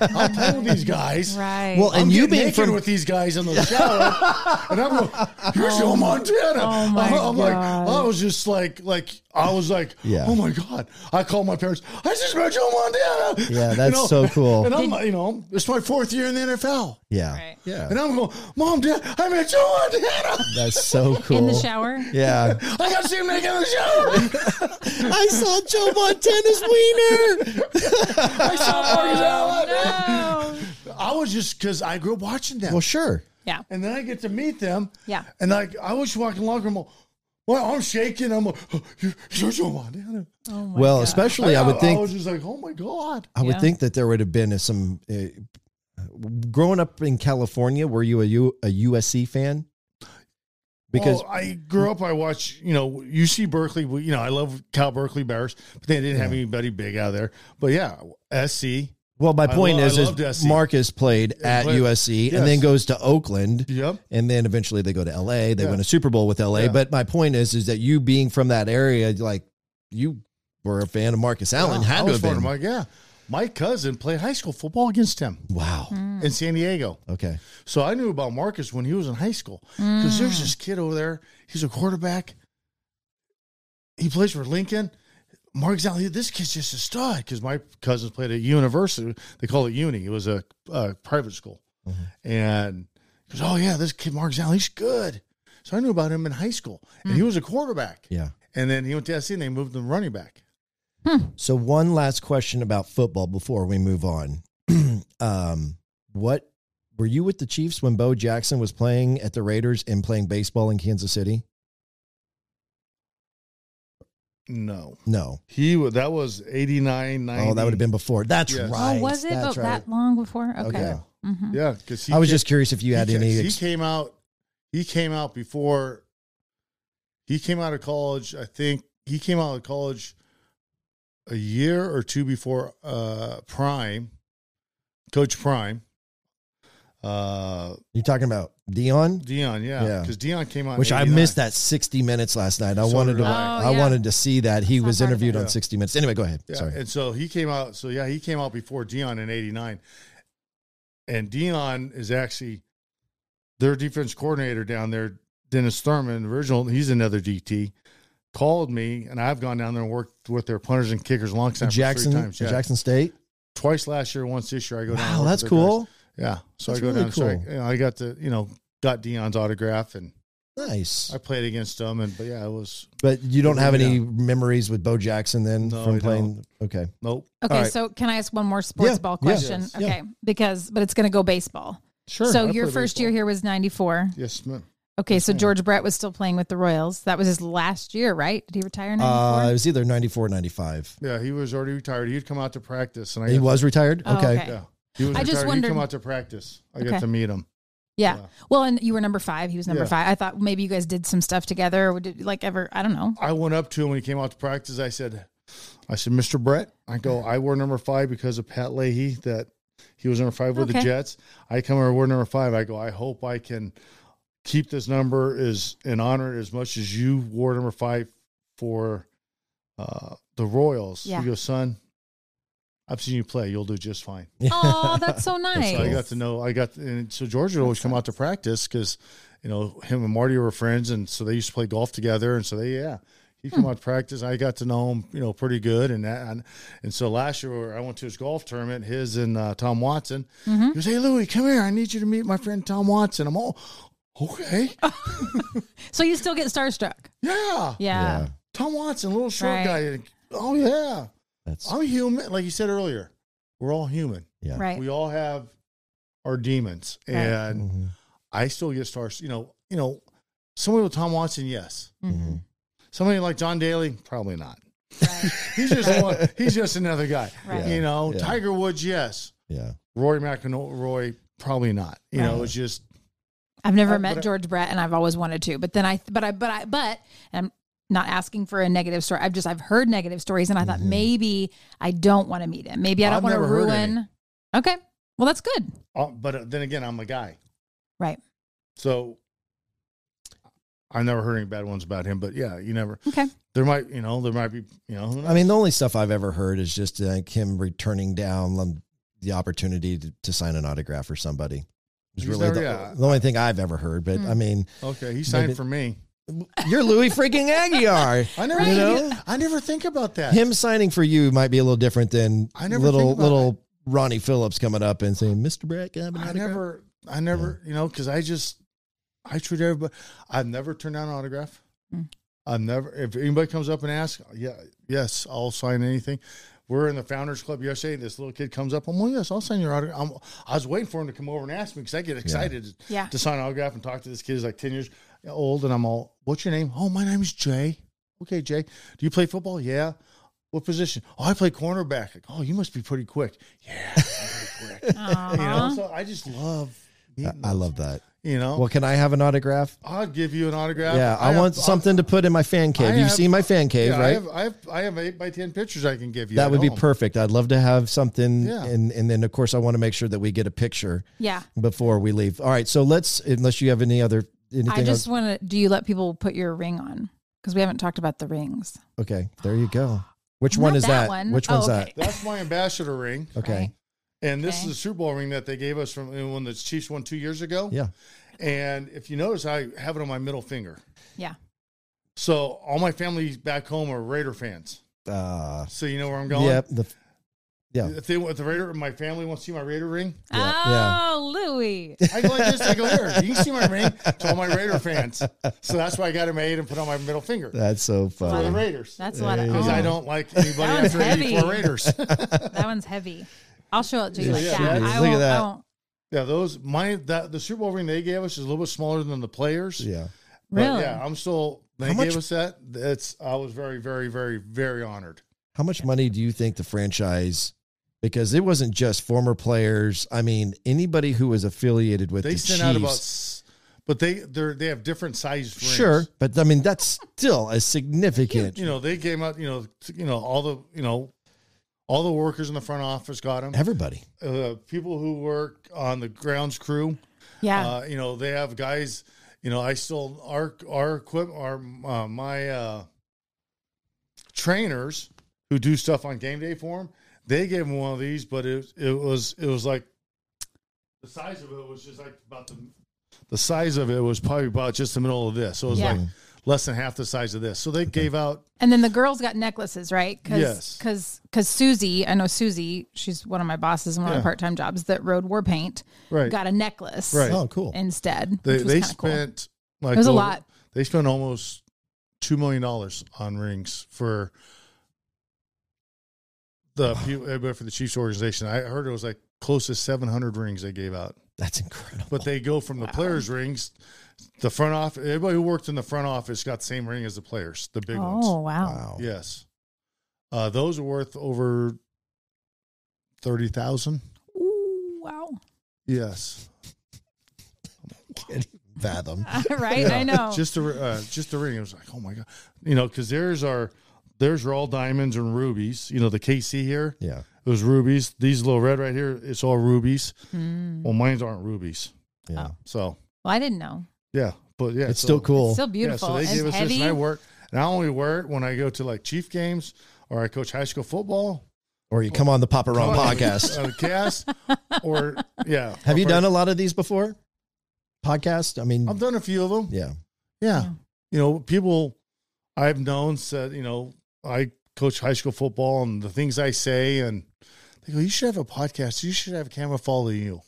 I'm playing with these guys.
Right.
Well,
I'm
and you
getting
being
naked
from
with these guys in the shower, and I'm like, "You're Joe Montana."
oh my
I'm, I'm like,
God.
I was just like, like I was like,
Yeah.
"Oh my god!" I called my parents. I just met Joe Montana.
Yeah, that's so cool.
And I'm, you know, it's my fourth year in the NFL,
Yeah.
Right.
Yeah.
and I'm going, "Mom, Dad, I met Joe Montana.
That's so cool.
In the shower.
Yeah.
I got to see him naked in the shower.
I saw Joe Montana's wiener.
I saw Marcus Allen."
Oh, No.
I was just because I grew up watching them.
Well, sure.
Yeah.
and then I get to meet them.
Yeah.
And like I was walking along, I'm like, well, I'm shaking. I'm like, oh, you're, you're Joe Montana.
Oh my
well,
God.
especially I, would think
I was just like, oh my god.
I would
Yeah.
think that there would have been some uh, growing up in California. Were you a, U, a USC fan? Because
Well, I grew up, I watched, you know, UC Berkeley. We, you know, I love Cal Berkeley Bears, but they didn't have anybody big out there. But yeah, SC.
well, my
I
point
lo- I
is,
loved
is
USC.
Marcus played at
played-
USC
Yes.
and then goes to Oakland.
Yep.
And then eventually they go to LA. They
Yeah.
win a Super Bowl with LA.
Yeah.
But my point is, is that you being from that area, like you were a fan of Marcus Allen,
Yeah, I
had to
was
have
from-
been.
I'm like, yeah. My cousin played high school football against him
wow.
Mm.
in San Diego.
Okay.
So I knew about Marcus when he was in high school because
Mm.
there's this kid over there. He's a quarterback. He plays for Lincoln. Marcus Allen, this kid's just a stud because my cousins played at university. They call it uni. It was a, uh private school,
Mm-hmm.
and he goes, "Oh yeah, this kid Marcus Allen, he's good." So I knew about him in high school, and he was a quarterback.
Mm. Yeah.
And then he went to SC, and they moved him to running back.
So one last question about football before we move on. um, what were you with the Chiefs when Bo Jackson was playing at the Raiders and playing baseball in Kansas City?
No,
No.
he wa- that was 89, 90.
Oh, that would have been before. That's
Yes.
right.
Oh, was it
That's
but that long before? Okay.
Okay.
hmm
yeah because
I was just curious if you had
he, ca-
any.
he
ex-
came out he came out before he came out of college i think he came out of college a year or two before uh prime coach prime uh
You're talking about Dion,
dion yeah
Yeah.
because dion came out in
which I
89.
missed that 60 minutes last night. I
So
wanted
did
to.
I.
Oh,
I
yeah.
wanted to see that he
That's
was
not part of
interviewed
it.
on
Yeah.
60 Minutes. Anyway, go ahead.
Yeah,
Sorry.
And so he came out. So yeah, he came out before Dion in '89, and Dion is actually their defense coordinator down there, Dennis Thurman. Original, he's another DT. Called me, and I've gone down there and worked with their punters and kickers long time. for
Jackson,
three times, yeah.
Jackson State.
twice last year, once this year. I go down. and
Wow,
work
that's
with their guys.
cool.
Yeah, so
That's
I go
really
down. So I,
cool.
you know, I got to you know got Dion's autograph, and
Nice.
I played against him. And but yeah, it was
But you don't have any
Yeah.
memories with Bo Jackson then
No,
from
I
playing. Okay.
nope.
Okay,
All right.
so can I ask one more sports
Yeah,
ball
yeah.
question?
Yes.
Okay, because but it's going to go baseball.
Sure.
so
I
your
played
first year
baseball.
here was '94.
Yes, ma'am.
Okay,
Hmm.
so George Brett was still playing with the Royals. That was his last year, right? Did he retire in
Uh, it
'94?
was either 94 or 95.
Yeah, he was already retired. He'd come out to practice, and I
He
got to-
was retired?
Oh,
okay.
okay.
Yeah. He was
I
I
just
just
wondered-
He'd come out to practice. I
Okay.
got to meet him.
yeah.
yeah.
Well, and you were number five. He was number
Yeah.
five. I thought maybe you guys did some stuff together, or did like ever? I don't know.
I went up to him when he came out to practice. I said, I said, Mr. Brett, I go, I wore number five because of Pat Leahy that he was number five with the
Okay.
Jets. I come over wore number five. I go, I hope I can keep this number as and honor it as much as you wore number five for uh, the Royals.
Yeah.
He goes, son, I've seen you play. You'll do just fine.
Oh, that's so nice.
So I got to know. I got and so George would always come out to practice because you know him and Marty were friends, and so they used to play golf together. And so they, yeah, he'd come out to practice. I got to know him, you know, pretty good. And that, and, and so last year I went to his golf tournament, his and uh, Tom Watson. He goes, "Hey Louie, come here. I need you to meet my friend Tom Watson." I'm all okay.
So you still get starstruck?
yeah,
Yeah.
Yeah.
Tom Watson, little short
Right.
guy. Oh yeah,
That's
I'm human. Like you said earlier, we're all human.
yeah.
Right.
We all have our demons,
Eh. Right.
and.
Mhm.
I still get stars. You know, you know, somebody with Tom Watson, yes.
Mhm.
Somebody like John Daly, probably not. he's just one, he's just another guy.
Right.
You know,
Yeah.
Tiger Woods, yes.
Yeah.
Roy McIlroy, probably not. You know, it's just
I've never
Uh,
met
but I-
George Brett, and I've always wanted to. But then I, but I, but I, but and I'm not asking for a negative story. I've just I've heard negative stories, and I thought maybe I don't want to meet him. Maybe I don't
Mm-hmm. I've
want to
never heard
ruin. Okay, well that's good,
uh, but then again, I'm a guy.
right?
So I've never heard any bad ones about him, but yeah, you never.
Okay.
There might, you know, there might be, you know, who knows?
I mean, the only stuff I've ever heard is just like him returning down um, the opportunity to, to sign an autograph for somebody. Is
He's
really
never-
the,
yeah.
the only thing I've ever heard.
Hmm.
But I mean,
okay, he signed
Maybe-
for me.
you're Louis freaking Aguiar.
I never,
You
think-
know?
I never think about that.
Him signing for you might be a little different than
I never think
little
about
little Ronnie Phillips coming up and saying, "Mr. Brett, can I have an
I
autograph?"
never, I never, you know, because I just, I treat everybody. I've never turned down an autograph. I've never. If anybody comes up and asks, yeah, yes, I'll sign anything. We're in the Founders Club yesterday. This little kid comes up. I'm, well, yes, I'll sign your autograph. I'm, I was waiting for him to come over and ask me because I get excited
Yeah.
to sign an autograph and talk to this kid who's like 10 years old. And I'm all, what's your name? Oh, my name is Jay. Okay, Jay. Do you play football? Yeah. What position? Oh, I play cornerback. Like, oh, you must be pretty quick. Yeah, I'm pretty quick. you know, so I just love. meeting
I
those,
love that.
You know,
Well, can I have an autograph?
I'll give you an autograph.
Yeah, I,
have- uh,
want something to put in my fan
I
cave. You've
have-
seen my fan cave,
yeah,
right?
I have, I have I have eight by ten pictures I can give you.
that
at
would be
home.
perfect. I'd love to have something,
Yeah.
and and then of course I want to make sure that we get a picture
Yeah.
before we leave. All right, so let's unless you have any other anything.
I just
else-
want to. Do you let people put your ring on? Because we haven't talked about the rings.
okay. There you go. Which
Not
one is
that
that?
one.
Which
Oh,
one's
okay.
That's my ambassador ring,
that? Okay.
Right.
and this
Okay.
is a Super Bowl ring that they gave us from when the Chiefs won two years ago.
Yeah.
And if you notice, I have it on my middle finger.
Yeah.
So all my family back home are Raider fans.
Uh,
So you know where I'm going.
yep. The, yeah.
If they want the Raider, my family wants to see my Raider ring.
yeah.
Oh, Louis.
I go like this. I go here. You can see my ring to all my Raider fans. So that's why I got it made and put on my middle finger
That's so
for the
funny.
Raiders.
That's a lot of.
Because I
oh,
don't like anybody
That was
after eighty four
heavy.
Raiders.
That one's heavy. I'll show it to you like
Yeah,
that.
it is.
I
Look at
won't,
that.
I won't.
yeah, those my that the Super Bowl ring they gave us is a little bit smaller than the players.
Yeah.
But
Really?
yeah, I'm still they
How much-
gave us that. It's I was very, very, very, very honored.
How much money do you think the franchise? Because it wasn't just former players. I mean, anybody who was affiliated with
They
the
sent
Chiefs.
out about s- but they they're they have different sized rings.
sure, but I mean that's still a significant.
you know they came out you know t- you know all the you know all the workers in the front office got them
Everybody.
uh, people who work on the grounds crew
Yeah.
uh, you know they have guys you know i still our our equip our uh, my uh trainers who do stuff on game day for them they gave them one of these but it it was it was like the size of it was just like about the the size of it was probably about just the middle of this so it was
Yeah.
like less than half the size of this so they gave out
And then the girls got necklaces, right? Cause,
Yes.
Because because Susie, I know Susie. She's one of my bosses and one of
Yeah.
my part time jobs that rode war paint.
Right.
Got a necklace.
Right.
Oh, cool.
Instead,
They
which was
they
kinda cool.
spent like
It was a
over-
lot.
They spent almost two million dollars on rings for the people everybody for the Chiefs organization. I heard it was like close to seven hundred rings they gave out,
That's incredible.
but they go from the players' rings. The front office, everybody who worked in the front office got the same ring as the players, the big
Oh
ones.
wow.
wow.
Yes, uh, those are worth over thirty thousand.
Ooh, wow.
Yes,
Can't even fathom.
right. I know.
just a uh, just a ring. It was like, oh my god, you know, because theirs are theirs are all diamonds and rubies. You know, the KC here,
Yeah.
it was rubies. These little red right here, it's all rubies.
Hmm.
Well, mines aren't rubies.
Yeah.
So
well, I didn't know.
yeah, but yeah,
It's
so-
still cool.
Still
Yeah,
beautiful.
so they
oh. It's
gave us
heavy.
this, and I wear it, and I only wear it when I go to like Chief games or I coach high school football.
Or you come on the Papa Ron podcast.
uh, cast, or yeah.
Have you done a lot of these before? Podcast? I mean,
I've done a few of them.
yeah.
Yeah. You know, people I've known said, you know, I coach high school football and the things I say, and they go, you should have a podcast. You should have a camera follow you.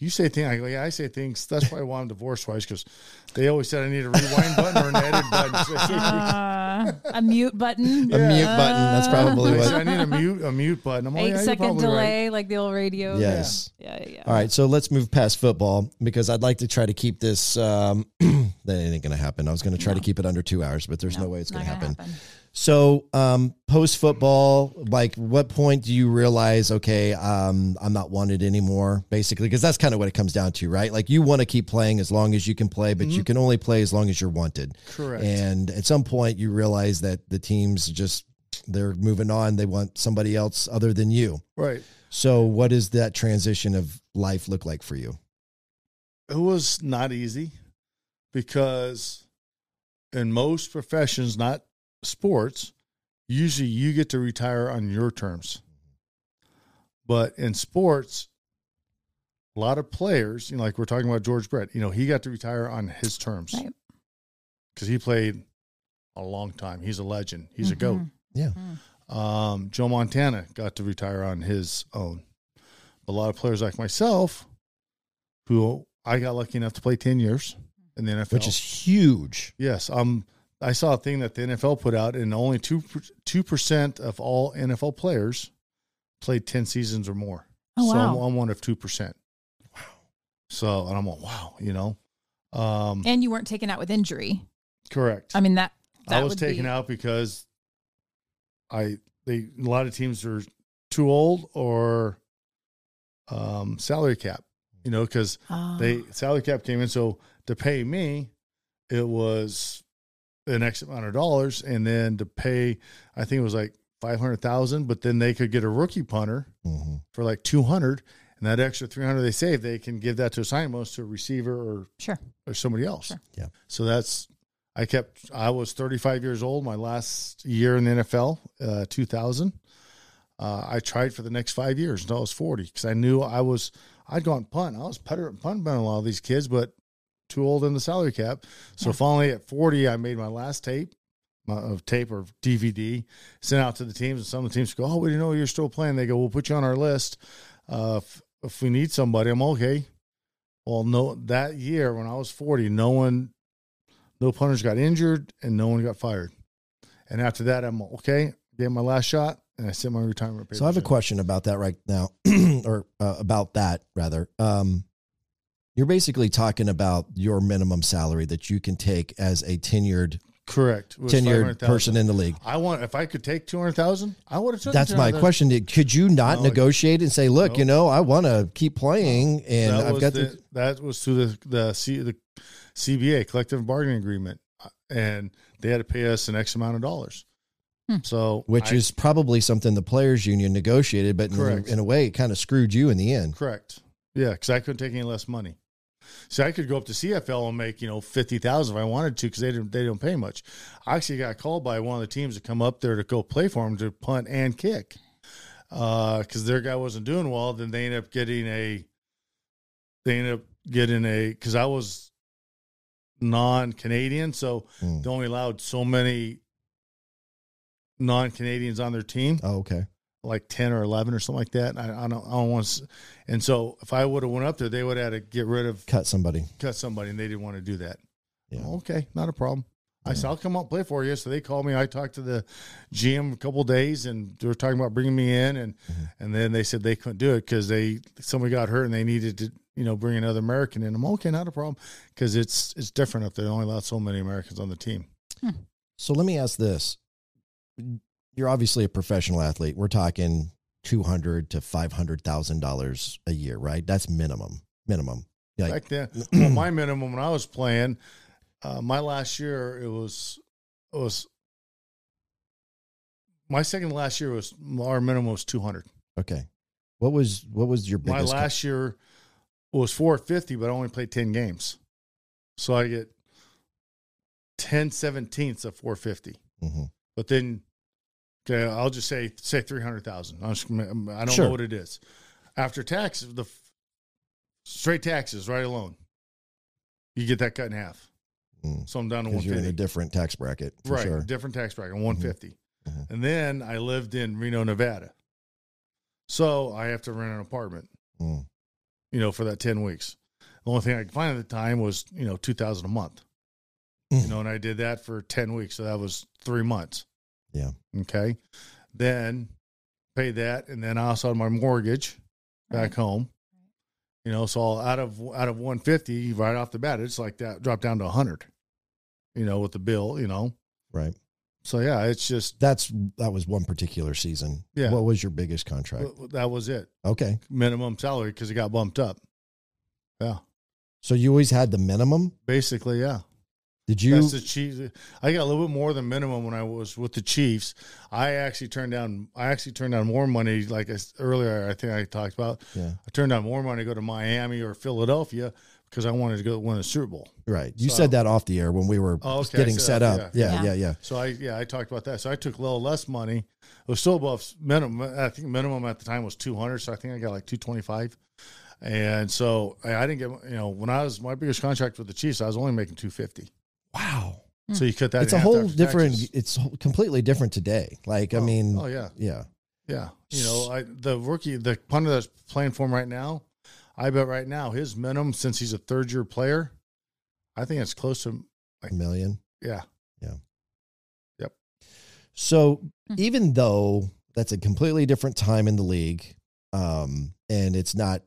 You say things, I go, yeah, I say things. That's why I want to divorce twice because they always said I need a rewind button or an edit button.
Uh, a mute button.
A mute button.
Uh,
That's probably
They
what.
said, I need a mute, a mute button. I'm like,
Eight
yeah, you're
second
probably right.
delay, like the old radio.
Yes.
Yeah. Yeah. yeah.
All right. So let's move past football because I'd like to try to keep this. Um, that ain't going to happen. I was going to try to keep it under two hours, but there's no, way it's
not
going to
gonna
happen. So um, post football, like what point do you realize, okay, um, I'm not wanted anymore, basically? Because that's kind of what it comes down to, right? Like you want to keep playing as long as you can play, but you can only play as long as you're wanted.
Correct.
And at some point, you realize that the team's just, they're moving on. They want somebody else other than you.
Right.
So, what does that transition of life look like for you?
it was not easy because in most professions, not sports, usually you get to retire on your terms. But in sports, a lot of players, you know, like we're talking about George Brett, you know, he got to retire on his terms
Right.
because he played a long time. He's a legend. He's a goat.
Yeah.
Um, Joe Montana got to retire on his own. But a lot of players like myself, who I got lucky enough to play ten years in the NFL,
Which is huge.
Yes, um, I saw a thing that the NFL put out, and only two two percent of all NFL players played ten seasons or more.
Oh,
So I'm,
wow.
I'm one of two percent. Wow. So and I'm like, wow, you know, um,
And you weren't taken out with injury.
correct.
I mean that. that
I was
would
taken
be,
out because I they a lot of teams are too old or um, salary cap, you know, because
Oh.
they salary cap came in. So to pay me, it was an X amount of dollars, and then to pay, I think it was like five hundred thousand. But then they could get a rookie punter
Mhm.
for like two hundred, and that extra three hundred they save, they can give that to a sign bonus to a receiver or
Sure.
or somebody else.
Sure.
Yeah.
So that's I kept. I was 35 years old. My last year in the NFL, uh, 2000. Uh, I tried for the next five years until I was 40 because I knew I was. I'd gone punt. I was putter punt by a lot of these kids, but too old in the salary cap. So finally, at 40, I made my last tape my, of tape or DVD sent out to the teams, and some of the teams go, "Oh, we didn't know you're still playing." They go, "We'll put you on our list. Uh, if, if we need somebody, I'm okay." Well, no, that year when I was 40, no one, no punters got injured and no one got fired. And after that, I'm okay. Gave my last shot and I sent my retirement papers.
So I have a
in.
question about that right now, or uh, about that rather. Um, you're basically talking about your minimum salary that you can take as a tenured
Correct. It was
tenured
500,000.
person in the league.
I want if I could take two hundred thousand, I would have took.
That's my
200,000.
question. Did- Could you not
No.
negotiate and say, "Look,
No.
you know, I want to keep playing, and
that
I've
was
got
the,
the,
that was through the the, C, the CBA collective bargaining agreement, and they had to pay us an X amount of dollars. So
Hmm. which
I-
is probably something the players' union negotiated, but in,
Correct.
in a way, it kind of screwed you in the end.
Correct. Yeah, because I couldn't take any less money. So I could go up to CFL and make you know fifty thousand if I wanted to because they didn't they don't pay much. I actually got called by one of the teams to come up there to go play for them to punt and kick because their guy wasn't doing well. Then they ended up getting a they ended up getting a because I was non Canadian, so
Hmm.
they only allowed so many non Canadians on their team
Oh, okay.
like 10 or 11 or something like that. And I, I don't, I don't want to. And so if I would have went up there, they would have had to get rid of,
Cut somebody.
cut somebody and they didn't want to do that.
Yeah.
Okay. Not a problem. I said, I'll come out and play for you. So they called me. I talked to the GM a couple days and they were talking about bringing me in. And, and then they said they couldn't do it because they, somebody got hurt and they needed to, you know, bring another American in. I'm okay. Not a problem. Cause it's, it's different up there. They only allowed so many Americans on the team.
So let me ask this. You're obviously a professional athlete. We're talking two hundred to five hundred thousand dollars a year, right? That's minimum. Minimum. Like,
back then. well, my minimum when I was playing, uh, my last year it was it was my second to last year was our minimum was two hundred.
okay. What was what was your
My
biggest
last year was four fifty, but I only played ten games, so I get ten seventeenths of four fifty.
Mhm.
But then, okay, I'll just say say three hundred thousand. um, I don't
Sure.
know what it is after taxes. The f- straight taxes, right alone, you get that cut in half.
Mm.
So I'm down to one
Because you're in a
fifty.
different tax bracket, for
Right,
sure. Mm-hmm.
different tax bracket, one and then I lived in Reno, Nevada. So I have to rent an apartment.
Mm.
You know, for that ten weeks. The only thing I could find at the time was you know two thousand a month.
Mm.
You know, and I did that for ten weeks, so that was three months.
Yeah.
Okay. Then paid that, and then I also had my mortgage back home. You know, so out of out of one fifty right off the bat, it's like that dropped down to hundred. You know, with the bill, you know.
Right.
So yeah, it's just
That's that was one particular season.
Yeah.
What was your biggest contract?
that was it.
Okay.
Minimum salary because it got bumped up. Yeah,
So you always had the minimum?
basically, yeah.
Did you
That's the Chiefs. I got a little bit more than minimum when I was with the Chiefs. I actually turned down. I actually turned down more money. Like I s earlier, I think I talked about.
Yeah.
I turned down more money to go to Miami or Philadelphia because I wanted to go win a Super Bowl.
Right. You said that off the air when we were
Oh, okay, I
getting set
said that,
up. Yeah. Yeah.
Yeah.
Yeah.
So I yeah I talked about that. So I took a little less money. It was still above s- minimum. I think minimum at the time was two hundred. So I think I got like two twenty five. And so I, I didn't get you know when I was my biggest contract with the Chiefs I was only making two fifty.
Wow.
So you cut that.
it's
in
a
half
whole
after
different.
taxes.
It's completely different today. Like I
Oh,
mean,
oh yeah,
yeah.
yeah. You know, I, the rookie, the punter that's playing for him right now, I bet right now his minimum since he's a third year player, I think it's close to
a million.
yeah.
So even though that's a completely different time in the league, um, and it's not,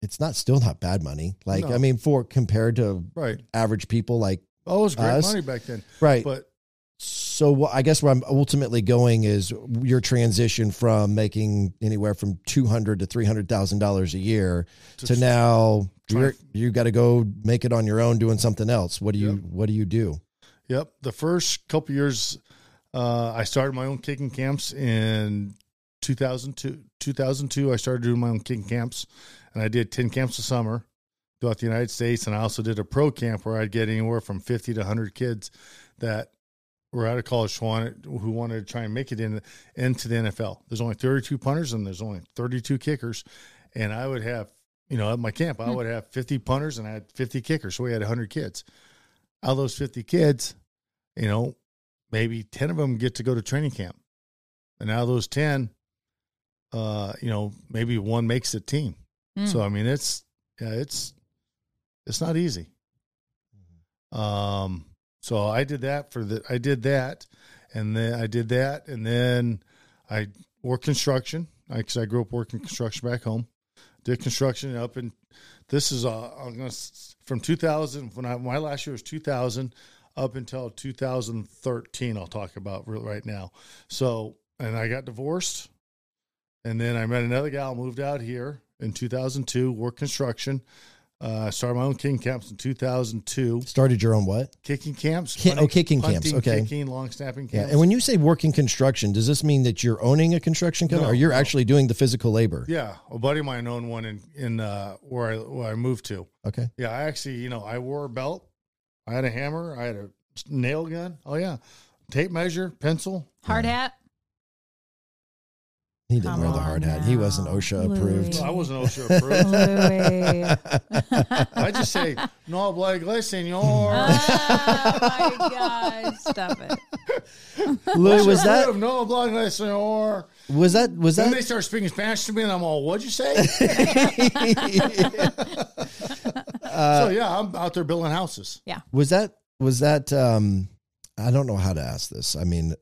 it's not still not bad money. Like
No.
I mean, for compared to
Right.
average people, like
Oh, it was great
Us?
money back then.
right.
But
so wh- I guess where I'm ultimately going is your transition from making anywhere from two hundred to three hundred thousand dollars a year
To
to
tr-
now
try-
you're, you got to go make it on your own doing something else. What do you
Yep.
What do you do?
Yep. The first couple years, uh, I started my own kicking camps in 2002. 2002, I started doing my own kicking camps, and I did 10 camps a summer throughout the United States. And I also did a pro camp where I'd get anywhere from 50 to 100 kids that were out of college who wanted, who wanted to try and make it in, into the NFL. There's only 32 punters and there's only 32 kickers. And I would have, you know, at my camp, I would have 50 punters and I had 50 kickers. So we had 100 kids. Out of those 50 kids, you know, maybe 10 of them get to go to training camp. And out of those 10, uh, you know, maybe one makes the team.
Mm.
So, I mean, it's, yeah, it's, it's not easy. Um, so I did that for the, I did that and then I did that. And then I worked construction. I, cause I grew up working construction back home, did construction up in this is uh, I'm gonna s- from 2000 when I my last year was 2000 up until 2013. I'll talk about real, right now. So and I got divorced, and then I met another gal, moved out here in 2002, worked construction. Uh, started my own kicking camps in 2002.
Started your own what?
Kicking camps,
Ki- oh, kicking camps, okay.
kicking, long snapping
Yeah.
camps.
And when you say working construction, does this mean that you're owning a construction company
No,
or you're
no.
actually doing the physical labor?
yeah, a buddy of mine owned one in in uh, where I where I moved to.
Okay.
Yeah, I actually, you know, I wore a belt. I had a hammer. I had a nail gun. Oh yeah, tape measure, pencil.
Hard hat.
He didn't
Come
wear the
on
hard hat. He wasn't
now,
OSHA
Louis.
approved.
No, I wasn't OSHA approved.
Louis.
I just say no blood glisten your.
oh my gosh. Stop it.
Lou, was that
no blood glisten your?
was that was
Then they
that
start speaking Spanish to me, and I'm all, "What'd you say?"
Uh,
so yeah, I'm out there building houses.
was that was that um I don't know how to ask this. I mean,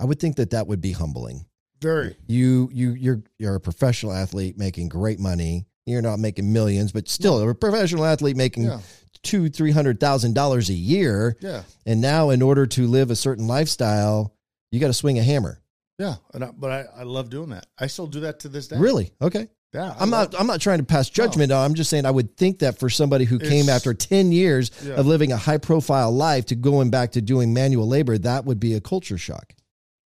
I would think that that would be humbling.
Very.
You you you're you're a professional athlete making great money. You're not making millions, but still a professional athlete making
Yeah.
two, three hundred thousand dollars a year.
Yeah.
And now, in order to live a certain lifestyle, you got to swing a hammer.
Yeah. And I, but I, I love doing that. I still do that to this day.
Really? Okay.
Yeah. I
I'm
love-
not. I'm not trying to pass judgment. on I'm just saying I would think that for somebody who came
It's-
after ten years
Yeah.
of living a high profile life to going back to doing manual labor, that would be a culture shock.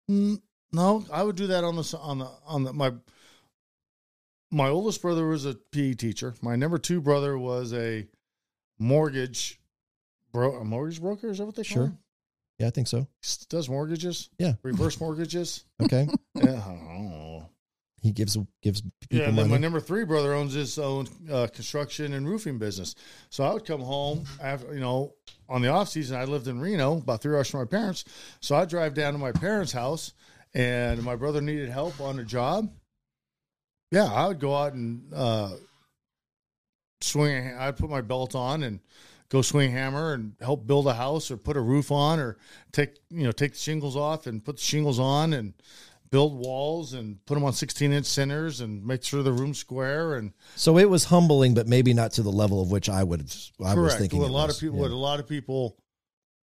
Mm, No, I would do that on the s- on the on the my my oldest brother was a PE teacher. My number two brother was a mortgage bro, a mortgage broker. Is that what they
Sure.
call? Him?
Yeah, I think so.
S- Does mortgages?
Yeah.
reverse mortgages.
Okay.
yeah, I don't know.
he gives gives people
Yeah, and then my
money.
number three brother owns his own uh, construction and roofing business. So I would come home after you know on the off season. I lived in Reno, about three hours from my parents. So I drive down to my parents' house, and my brother needed help on a job. Yeah, I would go out and uh, swing. a ha- I'd put my belt on and go swing a hammer and help build a house or put a roof on or take you know take the shingles off and put the shingles on and build walls and put them on 16 inch centers and make sure the room's square and
so it was humbling, but maybe not to the level of which I would. have I was
correct
thinking.
what a
it
lot
was.
of people
Yeah.
what a lot of people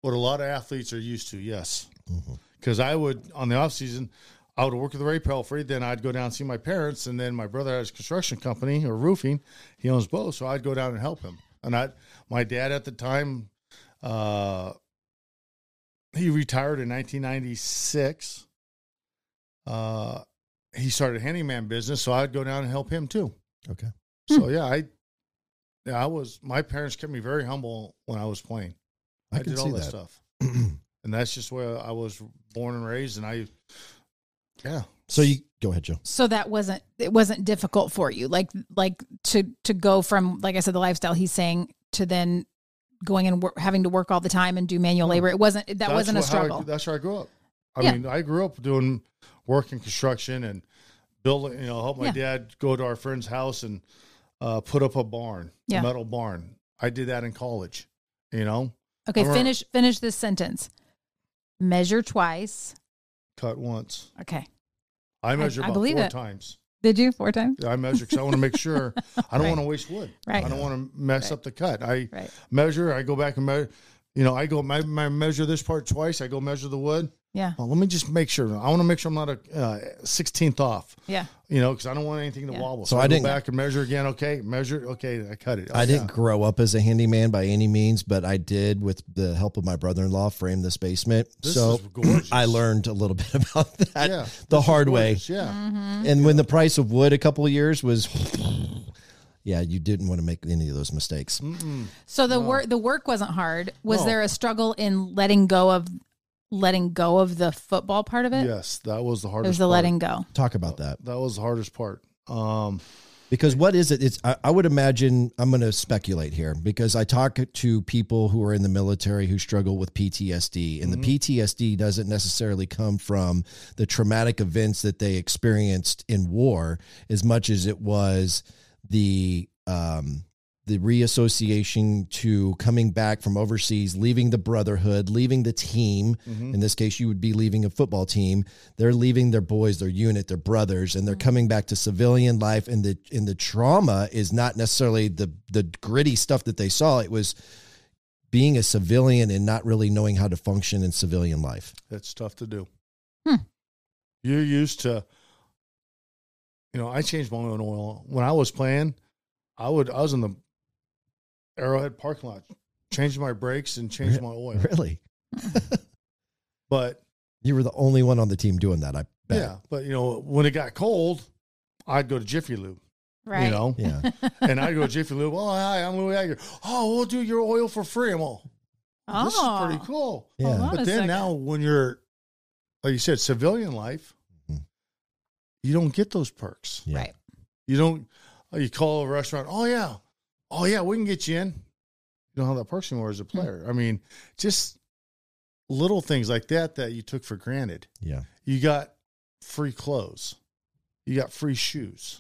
what a lot of athletes are used to yes
Mm-hmm.
because i would on the off season i would work with ray pelfrey then i'd go down and see my parents and then my brother has a construction company or roofing he owns both so i'd go down and help him and i my dad at the time uh he retired in 1996 uh he started a handyman business so i'd go down and help him too
Okay.
so yeah, I Yeah, I was. My parents kept me very humble when I was playing.
I
I,
can
did all
see
that,
that.
stuff, and that's just where I was born and raised. And I, yeah,
So you go ahead, Joe.
So that wasn't it wasn't difficult for you, like like to to go from like I said the lifestyle he's saying to then going and wor- having to work all the time and do manual labor. It wasn't that
Hmm. That's
wasn't a
what- how I-
struggle.
that's where I grew up. I
Yeah.
mean, I grew up doing work in construction and building. You know, help my
Yeah.
dad go to our friend's house and uh, put up a barn,
Yeah.
a metal barn. I did that in college. You know,
Okay,
I'm-
finish finish this sentence. Measure twice.
cut once.
Okay,
I measure
I
about
believe
four
it.
times.
did you four times?
I measure because I want to make sure I don't
Right.
want to waste wood.
Right.
I don't want to mess up the cut. I
Right.
measure. I go back and measure. You know, I go my, my measure this part twice. I go measure the wood.
Yeah,
Oh, let me just make sure. I want to make sure I'm not a uh, 16th off.
yeah.
You know, because I don't want anything to
Yeah.
wobble.
So
So,
I
I,
didn't-
go back and measure again. Okay, measure. Okay, I cut it. Oh,
I didn't
yeah.
grow up as a handyman by any means, but I did, with the help of my brother-in-law, frame this basement.
This
so
is gorgeous.
I learned a little bit about that
Yeah,
the
this is
hard way.
gorgeous. Yeah,
Mm-hmm.
And when the price of wood a couple of years was, yeah, you didn't want to make any of those mistakes.
Mm.
So the work the work wasn't hard. Was
No.
there a struggle in letting go of letting go of the football part of it?
yes, that was the
It
hardest.
was the
part.
letting go.
Talk about that
That was the hardest part. Um,
because what is it? It's I, I would imagine I'm going to speculate here because I talk to people who are in the military who struggle with PTSD, and the PTSD doesn't necessarily come from the traumatic events that they experienced in war as much as it was the um, the reassociation to coming back from overseas, leaving the brotherhood, leaving the team.
mhm.
In this case, you would be leaving a football team. They're leaving their boys, their unit, their brothers, and they're
Mm.
coming back to civilian life. And the and the trauma is not necessarily the the gritty stuff that they saw. It was being a civilian and not really knowing how to function in civilian life.
That's tough to do.
Hmm.
You're used to, you know, I changed my own oil when I was playing. I would I was in the Arrowhead parking lot, changing my brakes and changing my oil.
Really,
But
you were the only one on the team doing that. I bet.
yeah, but you know, when it got cold, I'd go to Jiffy Lube.
Right.
You know,
Yeah,
and I'd go to Jiffy Lube. Oh, hi, I'm Louis Aguirre. Oh, we'll do your oil for free. I'm all.
oh,
This is pretty cool.
yeah.
Hold on
But
a
then
second.
now, when you're, like you said, civilian life,
Mhm.
you don't get those perks.
Yeah.
Right.
You don't. uh, You call a restaurant. Oh yeah, oh yeah, we can get you in. You don't have that perks anymore as a player. I mean, just little things like that that you took for granted.
yeah.
You got free clothes. You got free shoes.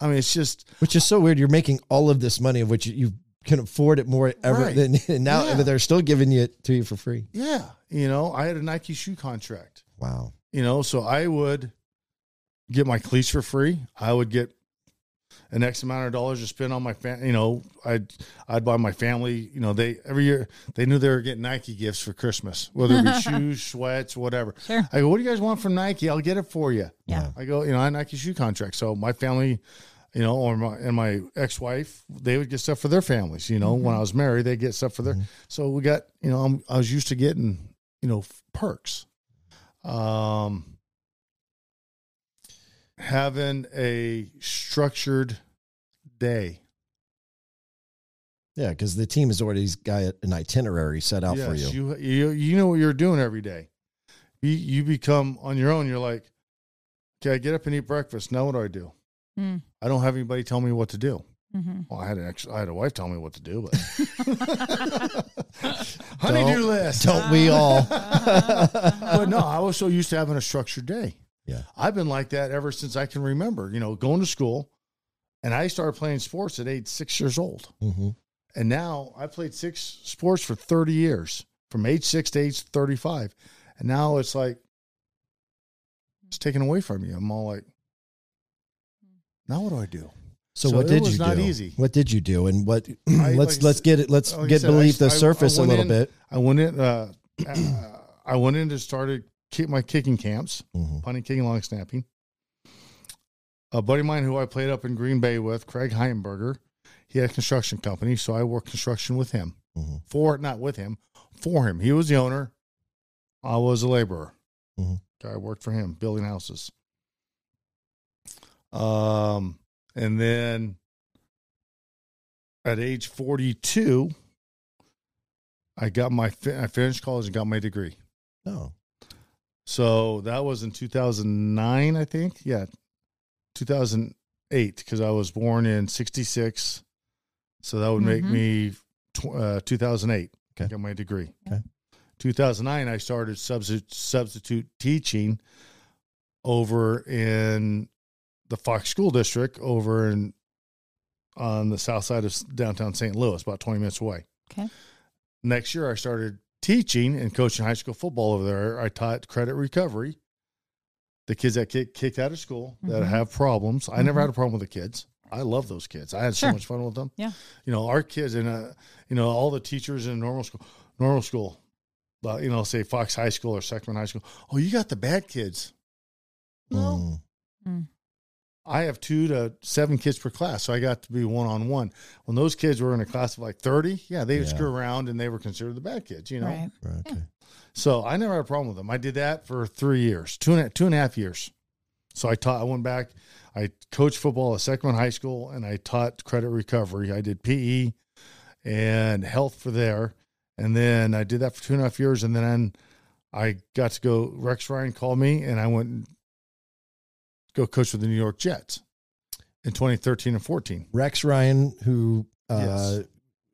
I mean, it's just
Which is so weird. You're making all of this money, of which you, you can afford it more ever
Right.
than and now,
Yeah.
but they're still giving you it to you for free.
yeah. You know, I had a Nike shoe contract.
Wow.
you know so i would get my cleats for free i would get an x amount of dollars to spend on my family you know i'd i'd buy my family you know they every year they knew they were getting nike gifts for christmas whether it be shoes sweats whatever
Sure.
i go what do you guys want from nike i'll get it for you
Yeah.
i go you know i had nike shoe contract so my family you know or my and my ex-wife they would get stuff for their families you know when
Mm-hmm.
i was married they get stuff for their so we got you know I'm, i was used to getting you know f- perks um having a structured day
Yeah, because the team has already got an itinerary set out for you.
you you you know what you're doing every day you you become on your own you're like okay i get up and eat breakfast now what do i do
Mm.
i don't have anybody tell me what to do
Mm-hmm.
well i had an ex- i had a wife tell me what to do but honeydew list
Don't we all?
but no, I was so used to having a structured day.
Yeah.
I've been like that ever since I can remember, you know, going to school. And I started playing sports at age six years old.
Mhm.
And now I played six sports for 30 years, from age six to age 35. And now it's like, it's taken away from you. I'm all like, now what do I do?
So,
So
what
it
did
was
you
not
do?
easy.
What did you do? And what?
I-
let's
like I
let's
said-
get it. Let's
like I
get
said, I
beneath
s-
the
I- I
surface a
went
little
in-
bit.
I went in, uh, uh, I went in and started kick my kicking camps.
Mhm.
punting, kicking, long snapping. A buddy of mine who I played up in Green Bay with, Craig Heinberger, he had a construction company, so I worked construction with him.
Mhm.
For not with him, for him. He was the owner. I was a laborer.
Mhm.
Okay, I worked for him building houses. Um, and then at age 42, I got my fi- I finished college and got my degree.
No.
So that was in 2009, I think. Yeah, 2008 because I was born in '66, so that would make
Mhm.
me tw- uh, 2008.
Mm-hmm. Okay.
Got my degree.
Okay.
2009, I started substitute substitute teaching over in the Fox School District over in on the south side of s- downtown St. Louis, about 20 minutes away
Okay.
next year I started teaching and coaching high school football over there. I taught credit recovery. The kids that get kicked out of school that
Mhm.
have problems. I never
Mhm.
had a problem with the kids. I love those kids. I had
Sure.
so much fun with them.
Yeah.
You know, our kids and uh, you know, all the teachers in normal school normal school, uh, you know, say Fox High School or Sacramento High School. Oh, you got the bad kids. No.
Mm.
I have two to seven kids per class, so I got to be one on one. When those kids were in a class of like thirty, yeah, they would
Yeah.
screw around and they were considered the bad kids, you know.
Right.
Okay.
So I never had a problem with them. I did that for three years, two and a, two and a half years. So I taught. I went back. I coached football at Sacramento High School, and I taught credit recovery. I did PE and health for there, and then I did that for two and a half years, and then I got to go. Rex Ryan called me, and I went and go coach with the New York Jets in 2013 and 14.
Rex Ryan, who uh,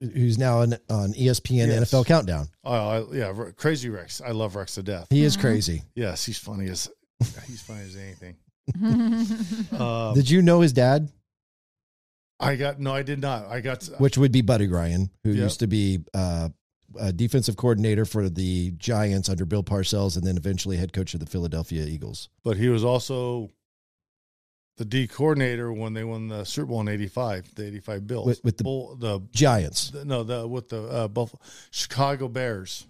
who's now on, on E ESPN
Yes.
NFL Countdown.
Oh I, yeah, Re- crazy Rex. I love Rex to death.
He is crazy.
Yes, he's funny as he's funny as anything. Um,
Did you know his dad,
I got no, I did not. I got
which would be Buddy Ryan, who
Yeah.
used to be uh, a defensive coordinator for the Giants under Bill Parcells, and then eventually head coach of the Philadelphia Eagles.
but he was also the D coordinator when they won the Super Bowl in '85, the '85 Bills
With- with the-
Bull, the,
Giants.
the- no the with the uh, Buffalo Chicago Bears.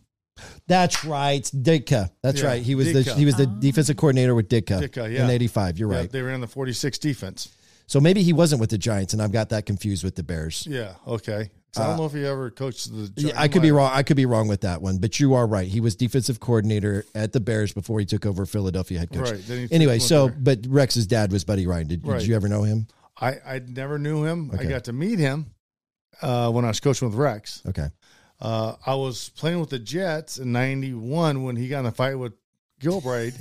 That's right, Ditka. That's
Yeah,
right. He was the
Ditka. Oh.
he was the defensive coordinator with Ditka,
Ditka, yeah.
in '85. You're
Yeah,
right.
they ran the 46 defense.
so maybe he wasn't with the Giants, and I've got that confused with the Bears.
Yeah, okay. So I don't know if he ever coached the.
Uh, Yeah,
Giants.
I could be wrong. I could be wrong with that one, but you are right. He was defensive coordinator at the Bears before he took over Philadelphia head coach.
Right, then he
anyway,
went
so
there.
but Rex's dad was Buddy Ryan. Did,
Right.
did you ever know him?
I I never knew him.
Okay.
I got to meet him uh, when I was coaching with Rex.
Okay.
Uh, I was playing with the Jets in '91 when he got in a fight with Gilbride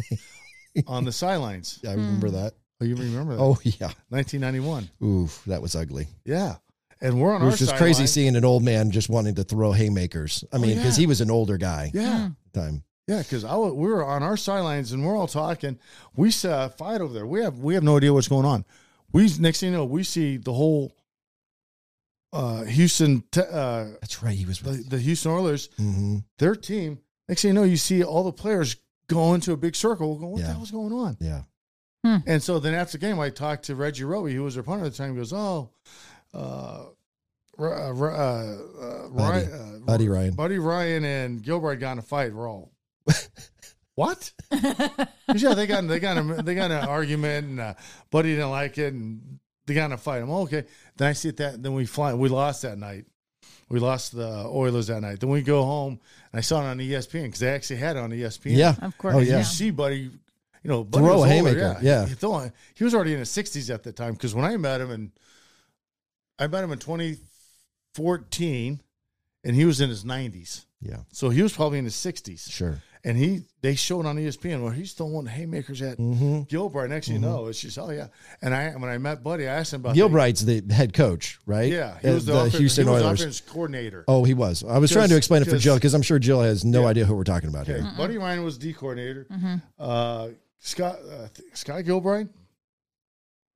on the sidelines.
I remember that.
Oh, you remember that?
Oh yeah.
1991.
Oof, that was ugly.
Yeah. And we're on
It
our
was just crazy
sideline.
seeing an old man just wanting to throw haymakers. I mean, because
yeah.
he was an older guy
Yeah.
at the time.
Yeah, because I wa- we were on our sidelines and we're all talking. We saw a fight over there. We have we have no idea what's going on. We next thing you know, we see the whole uh, Houston, te- uh,
That's right. He was.
the, the Houston Oilers,
hmm
their team. Next thing you know, you see all the players go into a big circle. Going, what
Yeah.
the hell's going on?
Yeah.
And so then after the game, I talked to Reggie Roby, who was their punter at the time. He goes, "Oh, uh, Ri- uh, Ri- uh, uh,
Buddy.
Ri- uh,
Buddy Ryan.
Buddy Ryan and Gilbert got in a fight. We're all what? He said, yeah, they got they got in a, they got in an argument, and uh, Buddy didn't like it, and they got in a fight. I'm okay. Then I see that. Then we fly. We lost that night. We lost the Oilers that night. Then we go home, and I saw it on E ESPN because they actually had it on E ESPN.
Yeah.
Of course,
Oh
And
yeah.
You see, buddy, you know, buddy
Throw
was
a
older,
haymaker, yeah.
He, threw- he was already in his 60s at the time because when I met him, and I met him in 2014, and he was in his 90s.
Yeah.
So he was probably in his 60s.
Sure.
And he, they showed on E ESPN where he's throwing haymakers at
Mhm.
Gilbert. Next thing you know, it's just, oh, yeah. And I, when I met Buddy, I asked him about
Gilbride's the head coach, right?
Yeah.
Uh, the,
offense-
Houston
he was
Oilers.
offense coordinator.
Oh, he was. I was trying to
Because-
explain it for
because-
Jill because I'm sure Jill has no
Yeah.
idea who we're talking about
Okay,
here.
Buddy Ryan was D coordinator. Uh, Scott uh, th- Scott Gilbride.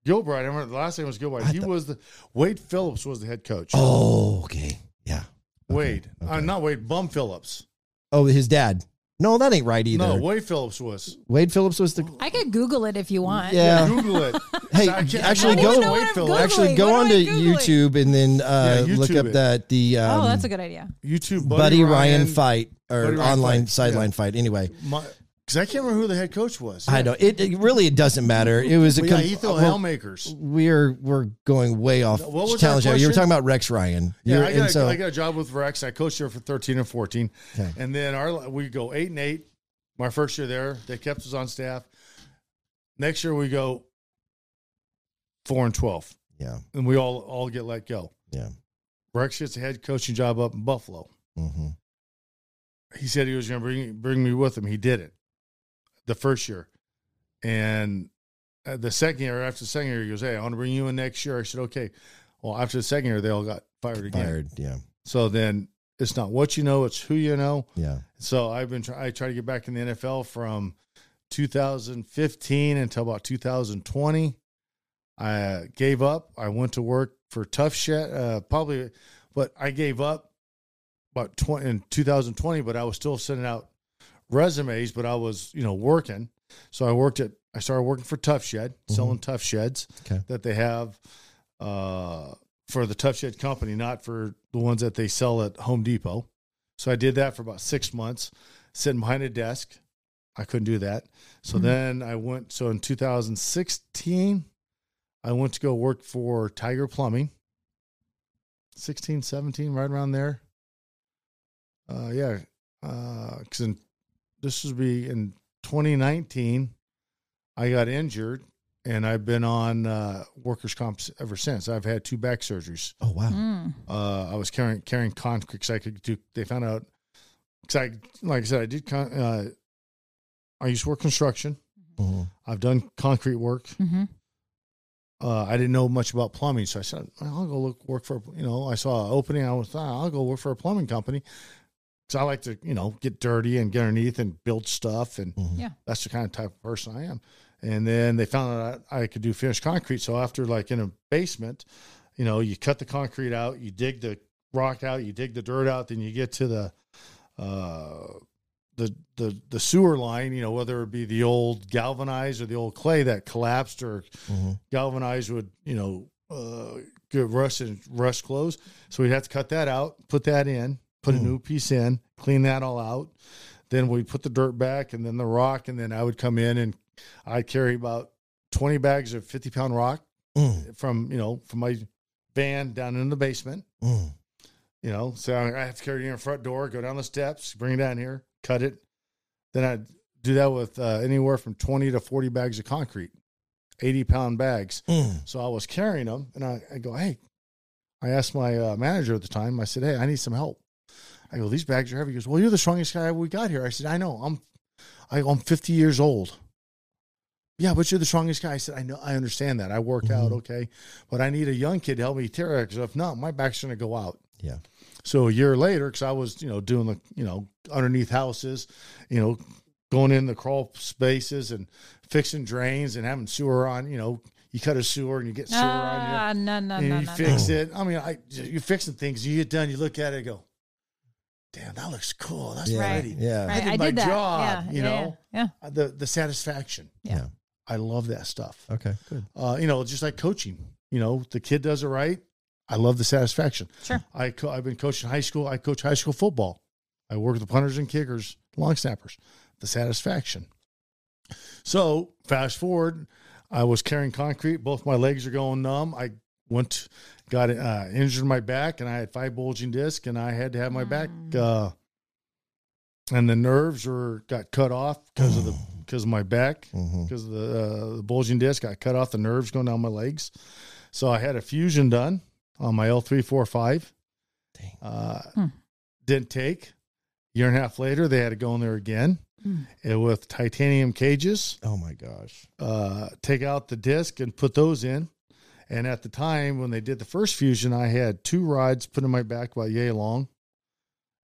Gilbride, I remember the last name was Gilbride.
I
He
thought-
was the Wade Phillips was the head coach.
Oh, okay. Yeah.
Wade,
okay,
Uh,
okay.
not Wade Bum Phillips.
Oh, his dad. No, that ain't right either.
No, Wade Phillips was.
Wade Phillips was the.
I could Google it if you want.
Yeah.
Google it.
Hey,
I can't-
actually
I don't
go.
even know what I'm Googling.
Actually, go
What
on
am
to
I Googling?
YouTube and then uh,
Yeah,
look
YouTube
up
it.
that the um,
Oh, that's a good idea.
YouTube
Buddy, Ryan, fight or
Buddy Ryan
online
fight,
sideline fight. Anyway,
Because I can't remember who the head coach was.
I know it, it really it doesn't matter. It was a
But yeah,
com- uh,
he threw
well,
Hellmakers.
we're we're going way off
What was that
challenge. area. You were
question?
talking about Rex Ryan.
Yeah,
You're-
I
and
got, a,
so-
I got a job with Rex. I coached there for thirteen and fourteen,
Okay.
and then our we go eight and eight. My first year there, they kept us on staff. Next year we go four and twelve,
yeah,
and we all all get let go.
yeah.
Rex gets a head coaching job up in Buffalo.
hmm
He said he was going to bring bring me with him. He did it the first year, and uh, the second year after the second year, he goes, "Hey, I want to bring you in next year." I said, "Okay." Well, after the second year, they all got fired again.
Fired. Yeah.
So then it's not what you know; it's who you know.
Yeah.
So I've been try- I try to get back in the NFL from 2015 until about 2020. I uh, gave up. I went to work for Tough Shed, uh, probably, but I gave up about 20 in 2020. But I was still sending out resumes, but I was you know working. So I worked at I started working for Tough Shed, selling Tough Sheds
Okay.
that they have uh, for the Tough Shed company, not for the ones that they sell at Home Depot. So I did that for about six months, sitting behind a desk. I couldn't do that. So then I went. So in 2016, I went to go work for Tiger Plumbing. 16, 17, right around there. Uh, yeah, because in this would be in 2019. I got injured, and I've been on uh, workers' comp ever since. I've had two back surgeries
Oh wow.
Mm,
uh, I was carrying carrying concrete because I could do. They found out because I, like I said, I did. Con, uh, I used to work construction.
Mhm.
I've done concrete work.
Mhm.
Uh, I didn't know much about plumbing, so I said, "I'll go look work for." You know, I saw an opening. I was, "Ah, "I'll go work for a plumbing company," because I like to, you know, get dirty and get underneath and build stuff, and
Yeah.
that's the kind of type of person I am. And then they found out I, I could do finished concrete. So after like in a basement, you know, you cut the concrete out, you dig the rock out, you dig the dirt out, then you get to the uh, the the the sewer line. You know, whether it be the old galvanized or the old clay that collapsed or galvanized would you know uh, get rust and rust clothes. So we'd have to cut that out, put that in, put a new piece in, clean that all out. Then we put the dirt back and then the rock, and then I would come in and I'd carry about twenty bags of fifty pound rock
Mm.
from you know from my van down in the basement.
Mm.
You know, so I I have to carry it in the front door, go down the steps, bring it down here, cut it. Then I do that with uh, anywhere from twenty to forty bags of concrete, eighty pound bags.
Mm.
So I was carrying them, and I, I go, hey, I asked my uh, manager at the time. I said, hey, I need some help. I go, these bags are heavy. He goes, well, you're the strongest guy we got here. I said, I know. I'm, I, I'm 50 years old. Yeah, but you're the strongest guy. I said, I know. I understand that. I work
Mm-hmm.
out, okay, but I need a young kid to help me tear it because if not, my back's going to go out.
Yeah.
So a year later, because I was, you know, doing the, you know, underneath houses, you know, going in the crawl spaces and fixing drains and having sewer on, you know, you cut a sewer and you get sewer on
Ah, no, no,
you, and
no,
you
no, no.
Oh.
fix it. I mean, I you're fixing things. You get done, you look at it, and go, damn, that looks cool. That's
Yeah.
pretty.
Yeah.
Right,
did
I
my
did that.
job,
yeah,
you
yeah,
know?
yeah, yeah.
Uh, The the satisfaction.
Yeah.
I love that stuff.
Okay. Good.
Uh, you know, just like coaching. You know, the kid does it right. I love the satisfaction.
Sure.
I co- I've been coaching high school. I coach high school football. I work with punters and kickers, long snappers. The satisfaction. So fast forward, I was carrying concrete. Both my legs are going numb. I went, got uh, injured in my back, and I had five bulging discs, and I had to have my back. Uh, and the nerves were got cut off because of the because of my back
Mhm.
because the uh, the bulging disc got cut off the nerves going down my legs. So I had a fusion done on my L three four five. Uh, Didn't take. Year and a half later, they had to go in there again and uh, with titanium cages.
Oh my gosh.
Uh, take out the disc and put those in. And at the time when they did the first fusion, I had two rods put in my back about yay long,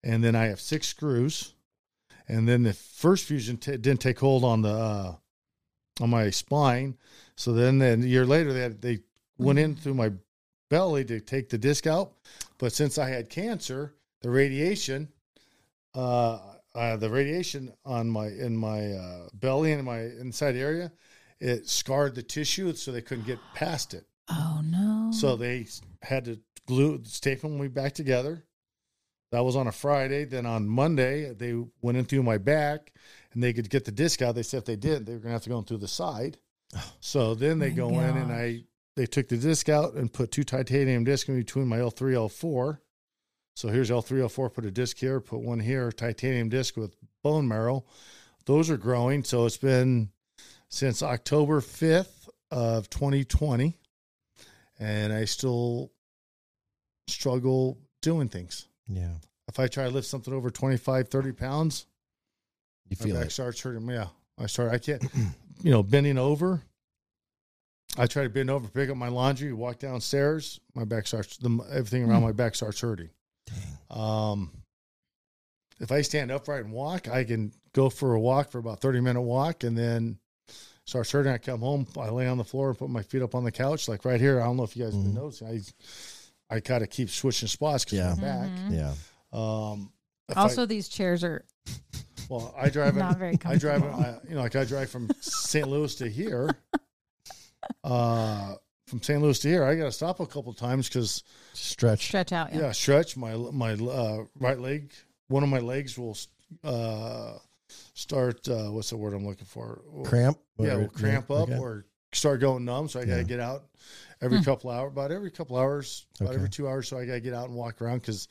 and then I have six screws. And then the first fusion t- didn't take hold on the uh, on my spine. So then, then a year later, they had, they went in through my belly to take the disc out. But since I had cancer, the radiation, uh, uh, the radiation on my in my uh, belly and in my inside area, it scarred the tissue, so they couldn't get past it.
Oh no.
So they had to glue staple me back together. That was on a Friday. Then on Monday, they went in through my back and they could get the disc out. They said if they did, they were gonna have to go in through the side. So then they go in and I they took the disc out and put two titanium discs in between my L three, L four. So here's L three, L four, put a disc here, put one here, titanium disc with bone marrow. Those are growing. So it's been since October fifth of twenty twenty and I still struggle doing things.
Yeah.
If I try to lift something over 25, 30 pounds,
You
my
feel
back
it.
starts hurting. Yeah, I start. I can't. you know, bending over. I try to bend over, pick up my laundry, walk downstairs. My back starts. The, everything
Hmm.
around my back starts hurting. Um, if I stand upright and walk, I can go for a walk for about thirty minute walk, and then starts hurting. I come home, I lay on the floor and put my feet up on the couch, like right here. I don't know if you guys have been noticing. I I kind of keep switching spots because
Mm-hmm. Yeah.
my back.
Yeah.
Um, if I-
Also, these chairs are
well, I drive.
Not
in-
very
I drive. I, you know, like I drive from St. Louis to here. Uh, from St. Louis to here, I got to stop a couple times because
Stretch.
stretch out.
yeah.
Yeah.
stretch my my uh, right leg. One of my legs will uh, start. Uh, what's the word I'm looking for?
Cramp.
yeah,
Or-
will cramp up
okay.
or start going numb. So I got to
Yeah. Hmm.
get out every couple hours, about every couple hours, about
Okay.
every two hours. So I got to get out and walk around because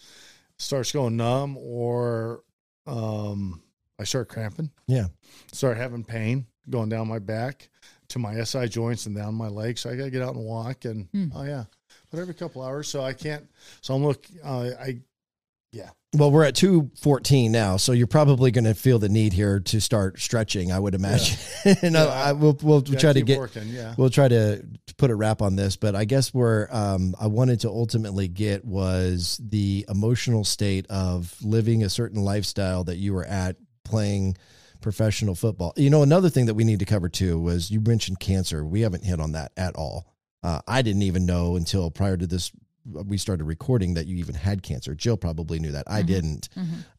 starts going numb or um, I start cramping.
Yeah.
Start having pain going down my back to my SI joints and down my legs. So I got to get out and walk. And oh, yeah. But every couple hours. So I can't. So I'm look. Uh, I,
Well, we're at 214 now, so you're probably going to feel the need here to start stretching, I would imagine. and I, I, we'll, we'll
yeah,
try to
keep
get
working. Yeah.
we'll try to put a wrap on this, but I guess where um, I wanted to ultimately get was the emotional state of living a certain lifestyle that you were at playing professional football. You know, another thing that we need to cover too was you mentioned cancer. We haven't hit on that at all. Uh, I didn't even know until prior to this we started recording that you even had cancer. Jill probably knew that. I didn't.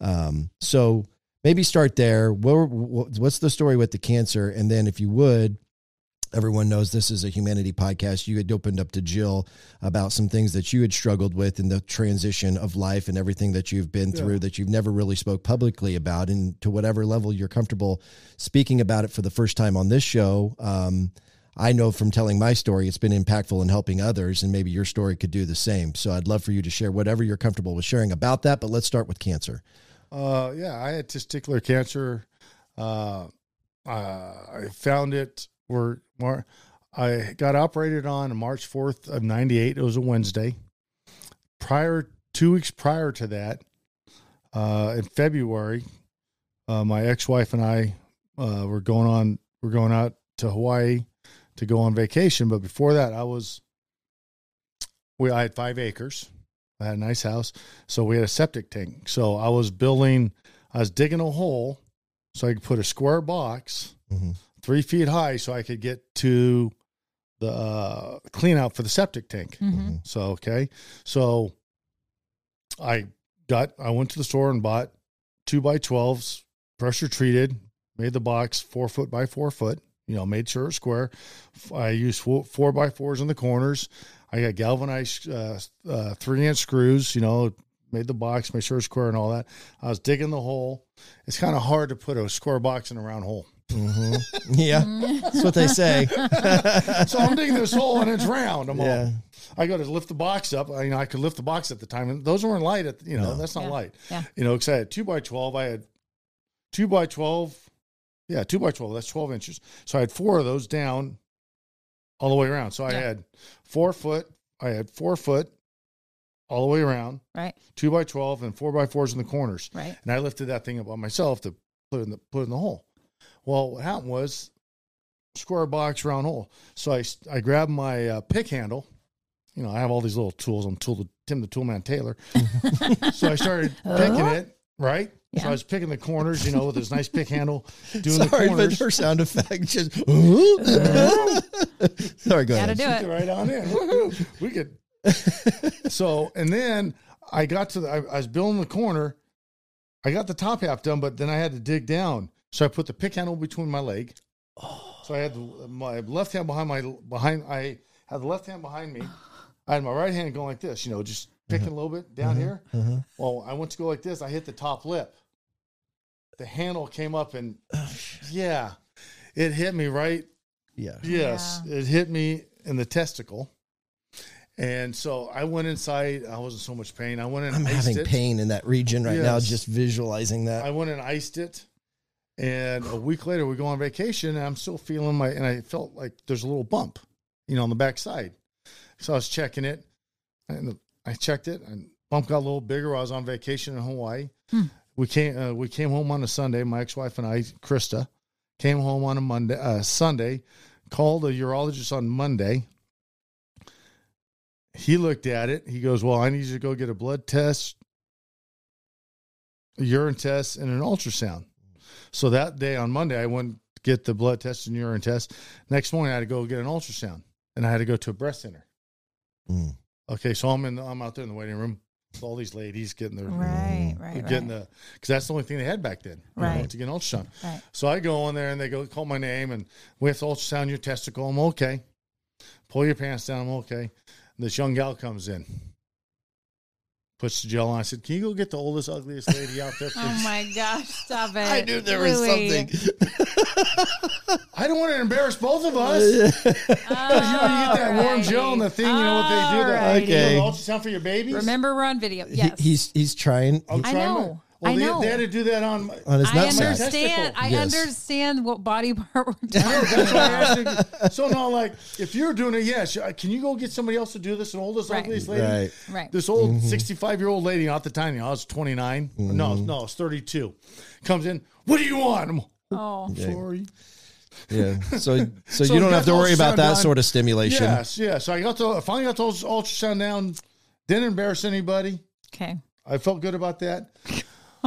Um, so maybe start there. What, what, what's the story with the cancer? And then if you would, everyone knows this is a humanity podcast. You had opened up to Jill about some things that you had struggled with in the transition of life and everything that you've been through that you've never really spoke publicly about. And to whatever level you're comfortable speaking about it for the first time on this show, um, I know from telling my story, it's been impactful in helping others, and maybe your story could do the same. So I'd love for you to share whatever you're comfortable with sharing about that. But let's start with cancer.
Uh, yeah, I had testicular cancer. Uh, uh, I found it where Mar- I got operated on March 4th of 98. It was a Wednesday. Prior, two weeks prior to that, uh, in February, uh, my ex-wife and I uh, were going on, we're going out to Hawaii to go on vacation. But before that, I was, we, I had five acres. I had a nice house. So we had a septic tank. So I was building, I was digging a hole so I could put a square box
Mhm.
three feet high so I could get to the uh, clean out for the septic tank.
Mhm.
So, okay. So I got, I went to the store and bought two by 12s, pressure treated, made the box four foot by four foot, you know, made sure it's square. F- I used four, four by fours in the corners. I got galvanized uh, uh, three inch screws, you know, made the box, made sure it's square and all that. I was digging the hole. It's kind of hard to put a square box in a round hole.
Yeah, that's what they say.
so I'm digging this hole and it's round. I'm
Yeah.
all, I go to lift the box up. I, you know, I could lift the box at the time, and those weren't light. At the- you know, that's not
Yeah.
light.
Yeah.
You know, because I had two by twelve. I had two by twelve. Yeah, two by twelve. That's twelve inches. So I had four of those down, all the way around. So I
Yeah.
had four foot. I had four foot, all the way around.
Right.
Two by twelve and four by fours in the corners.
Right.
And I lifted that thing up on myself to put it in the put it in the hole. Well, what happened was square box, round hole. So I s- I grabbed my uh, pick handle. You know, I have all these little tools. I'm tool Tim the Toolman Taylor. so I started picking it right. So
Yeah.
I was picking the corners. You know, with this nice pick handle,
Sorry,
doing the
but
corners.
her sound effect just. Sorry, go
Gotta
ahead.
do
Get
it.
right on in. Woo-hoo. we could. so and then I got to the. I, I was building the corner. I got the top half done, but then I had to dig down. So I put the pick handle between my leg. So I had the, my left hand behind my behind. I had the left hand behind me. I had my right hand going like this. You know, just picking a little bit down here. Well, I went to go like this. I hit the top lip. The handle came up and yeah, it hit me right
Yeah.
Yes, it hit me in the testicle, and so I went inside. I was in so much pain. I went in.
I'm
iced
having
it.
pain in that region right now,
Yes.
just visualizing that.
I went and iced it, and a week later we go on vacation, and I'm still feeling my. And I felt like there's a little bump, you know, on the back side. So I was checking it, and the I checked it, and bump got a little bigger. I was on vacation in Hawaii. We came uh, we came home on a Sunday. My ex wife and I, Krista, came home on a Monday uh, Sunday. Called a urologist on Monday. He looked at it. He goes, "Well, I need you to go get a blood test, a urine test, and an ultrasound." So that day on Monday, I went get the blood test and urine test. Next morning, I had to go get an ultrasound, and I had to go to a breast center.
Mm.
Okay, so I'm in. The, I'm out there in the waiting room with all these ladies getting their
Right, right,
getting
right.
the because that's the only thing they had back then. you know,
Right.
to get an ultrasound.
Right.
So I go in there and they go call my name and we have to ultrasound your testicle. I'm okay. Pull your pants down. I'm okay. And this young gal comes in, puts the gel on. I said, "Can you go get the oldest, ugliest lady out there?"
Oh
please?"
my gosh, stop it.
I knew there was
Louis.
something.
I don't want to embarrass both of us. you know,
Oh,
you get that warm
Alrighty.
gel and the thing. You know what they do? That
Alrighty.
you know, the ultrasound for your babies.
Remember, we're on video.
He-
Yes.
he's he's trying
I'm
I
trying to-
know.
Well,
I
they,
know.
they had to do that on.
on his
I
nuts.
understand. I
Yes.
understand what body part we're talking
That's why I asked you. so no, like if you're doing it, yes. Can you go get somebody else to do this? An oldest,
Right.
ugliest lady.
Right.
Right.
This old 65 year old lady, not the time, you know, I was 29. No, no, I was 32. Comes in. What do you want? I'm,
Oh,
sorry.
Yeah. So so,
So
you don't
we
have to
got
worry
those
about
sound
that
on-
sort of stimulation.
Yes, yes. So I got the finally got those ultrasound down. Didn't embarrass anybody.
okay.
I felt good about that.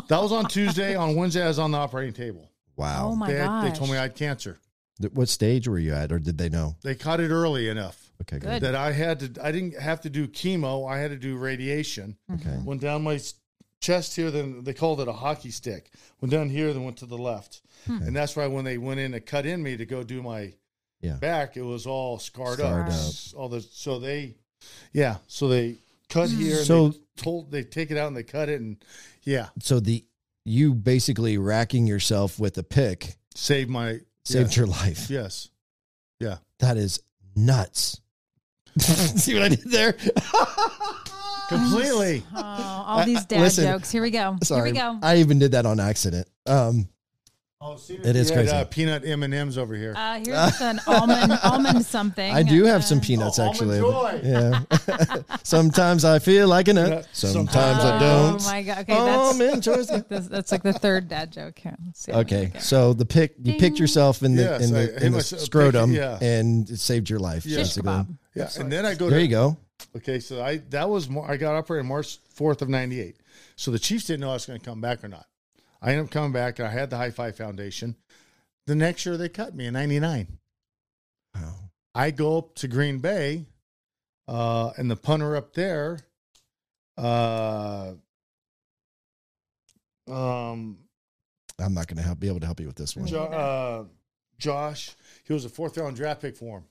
That was on Tuesday. on Wednesday, I was on the operating table.
Wow.
Oh my
they, had-
gosh.
they told me I had cancer.
Th- What stage were you at, or did they know?
They caught it early enough.
Okay.
Good.
that I had to. I didn't have to do chemo. I had to do radiation.
Okay.
Mm-hmm.
Went down my s- chest here. Then they called it a hockey stick. Went down here. Then went to the left.
Hmm.
And that's why when they went in to cut in me to go do my
Yeah.
back, it was all scarred,
Scarred
up.
up.
S- All the so they, yeah. So they cut here.
Hmm. So-
So they told they take it out and they cut it and yeah,
So the you basically racking yourself with a pick
saved my
saved
yeah.
your life.
Yes. Yeah.
That is nuts. See what I did there?
Completely.
Oh, all these dad
listen,
jokes. Here we go.
Sorry.
Here we go.
I even did that on accident. Um,
Oh, see,
It is
we had,
crazy.
uh, peanut M and M's over here.
Uh, here's an almond, almond something.
I do have some
Uh,
peanuts
Oh,
actually.
almond joy.
Yeah. Sometimes I feel like a nut. Sometimes
Sometimes
I don't.
Oh my god. Okay, that's
Almond joys.
that's, that's like the third dad joke. Here, let's see.
Okay, so the pick you picked yourself in the
Yes,
in
I-
the,
it
in the
was a pick-
scrotum
yeah.
and it saved your life.
Yeah.
Shish
basically.
kebab.
Yeah, and then I go.
There
to,
you go.
Okay, so I that was Mar- I got operated March fourth of ninety eight. So the Chiefs didn't know I was going to come back or not. I ended up coming back. I had the High Five Foundation. The next year they cut me in ninety nine.
Wow.
I go up to Green Bay, uh, and the punter up there, uh, um,
I'm not going to help, be able to help you with this one.
jo- uh, Josh, he was a fourth round draft pick for him.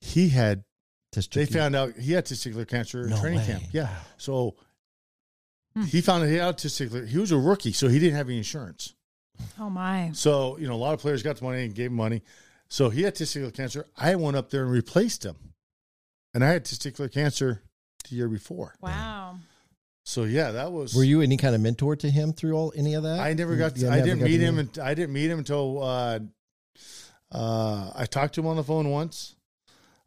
He had They
Testicular-
found out he had testicular cancer
No
in training
way.
camp. Yeah. So he found out he had testicular. He was a rookie, so he didn't have any insurance.
Oh my.
So, you know, a lot of players got the money and gave him money. So he had testicular cancer. I went up there and replaced him. And I had testicular cancer the year before.
Wow.
So yeah, that was
Were you any kind of mentor to him through all any of that?
I never got to,
Yeah,
I
never
didn't
got to
meet him and I didn't meet him until uh, uh, I talked to him on the phone once.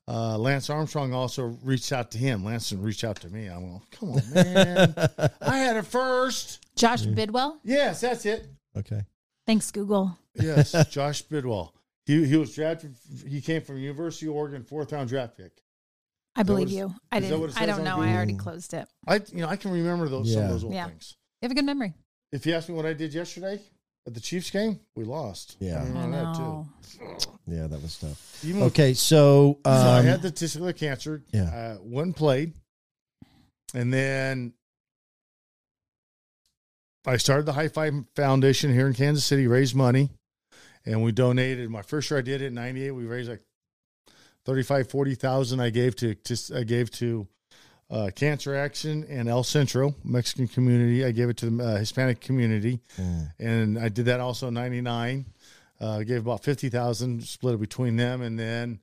Uh, Lance Armstrong also reached out to him. Lance reached out to me. I'm like, come on, man. I had it first.
Josh Bidwell.
Yes, that's it.
Okay.
Thanks, Google.
Yes, Josh Bidwell. He he was drafted. He came from University of Oregon, fourth round draft pick.
I believe
what it-
you. I
is that what
didn't.
it
I
says
don't
on
know. I
Google?
already closed it.
I you know I can remember those some
Yeah.
of those old
Yeah.
things.
You have a good memory.
If you ask me what I did yesterday at the Chiefs game, we lost.
Yeah.
I
I
remember that too.
know.
Yeah, that was tough.
Even with
Okay, so um,
Hmm. so I had the testicular cancer.
yeah.
Uh, one played, and then I started the High Five Foundation here in Kansas City, raised money, and we donated. My first year I did it in '98. We raised like 35, 40,000 I gave to just I gave to uh, Cancer Action and El Centro Mexican community. I gave it to the uh, Hispanic community, and I did that also in '99. Uh, gave about fifty thousand, split it between them, and then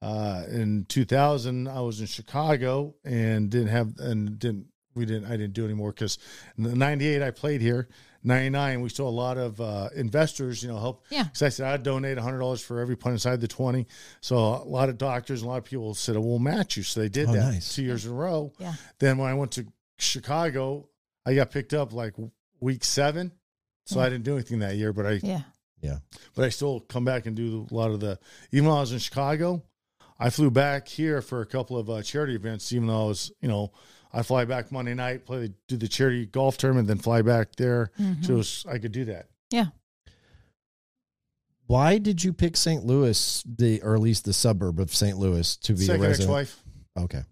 uh, in 2000 I was in Chicago and didn't have and didn't we didn't I didn't do anymore because in the 98 I played here 99, we saw a lot of uh, investors, you know, help.
Yeah.
Because I said I'd donate $100 for every punt inside the 20. So a lot of doctors and a lot of people said, oh, we'll match you. So they did
Oh,
that
nice.
two years in a row.
Yeah.
Then when I went to Chicago, I got picked up like week seven. So I didn't do anything that year, but I
Yeah.
but I still come back and do a lot of the. Even though I was in Chicago, I flew back here for a couple of uh, charity events. Even though I was, you know, I fly back Monday night, play, do the charity golf tournament, then fly back there.
Mm-hmm.
So it was, I could do that.
Yeah.
Why did you pick St. Louis, the or at least the suburb of St. Louis, to be
Second
a resident?
ex-wife,
Okay,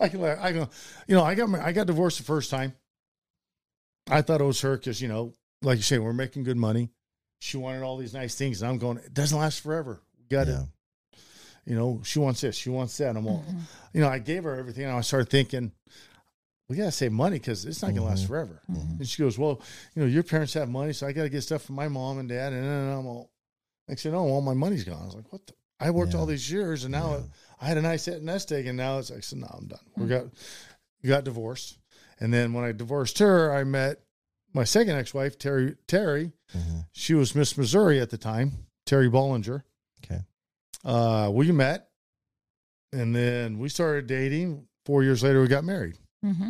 I can, let- I can, you know, I got, my- I got divorced the first time. I thought it was her because you know, like you say, we're making good money. She wanted all these nice things, and I'm going. It doesn't last forever. We got to
yeah.
you know, she wants this, she wants that. I'm all, you know, I gave her everything, and I started thinking, we gotta save money because it's not gonna last forever. And she goes, well, you know, your parents have money, so I gotta get stuff from my mom and dad. And then I'm all, next thing you know, all "Oh, my money's gone. I was like, what? the? I worked all these years, and now I had a nice nest egg, and now it's like, so no, I'm done. We got we got divorced, and then when I divorced her, I met my second ex-wife, Terry. Terry, she was Miss Missouri at the time, Terry Bollinger
okay,
uh, we met and then we started dating four years later we got married
Mm-hmm.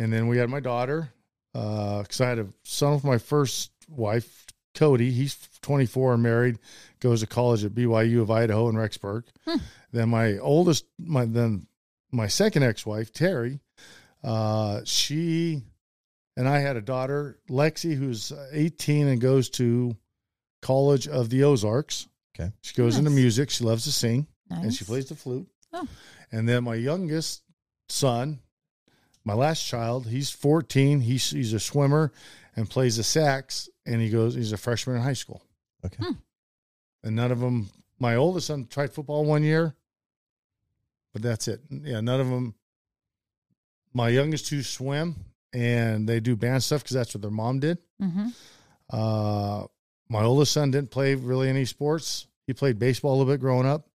and then we had my daughter because i had a son with my first wife cody he's 24 and married goes to college at byu of idaho in rexburg then my oldest my then my second ex-wife terry uh, she and i had a daughter lexi who's 18 and goes to college of the ozarks
Okay.
she goes into
Nice.
music she loves to sing
Nice.
and she plays the flute.
Oh.
And then my youngest son, my last child, he's 14. He's he's a swimmer and plays the sax. And he goes, he's a freshman in high school.
okay.
Hmm.
And none of them. My oldest son tried football one year, but that's it. Yeah, none of them. My youngest two swim and they do band stuff because that's what their mom did.
Mm-hmm.
Uh, my oldest son didn't play really any sports. He played baseball a little bit growing up.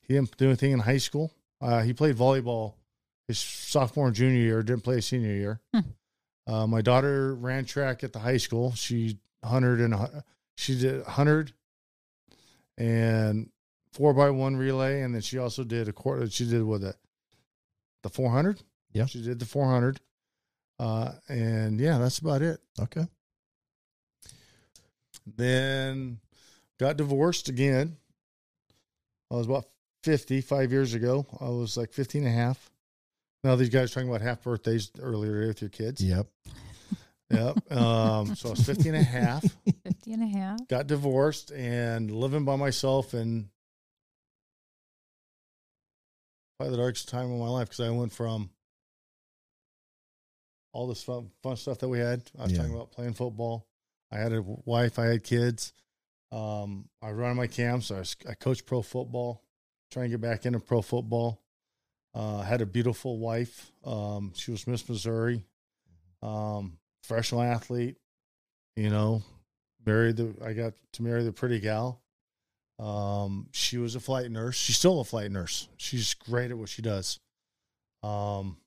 He didn't do anything in high school. Uh, he played volleyball his sophomore and junior year, didn't play senior year. Uh, my daughter ran track at the high school. She 100 and hu- she did 100 and four by one relay. And then she also did a quarter. She did what the, the 400.
Yeah.
She did the 400. Uh, and yeah, that's about it
Okay.
then got divorced again. I was about 50, five years ago. I was like 15 and a half. Now these guys are talking about half birthdays earlier with your kids.
Yep.
Yep. Um, so I was 15 and a half,
50 and a half.
got divorced and living by myself and probably the darkest time of my life because I went from all this fun, fun stuff that we had. I was
Yeah.
talking about playing football. I had a wife. I had kids. Um, I run my camps. I, was, I coach pro football, trying to get back into pro football. Uh, I had a beautiful wife. Um, she was Miss Missouri, um, professional athlete. You know, married the. I got to marry the pretty gal. Um, she was a flight nurse. She's still a flight nurse. She's great at what she does. Um,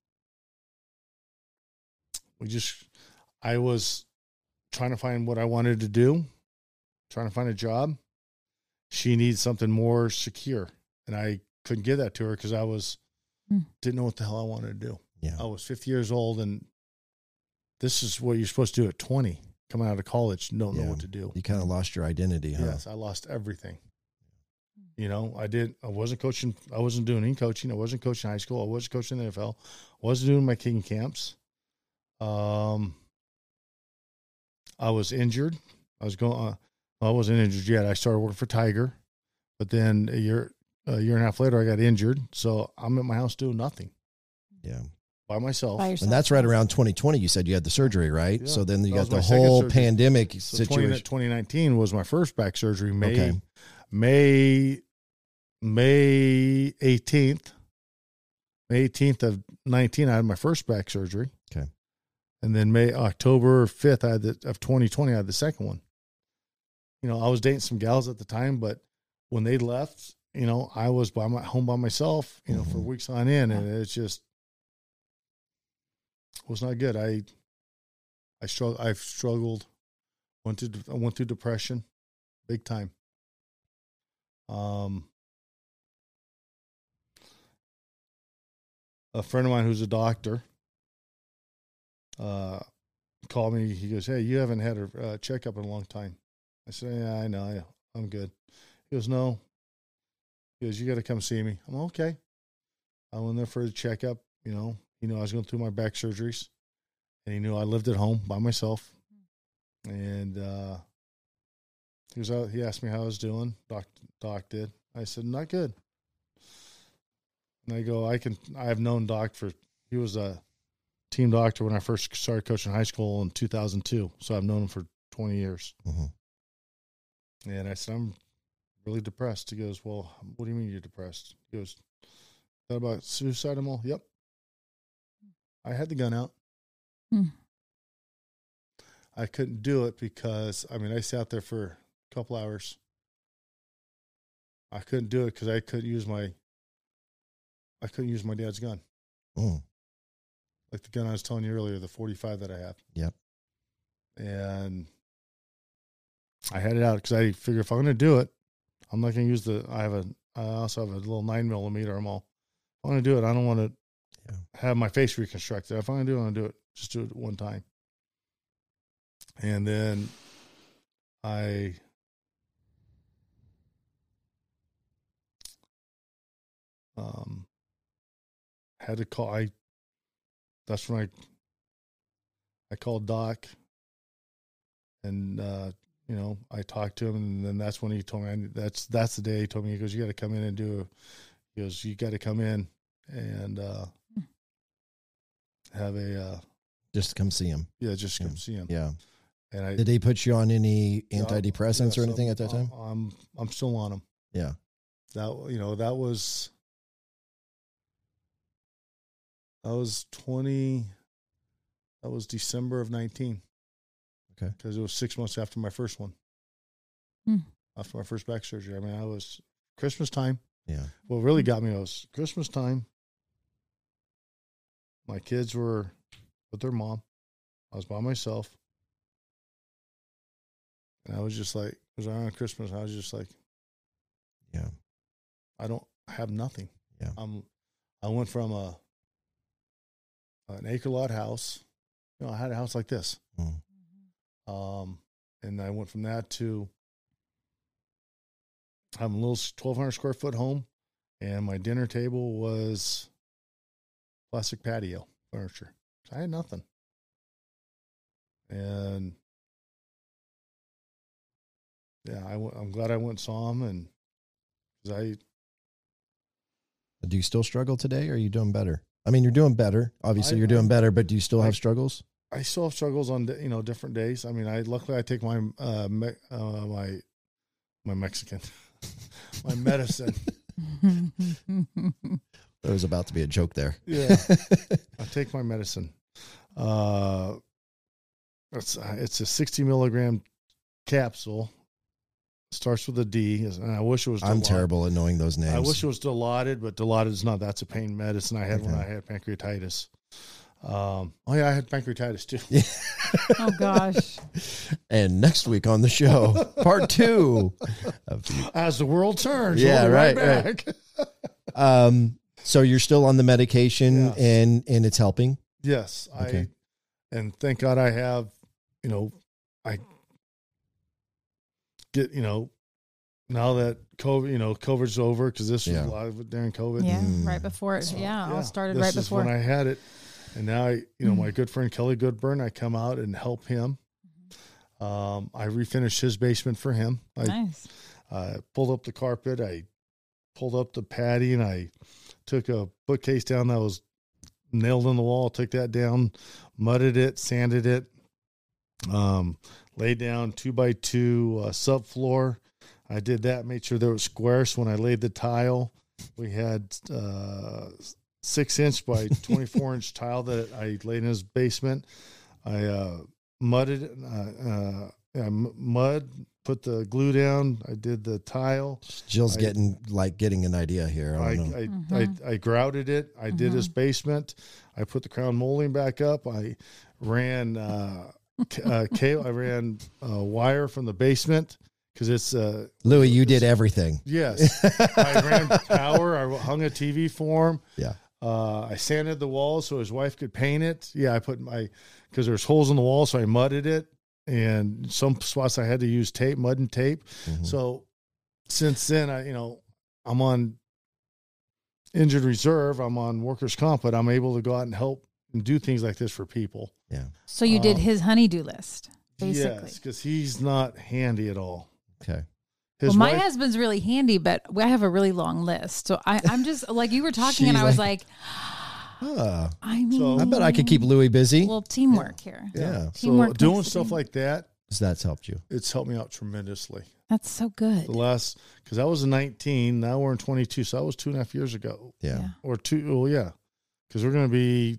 we just, I was trying to find what I wanted to do, trying to find a job. She needs something more secure, and I couldn't give that to her because I was
Hmm.
didn't know what the hell I wanted to do.
Yeah.
I was 50 years old, and this is what you're supposed to do at 20, coming out of college. Don't
Yeah.
know what to do.
You kind of lost your identity, huh?
Yes, I lost everything. You know, I did. I wasn't coaching. I wasn't doing any coaching. I wasn't coaching high school. I wasn't coaching the NFL. I wasn't doing my king camps. Um, I was injured. I was going. Uh, I wasn't injured yet. I started working for Tiger, but then a year, a year and a half later, I got injured. So I'm at my house doing nothing
Yeah.
by myself.
By yourself.
And that's right around 2020. You said you had the surgery, right?
Yeah.
So then you
That
got
was
the
my second
whole
surgery.
pandemic
So 20,
situation.
2019 was my first back surgery. May,
Okay.
May, May 18th, May 18th of 19, I had my first back surgery.
Okay.
And then May, October 5th I had the, of 2020, I had the second one. You know, I was dating some gals at the time, but when they left, you know, I was by my home by myself, you know, for weeks on end. And it's just, was not good. I I struggle. I've struggled. Went to I went through depression, big time. Um, a friend of mine who's a doctor. Uh, called me. He goes, "Hey, you haven't had a uh, checkup in a long time." I said, "Yeah, I know. Yeah, I'm good." He goes, "No." He goes, "You got to come see me." I'm okay. I went there for a checkup. You know, you know, I was going through my back surgeries, and he knew I lived at home by myself. And uh, he was out. He asked me how I was doing. Doc, doc did. I said, "Not good." And I go, "I can. I've known Doc for. He was a team doctor when I first started coaching high school in 2002. So I've known him for 20 years.
Mhm.
And I said, I'm really depressed. He goes, Well, what do you mean you're depressed? He goes, Is that about suicide? I'm all, Yep. I had the gun out.
Hmm.
I couldn't do it because, I mean, I sat there for a couple hours. I couldn't do it because I couldn't use my. I couldn't use my dad's gun
Mm.
like the gun I was telling you earlier, the 45 that I have.
Yep.
And I had it out because I figure if I'm going to do it, I'm not going to use the. I have a. I also have a little nine millimeter. I'm all. If I'm going to do it. I don't want to
Yeah.
have my face reconstructed. If I'm going to do it, I'm going to do it. Just do it one time. And then I. Um, had to call. I that's when I I called Doc and uh you know I talked to him and then that's when he told me I, need- that's that's the day he told me he goes you got to come in and do he goes you got to come in and uh have a uh
Just come see him.
yeah just come see him
Yeah.
and I
Did they put you on any
yeah,
antidepressants or
yeah, so
anything at that time?
I'm, I'm I'm still on him
Yeah.
that you know that was that was 20 that was december of 19
Okay.
because it was six months after my first one
Hmm.
after my first back surgery i mean i was christmas time
Yeah.
what really got me was christmas time my kids were with their mom i was by myself and i was just like it was around christmas i was just like
Yeah.
I don't have nothing.
Yeah.
I'm I went from a an acre lot house. You know, I had a house like this.
Mm.
Um and I went from that to having a little twelve hundred square foot home and my dinner table was plastic patio furniture. So I had nothing. And yeah, I w- I'm glad I went and saw him and 'cause I
Do you still struggle today or are you doing better? I mean, you're doing better. Obviously,
I-
you're doing better, but do you still
I-
have struggles?
I still have struggles on di- you know different days. I mean, I luckily I take my uh, me, uh my my Mexican my medicine.
There was about to be a joke there.
yeah, I take my medicine. Uh, it's it's a sixty milligram capsule. Starts with a D, and I wish it was.
I'm
Dilaudid.
terrible at knowing those names.
I wish it was Dilaudid, but Dilaudid is not. That's a pain medicine I had when
Okay.
I had pancreatitis. Um, oh yeah, I had pancreatitis too.
Oh gosh.
and next week on the show, part two of
As the world turns,
Yeah,
we'll be
right,
back.
Um, so you're still on the medication
Yeah.
and and it's helping.
Yes,
Okay.
I and thank God I have, you know, I get, you know, now that COVID, you know, COVID's over because this
Yeah.
was live during COVID.
Yeah,
Mm.
right before it. yeah, all started
this
right
is
before. Mm-hmm.
when I had it, and now I, you know, my good friend Kelly Goodburn, I come out and help him.
Mm-hmm.
Um, I refinished his basement for him. I
nice.
I pulled up the carpet. I pulled up the padding. I took a bookcase down that was nailed on the wall. Took that down, mudded it, sanded it. Um, laid down two by two uh, subfloor. I did that. Made sure there was square. So when I laid the tile, we had uh, six inch by twenty four inch tile that I laid in his basement. I uh, mudded it. Uh, uh, yeah, m- mud. Put the glue down. I did the tile.
Jill's
I-
getting like getting an idea here. I
I,
don't know.
I, I, I grouted it. I did his basement. I put the crown molding back up. I ran uh, c- uh, cable. I ran uh, wire from the basement because it's uh,
Louis, you did everything.
yes. I ran power. I hung a TV for him.
Yeah.
Uh, I sanded the walls so his wife could paint it. Yeah, I put my because there's holes in the wall, so I mudded it, and some spots I had to use tape, mud and tape.
Mm-hmm.
So since then, I you know I'm on injured reserve, I'm on workers' comp, but I'm able to go out and help and do things like this for people.
Yeah.
So you did
Um,
his honeydew list, basically.
Yes, because he's not handy at all.
Okay.
His
well, my
wife-
husband's really handy, but I have a really long list. So I, I'm just like you were talking, and
She's
I was like,
Ah,
I mean,
So-
I bet I could keep Louis busy.
well teamwork here.
yeah.
so
Teamwork makes
doing
the
stuff
dream.
like that,
So that's helped you.
it's helped me out tremendously.
That's so good.
The last because I was in 19, now we're in 22, so that was two and a half years ago.
Yeah.
Yeah.
or two well yeah because we're going to be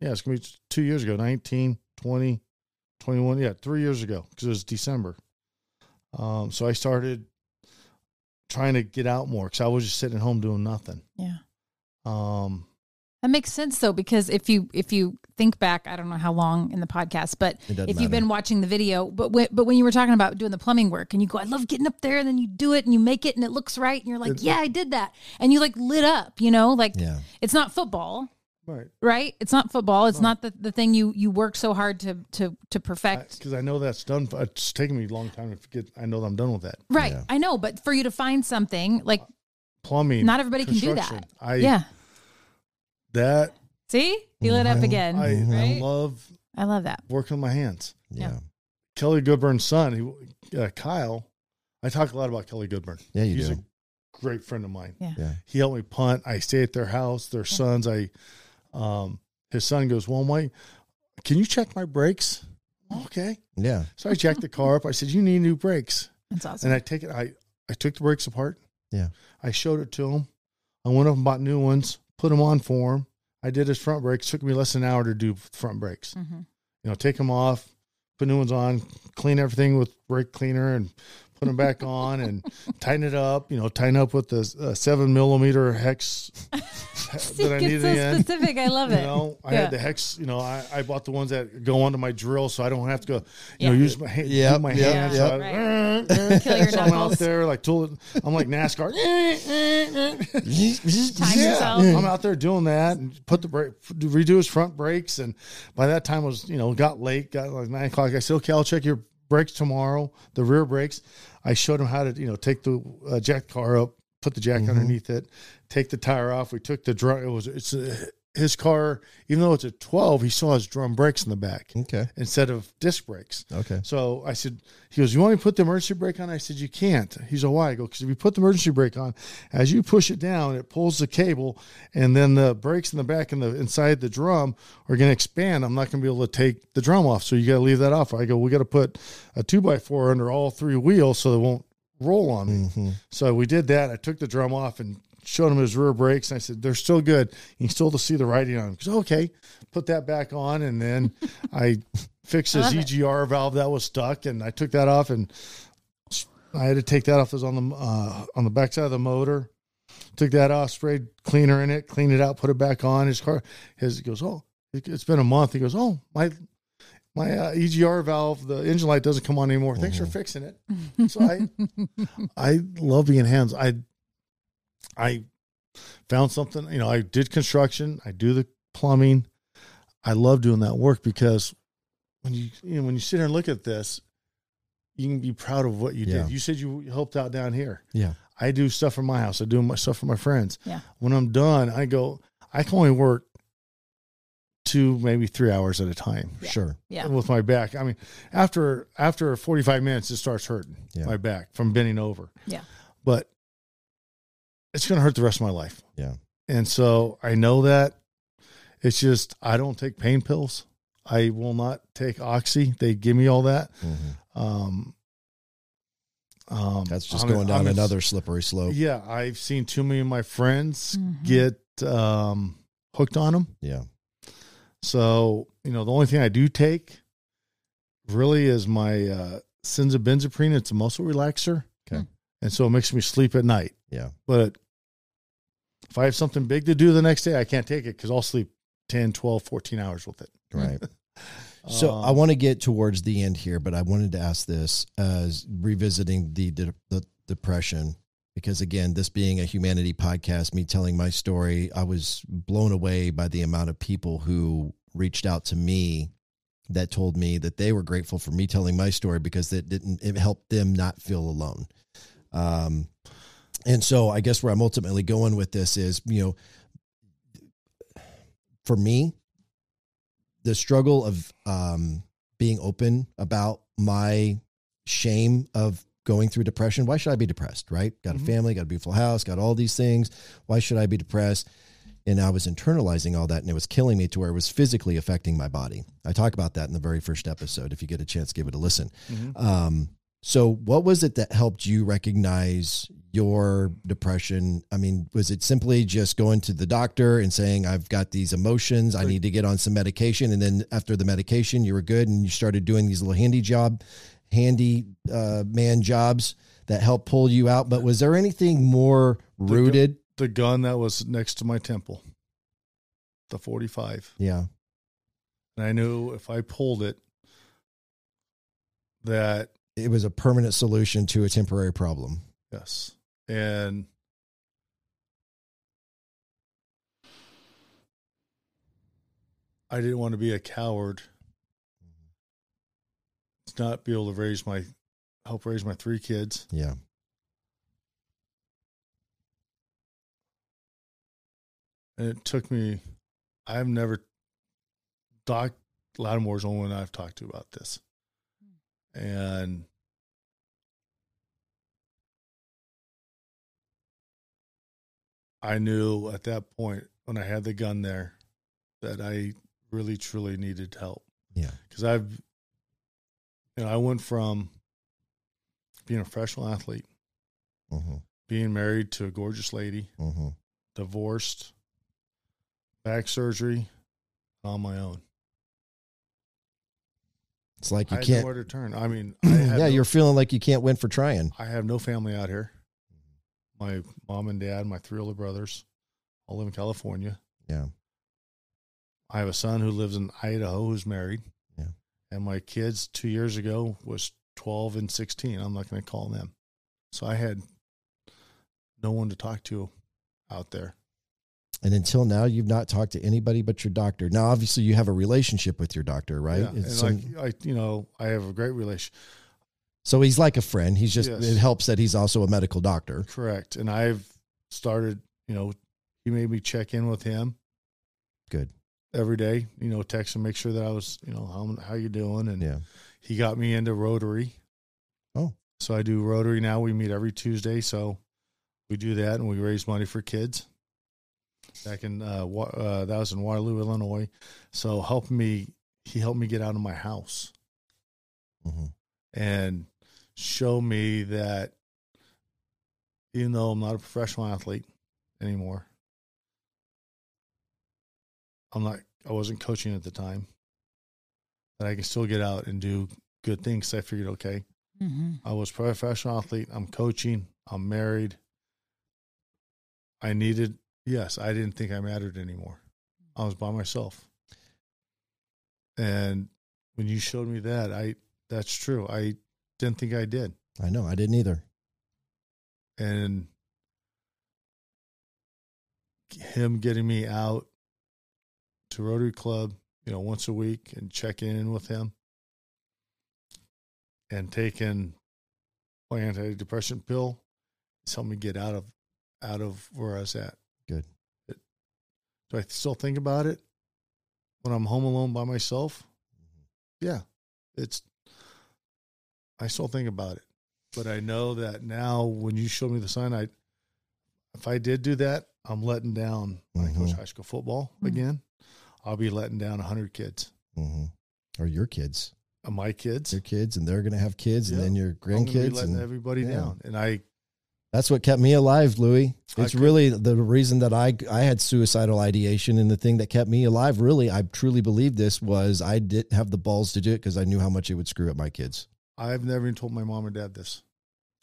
yeah it's going to be two years ago 19 20 21 yeah three years ago because it was december um, so i started trying to get out more because i was just sitting at home doing nothing
Yeah.
um,
That makes sense though, because if you if you think back, I don't know how long in the podcast, but
It
if
doesn't
you've been watching the video, but when, but when you were talking about doing the plumbing work, and you go, I love getting up there, and then you do it, and you make it, and it looks right, and you're like,
It-
Yeah, I did that, and you like lit up, you know, like
Yeah.
it's not football,
right
right? It's not football. It's not the, the thing you you work so hard to to to perfect.
because I, know that's done it's taken me a long time to get i know that i'm done with that
right, I know, but for you to find something like
plumbing
not everybody can do that.
construction, i
yeah,
that
see, you lit up again.
I, I
right?
love
I love that.
working with my hands
Yeah.
Yeah.
Kelly Goodburn's son, he, uh, Kyle. I talk a lot about Kelly Goodburn.
Yeah, you
He's
do.
a great friend of mine.
Yeah.
Yeah.
He helped me punt. I stay at their house. Their sons. I, um, his son goes, "Well, Mike, can you check my brakes?" Okay.
Yeah.
So I jacked the car up. I said, "You need new brakes."
That's awesome.
And I take it. I I took the brakes apart.
Yeah.
I showed it to him. I went up and bought new ones. Put them on for him. I did his front brakes. Took me less than an hour to do front brakes
Mhm.
you know, take them off, put new ones on, clean everything with brake cleaner and put them back on and tighten it up, you know, tighten up with the uh, seven millimeter hex
See,
that I
it's
needed
so
in.
specific. I love
You
it.
know, I
Yeah.
had the hex, you know, I, I bought the ones that go onto my drill so I don't have to go, you know,
Yeah.
use my, hand,
Yep,
do my
yep,
hands.
yep.
So I-
Kill your
so I'm out
knuckles.
there like tool, I'm like NASCAR.
Time yourself.
I'm out there doing that and put the brake, redo his front brakes. And by that time, it was, you know, got late, got like nine o'clock. I said, okay, I'll check your brakes tomorrow, the rear brakes. I showed him how to, you know, take the uh, jack car up, put the jack underneath it, take the tire off. We took the drum. It was, it's a, his car, even though it's a 12, he still has drum brakes in the back
Okay.
instead of disc brakes.
Okay.
So I said, he goes, you want me to put the emergency brake on? I said, you can't. He's a why? I go, because if you put the emergency brake on, as you push it down, it pulls the cable, and then the brakes in the back and the inside the drum are going to expand. I'm not going to be able to take the drum off, so you got to leave that off. I go, we got to put a two by four under all three wheels so they won't roll on me. So we did that. I took the drum off and showed him his rear brakes, and I said, "They're still good. You can still see the writing on them." He goes, "Okay." Put that back on, and then I fixed his EGR valve that was stuck, and I took that off, and I had to take that off. It was on the uh, on the backside of the motor. Took that off, sprayed cleaner in it, cleaned it out, put it back on his car. His he goes, "Oh, it- it's been a month." He goes, "Oh, my." My uh, EGR valve, the engine light doesn't come on anymore. Thanks for fixing it. So I, I love being hands. I I found something, you know, I did construction, I do the plumbing. I love doing that work because when you, you know, when you sit here and look at this, you can be proud of what you
Yeah.
did. You said you helped out down here.
Yeah.
I do stuff for my house. I do my stuff for my friends.
Yeah.
When I'm done, I go, I can only work two, maybe three hours at a time
Sure.
Yeah.
with my back. I mean, after after 45 minutes, it starts hurting
Yeah.
my back from bending over.
Yeah.
but it's going to hurt the rest of my life.
Yeah.
and so I know that. It's just I don't take pain pills. I will not take oxy. They give me all that.
Mhm.
Um, um,
That's just
I'm-
going down
I'm-
another slippery slope.
Yeah, I've seen too many of my friends
Mhm.
get um, hooked on them.
Yeah.
So, you know, the only thing I do take really is my uh benzaprine. It's a muscle relaxer.
Okay.
And so it makes me sleep at night.
Yeah.
But if I have something big to do the next day, I can't take it because I'll sleep 10, 12, 14 hours with it.
Right. So I want to get towards the end here, but I wanted to ask this as revisiting the, de- the depression because again, this being a humanity podcast, me telling my story, I was blown away by the amount of people who reached out to me that told me that they were grateful for me telling my story because it didn't it helped them not feel alone. Um, and so I guess where I'm ultimately going with this is, you know, for me, the struggle of um, being open about my shame of going through depression. Why should I be depressed? Right? Got a family, got a beautiful house, got all these things. Why should I be depressed? And I was internalizing all that, and it was killing me to where it was physically affecting my body. I talk about that in the very first episode. If you get a chance, give it a listen. Um, so, what was it that helped you recognize your depression? I mean, was it simply just going to the doctor and saying, I've got these emotions, I need to get on some medication? And then after the medication, you were good and you started doing these little handy job, handy uh, man jobs that helped pull you out. But was there anything more rooted?
The gun that was next to my temple, the 45.
Yeah.
And I knew if I pulled it, that
It was a permanent solution to a temporary problem.
Yes. And I didn't want to be a coward. To not be able to raise my help raise my three kids.
Yeah.
And it took me I've never Doc Lattimore's the only one I've talked to about this. And I knew at that point when I had the gun there that I really truly needed help.
Yeah.
Because I've, you know, I went from being a professional athlete,
Mm-hmm.
being married to a gorgeous lady,
Mm-hmm.
divorced, back surgery, on my own.
It's like
I
you
had
can't.
nowhere to turn. I mean, I had
yeah,
no-
you're feeling like you can't win for trying.
I have no family out here.
Mm-hmm.
My mom and dad, my three older brothers, all live in California.
Yeah.
I have a son who lives in Idaho who's married.
Yeah.
And my kids two years ago was twelve and sixteen. I'm not gonna call them. So I had no one to talk to out there.
And until now, you've not talked to anybody but your doctor. Now, obviously, you have a relationship with your doctor, right?
Yeah.
It's
And
some-
like I you know, I have a great relation
so he's like a friend. He's just,
Yes.
it helps that he's also a medical doctor.
correct. And I've started, you know, he made me check in with him
Good.
every day, you know, text him, make sure that I was, you know, how how you doing and
Yeah.
he got me into Rotary.
Oh.
So I do Rotary now. We meet every Tuesday. So we do that and we raise money for kids. Back in, uh, Wa- uh, that was in Waterloo, Illinois. So helping me, he helped me get out of my house
Mhm.
and show me that even though I'm not a professional athlete anymore, I'm not, I wasn't coaching at the time, that I can still get out and do good things. I figured, okay,
Mm-hmm.
I was a professional athlete. I'm coaching. I'm married. I needed, yes, I didn't think I mattered anymore. I was by myself. And when you showed me that, I, that's true. I didn't think I did.
I know. I didn't either.
And him getting me out to Rotary Club, you know, once a week and checking in with him and taking my antidepressant pill, it's helped me get out of out of where I was at.
Good.
It- do I still think about it when I'm home alone by myself?
Mm-hmm.
Yeah. It's I still think about it but I know that now when you show me the sign, I if I did do that, I'm letting down. when I coach
Mhm.
high school football again. I'll be letting down hundred kids,
hmm Or your kids,
uh, my kids,
your kids, and they're going to have kids, and
Yeah.
then your
I'm gonna be
grandkids.
letting
And
everybody
yeah.
down. And I
that's what kept me alive, Louis.
I
It's
could-
really the reason that I I had suicidal ideation, and the thing that kept me alive, really, I truly believe this was I didn't have the balls to do it because I knew how much it would screw up my kids.
I've never even told my mom and dad this.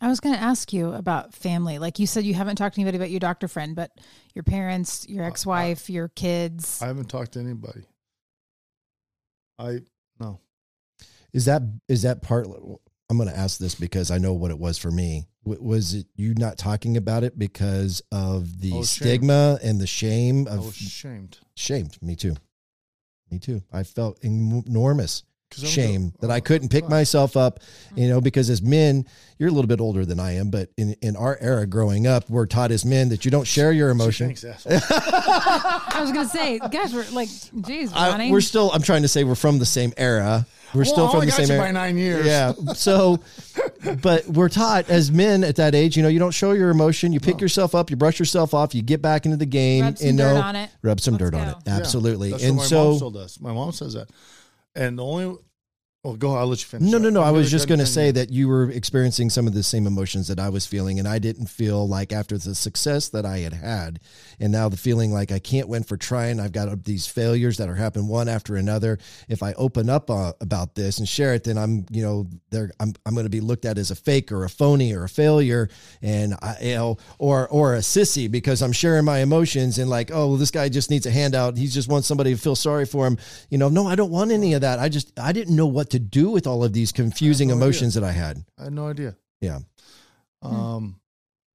I was going to ask you about family. Like you said, you haven't talked to anybody about your doctor friend, but your parents, your ex wife, your kids.
I haven't talked to anybody. I No.
Is that is that part? I'm going to ask this because I know what it was for me. W- was it you not talking about it because of the
Oh, shame. Oh,
stigma and the shame
I
of
was shamed.
shamed? Me too. Me too. I felt enormous
'Cause I'm
shame
the-
that I couldn't pick
fuck.
myself up,
Hmm.
you know, because as men, you're a little bit older than I am, but in, in our era growing up, we're taught as men that you don't share your emotions.
Thanks, asshole.
I was gonna say, guys, we're like, geez,
I,
Ronnie.
we're still, I'm trying to say we're from the same era. We're still
Well, I
from
only
the
got
same
you
era.
by nine years.
Yeah. So, but we're taught as men at that age, you know, you don't show your emotion. You pick yourself up, you brush yourself off, you get back into the game,
Rub some
and
dirt
know,
on it.
rub some
Let's
dirt on
go.
it. Absolutely.
That's
and
what my mom
so,
still does. My mom says that. And the only, well, go. I'll let you finish.
no, no, no. I
I'm
was
gonna
just going to
continue.
say that you were experiencing some of the same emotions that I was feeling, and I didn't feel like after the success that I had had, and now the feeling like I can't win for trying. I've got these failures that are happening one after another. If I open up uh, about this and share it, then I'm, you know, there I'm I'm going to be looked at as a fake or a phony or a failure, and I, you know, or or a sissy because I'm sharing my emotions and like, oh, well, this guy just needs a handout. He just wants somebody to feel sorry for him. You know, no, I don't want any of that. I just I didn't know what to do with all of these confusing
no idea.
emotions that I had.
I had no idea.
Yeah.
Um,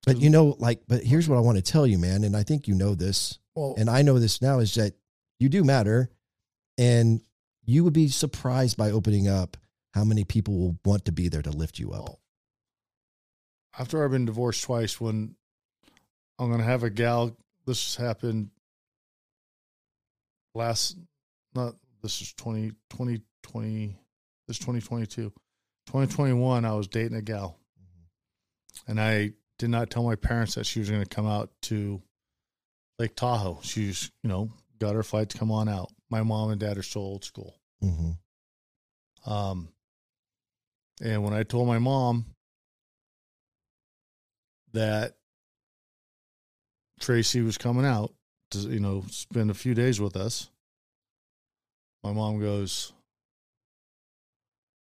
But you know, like, but here's what I want to tell you, man, and I think you know this,
well,
and I know this now is that you do matter, and you would be surprised by opening up how many people will want to be there to lift you up.
after I've been divorced twice, when I'm going to have a gal, this just happened last, not, this is 20, 2020, this is 2022. 2021, I was dating a gal. And I did not tell my parents that she was going to come out to Lake Tahoe. She's, you know, got her flight to come on out. My mom and dad are so old school.
hmm
Um, and when I told my mom that Tracy was coming out to, you know, spend a few days with us, my mom goes,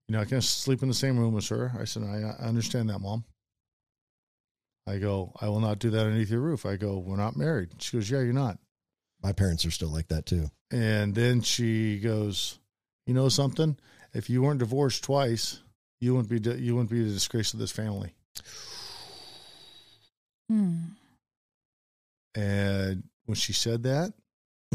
You know, I can't sleep in the same room as her. I said, I, I understand that, mom. I go, I will not do that underneath your roof. I go, We're not married. She goes, Yeah, you're not.
My parents are still like that too.
And then she goes, "You know something? If you weren't divorced twice, you wouldn't be you wouldn't be the disgrace of this family."
Hmm.
And when she said that,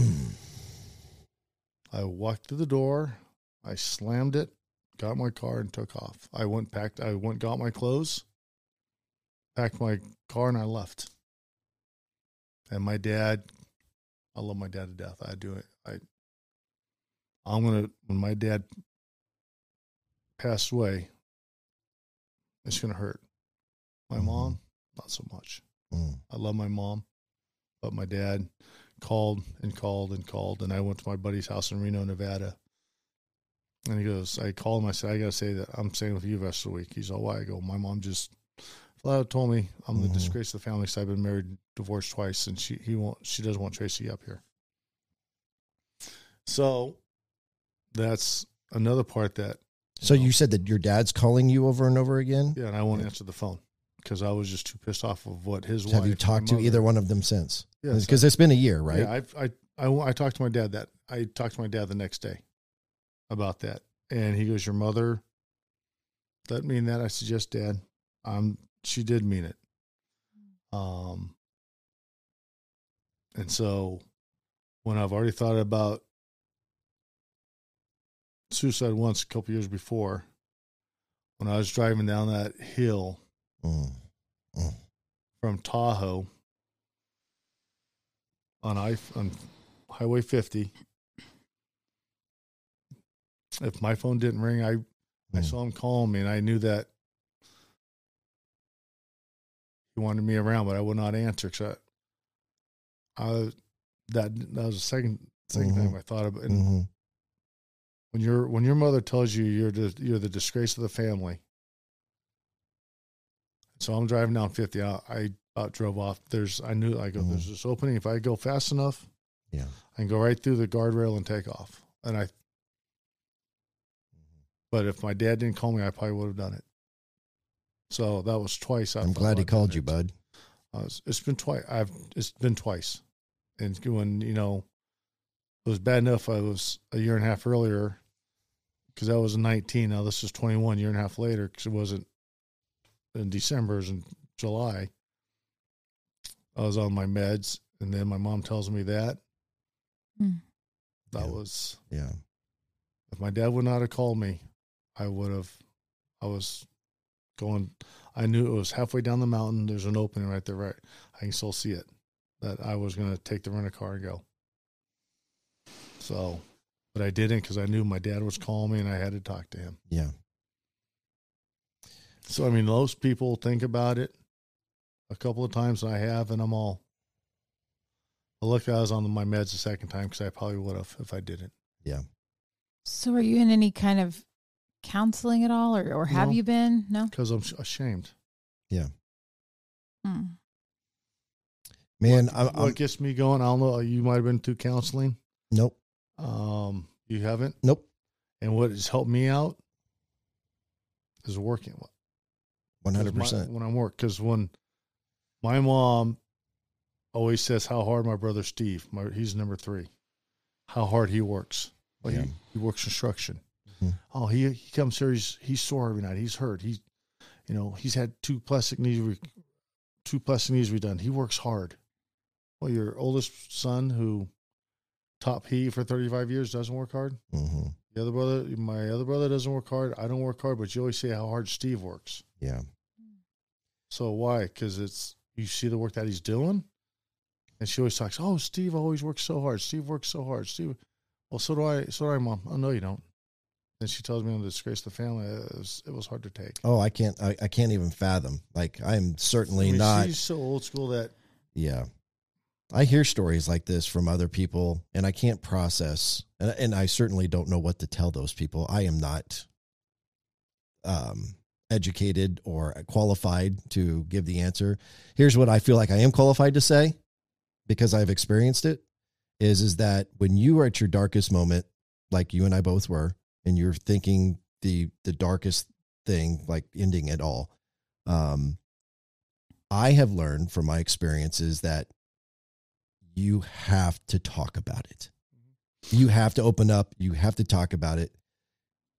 I walked to the door, I slammed it, got my car, and took off. I went packed. I went got my clothes, packed my car, and I left. And my dad, I love my dad to death. I do it. I, I'm gonna when my dad passed away, it's gonna hurt. My
Mhm.
mom, not so much.
Mm.
I love my mom, but my dad called and called and called, and I went to my buddy's house in Reno, Nevada. And he goes, I called him. I said, I gotta say that I'm staying with you the rest of the week. He's all, why? I go, my mom just flat out told me I'm the
Mhm.
disgrace of the family. So I've been married, divorced twice, and she he won't she doesn't want Tracy up here. So that's another part that
So you said that your dad's calling you over and over again.
yeah, and I won't answer the phone because I was just too pissed off of what his wife.
Have you talked to
my
either
mother-
one of them since?
Yes,
Because it's been a year, right?
Yeah, I've- I, I, I, I talked to my dad that I talked to my dad the next day about that, and he goes, "Your mother, that mean that?" I said, "Yes, Dad. Um, she did mean it." Um, and so when I've already thought about suicide once a couple years before, when I was driving down that hill
Mm.
from Tahoe on I on Highway 50. If my phone didn't ring, I I
Mm.
saw him calling me, and I knew that he wanted me around, but I would not answer because I, I that that was the second 2nd time I thought about. And
Mhm.
when your when your mother tells you you're the, you're the disgrace of the family. So I'm driving down 50. I, I about drove off. There's I knew I go
Mhm.
there's this opening. If I go fast enough,
Yeah.
I can go right through the guardrail and take off. And I.
Mm-hmm.
But if my dad didn't call me, I probably would have done it. So that was twice. I
I'm
thought
glad he
about doing
called you,
it.
bud.
Uh, it's, it's been twice. I've it's been twice, and when you know, it was bad enough. I was a year and a half earlier because that was in 19. Now this is 21, year and a half later because it wasn't in December, it was in July. I was on my meds, and then my mom tells me that.
Hmm.
That
Yeah.
was
Yeah.
if my dad would not have called me, I would have. I was going. I knew it was halfway down the mountain. There's an opening right there. Right, I can still see it. That I was going to take the rent a car and go. So, but I didn't because I knew my dad was calling me and I had to talk to him.
Yeah.
So I mean, most people think about it a couple of times. I have, and I'm all. I look, I was on my meds the second time because I probably would have if I didn't.
So, are you in any kind of counseling at all, or, or have
No.
you been? No.
Because I'm ashamed.
Hmm.
Man, I'm,
what
I'm
gets me going? I don't know. You might have been through counseling.
nope.
Um, you haven't.
Nope.
And what has helped me out is working.
One hundred
'Cause
percent.
my- When I'm work, because when my mom always says how hard my brother Steve, my, he's number three, how hard he works. Like
Yeah.
he, he works construction.
Mhm.
Oh, he he comes here. He's he's sore every night. He's hurt. He's you know he's had two plastic knees, re, two plastic knees redone. He works hard. Well, your oldest son who top he for 35 years doesn't work hard.
Mm-hmm.
The other brother, my other brother doesn't work hard. I don't work hard, but you always say how hard Steve works.
Yeah.
So why? Because it's you see the work that he's doing, and she always talks. Oh, Steve always works so hard. Steve works so hard. Steve. Well, so do I. So do I, Mom. Oh no, you don't. Then she tells me I'm the disgrace of the family. It was, it was hard to take.
Oh, I can't. I, I can't even fathom. Like I'm certainly
I mean,
not.
She's so old school that
Yeah. I hear stories like this from other people and I can't process and and I certainly don't know what to tell those people. I am not um educated or qualified to give the answer. Here's what I feel like I am qualified to say because I've experienced it is is that when you are at your darkest moment like you and I both were and you're thinking the the darkest thing like ending it all um I have learned from my experiences that you have to talk about it. You have to open up. You have to talk about it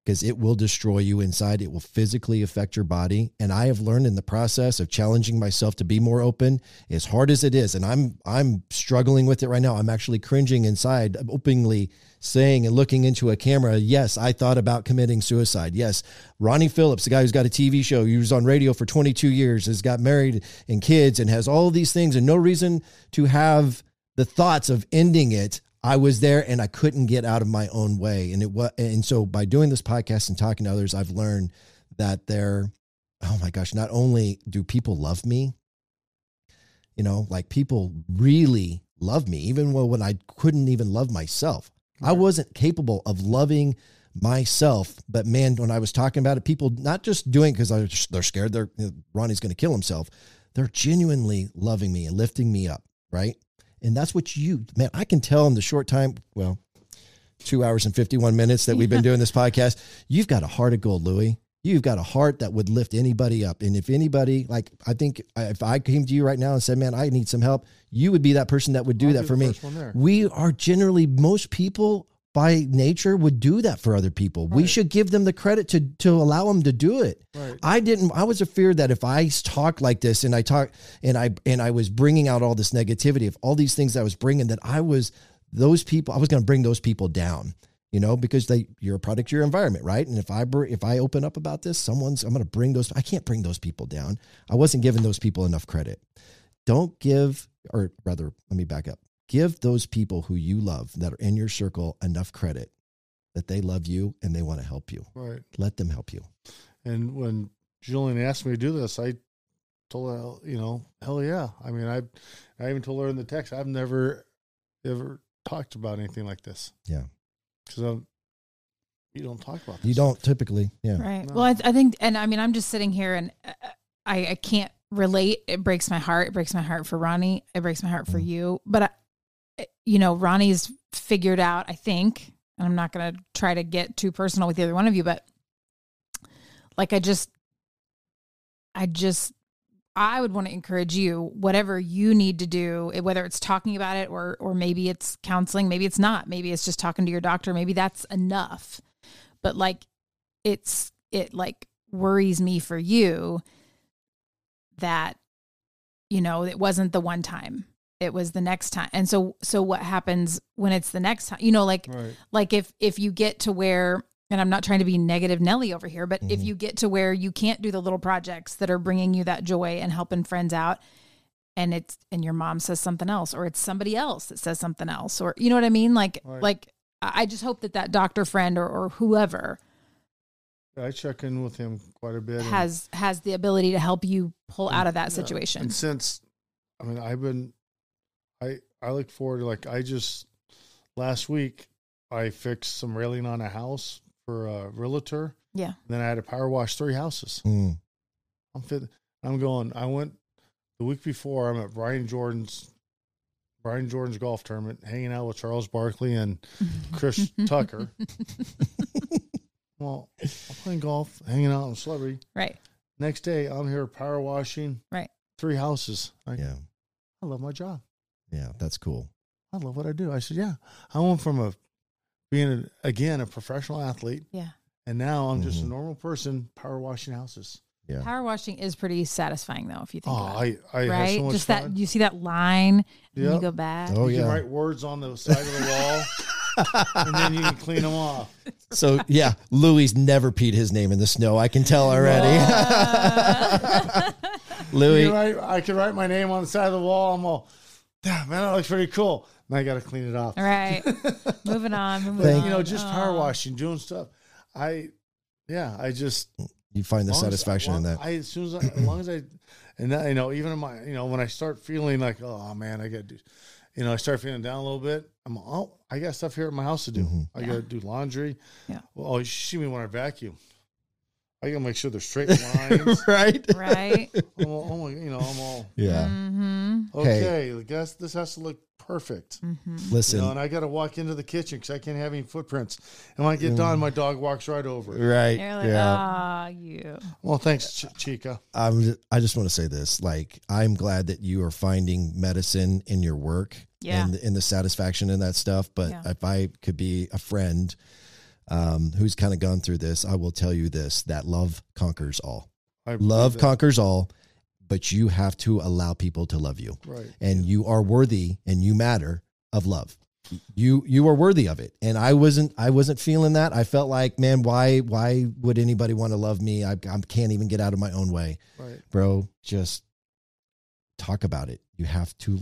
because it will destroy you inside. It will physically affect your body. And I have learned in the process of challenging myself to be more open, as hard as it is, and I'm I'm struggling with it right now. I'm actually cringing inside, openly saying and looking into a camera, yes, I thought about committing suicide. Yes, Ronnie Phillips, the guy who's got a TV show, he was on radio for 22 years, has got married and kids and has all these things and no reason to have the thoughts of ending it. I was there and I couldn't get out of my own way. And it was, and so by doing this podcast and talking to others, I've learned that there, oh my gosh, not only do people love me, you know, like people really love me, even though when I couldn't even love myself, I wasn't capable of loving myself. But man, when I was talking about it, people not just doing because they're scared they're you know, Ronnie's going to kill himself. They're genuinely loving me and lifting me up, right? And that's what you, man. I can tell in the short time, well, two hours and fifty-one minutes that we've been doing this podcast, you've got a heart of gold, Louis. You've got a heart that would lift anybody up. And if anybody, like, I think if I came to you right now and said, "Man, I need some help," you would be that person that would do
I'll
that
be
for
the
me
first one there.
we are generally most people by nature would do that for other people. We
Right.
should give them the credit to to allow them to do it.
Right.
I didn't I was afraid that if I talked like this and I talked and I and I was bringing out all this negativity of all these things I was bringing that I was those people I was going to bring those people down. You know, because they you're a product of your environment, right? And if I br- if I open up about this, someone's I'm going to bring those I can't bring those people down. I wasn't giving those people enough credit don't give or rather let me back up give those people who you love that are in your circle enough credit that they love you and they want to help you
right.
let them help you
And when Jillian asked me to do this, I told her, you know, hell yeah. I mean, I, I even told her in the text, I've never ever talked about anything like this.
Yeah.
Because I'm, you don't talk about this.
you don't typically yeah
Right.
No.
Well, I, I think, and I mean, I'm just sitting here and uh, I, I can't relate. It breaks my heart. It breaks my heart for Ronnie. It breaks my heart for you. But, I, you know, Ronnie's figured out, I think, and I'm not going to try to get too personal with the other one of you, but like I just, I just, I would want to encourage you, whatever you need to do, eh, whether it's talking about it or, or maybe it's counseling, maybe it's not, maybe it's just talking to your doctor, maybe that's enough but like it's it like worries me for you that you know it wasn't the one time it was the next time and so so what happens when it's the next time you know like
Right.
like if if you get to where and i'm not trying to be negative nelly over here but if
Mm-hmm.
you get to where you can't do the little projects that are bringing you that joy and helping friends out and it's and your mom says something else or it's somebody else that says something else or you know what i mean like
Right.
like i I just hope that that doctor friend or, or whoever
I check in with him quite a bit. and-
has has the ability to help you pull out of that
Yeah.
situation
And since, I mean, I've been, I I look forward to like I just last week I fixed some railing on a house for a realtor.
Yeah.
And then I had to power wash three houses.
Mm.
I'm fit. I'm going. I went the week before. I'm at Brian Jordan's Brian Jordan's golf tournament, hanging out with Charles Barkley and Chris Tucker. well, I'm playing golf, hanging out with a celebrity.
right
Next day, I'm here power washing.
Right.
Three houses. Like,
Yeah.
I love my job.
Yeah. That's cool.
I love what I do. I said, yeah. I went from a being a, again a professional athlete,
yeah
and now I'm just a
Mhm.
normal person power washing houses.
Yeah.
power washing is pretty satisfying though if you think
Oh,
about it
I I have
right
so much
just
fun.
that you see that line and you
Yep.
go back
Oh,
you
yeah.
can write words on the side of the wall, and then you can clean them off.
So, yeah, Louis never peed his name in the snow. I can tell already.
Oh,
You
Louis,
uh,
can write, I can write my name on the side of the wall. I'm all, damn man, that looks pretty cool. Now I got to clean it off.
all right moving on moving
But
on.
you know, just
Oh.
power washing, doing stuff. I, yeah, I just
you find the
long as-
satisfaction in
long-
that.
I as soon as I, as long as I, and that, you know, even in my, you know, when I start feeling like, oh man, I got to do, you know, I start feeling down a little bit. I'm oh, I got stuff here at my house to do.
Mm-hmm.
I got to do laundry.
Yeah.
Well, oh, you should see me when I vacuum. I got to make sure they're straight lines.
right?
right
I'm all, oh my, you know, I'm all
Yeah.
Mm.
okay. I guess this has to look perfect. You
Listen,
know, and I got to walk into the kitchen because I can't have any footprints. And when I get done, my dog walks right over. it.
right.
you're like
Mm. yeah.
ah you
Well, thanks, Ch- Chica.
I'm, I just want to say this. Like, I'm glad that you are finding medicine in your work
Yeah.
and, and the satisfaction in that stuff. But
Yeah.
if I could be a friend um, who's kind of gone through this, I will tell you this that love conquers all.
I believe
Love
that.
conquers all, but you have to allow people to love you.
Right.
And you are worthy and you matter of love. You you are worthy of it. And I wasn't I wasn't feeling that. I felt like, man, why why would anybody want to love me? I, I can't even get out of my own way
Right.
bro, just talk about it. You have to,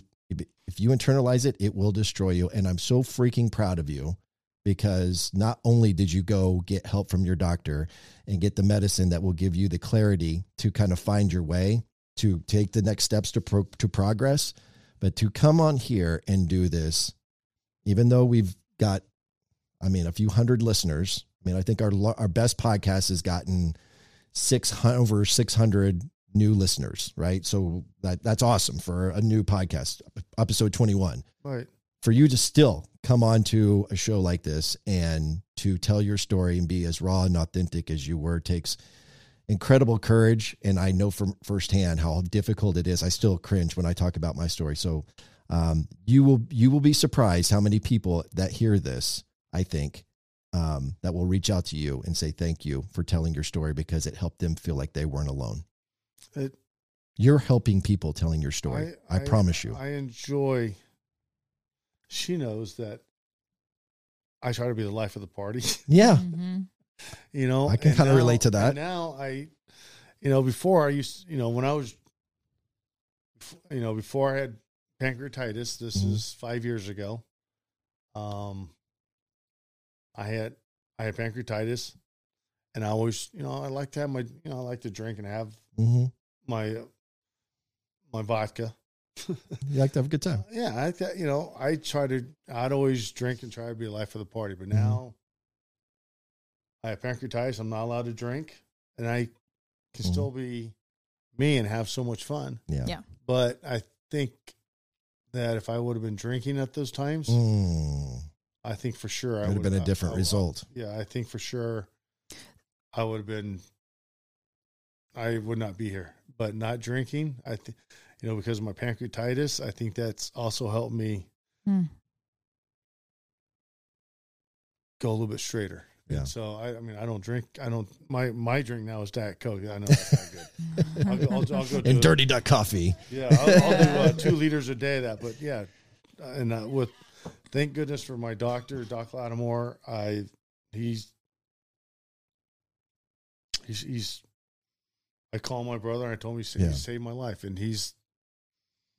if you internalize it, it will destroy you. And I'm so freaking proud of you because not only did you go get help from your doctor and get the medicine that will give you the clarity to kind of find your way to take the next steps to pro- to progress, but to come on here and do this, even though we've got, I mean, a few hundred listeners. I mean, I think our lo- our best podcast has gotten six hundred over six hundred new listeners, right? So that that's awesome for a new podcast episode twenty one.
Right.
For you to still come on to a show like this and to tell your story and be as raw and authentic as you were takes incredible courage. And I know from firsthand how difficult it is. I still cringe when I talk about my story. So um, you will you will be surprised how many people that hear this. I think um, that will reach out to you and say thank you for telling your story because it helped them feel like they weren't alone.
It,
You're helping people telling your story. I, promise you.
I enjoy. She knows that I try to be the life of the party.
yeah.
Mhm.
You know,
I can
And
kinda
now-
relate to that.
and Now I, you know, before I used, you know, when I was, you know, before I had pancreatitis, this
Mhm.
is five years ago. Um, I had I had pancreatitis, and I always, you know, I like to have my, you know, I like to drink and have
hmm
my my vodka.
You like to have a good time.
Yeah, I th- you know, I try to I'd always drink and try to be a life of the party,
Mm-hmm.
but now I have pancreatitis, I'm not allowed to drink, and I can
Mhm.
still be me and have so much fun.
Yeah.
Yeah.
But I think that if I would have been drinking at those times,
Mm.
I think for sure I
It would have been a
I-
different
I-
result.
Yeah, I think for sure I would have been I would not be here. But not drinking, I think you know, because of my pancreatitis, I think that's also helped me
Hmm.
go a little bit straighter.
Yeah.
So I, I mean, I don't drink. I don't. My my drink now is Diet Coke. I know that's not good. I'll, go- I'll, I'll go do
and dirty duck coffee.
Yeah, I'll, I'll do uh, two liters a day. of That, but yeah, uh, and uh, with thank goodness for my doctor, Doc Lattimore. I he's he's, he's I call my brother. and I told him he saved,
Yeah.
he saved my life, and he's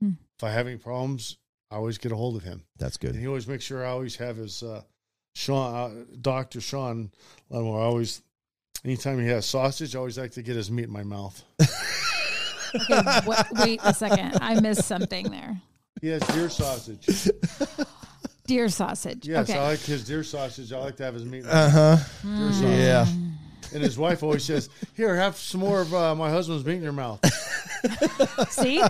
Hmm.
if I have any problems, I always get a hold of him.
That's
And
good.
he always makes sure I always have his uh, Sean, uh, Doctor Sean Lattimore. I always, anytime he has sausage, I always like to get his meat in my mouth.
Okay, wa- wait a second. I missed something there.
He has deer sausage.
Deer sausage.
Yes,
okay. Hmm.
I like his deer sausage. I like to have his meat.
Uh huh.
deer sausage.
Yeah.
And his wife always says, "Here, have some more of uh, my husband's meat in your mouth."
See?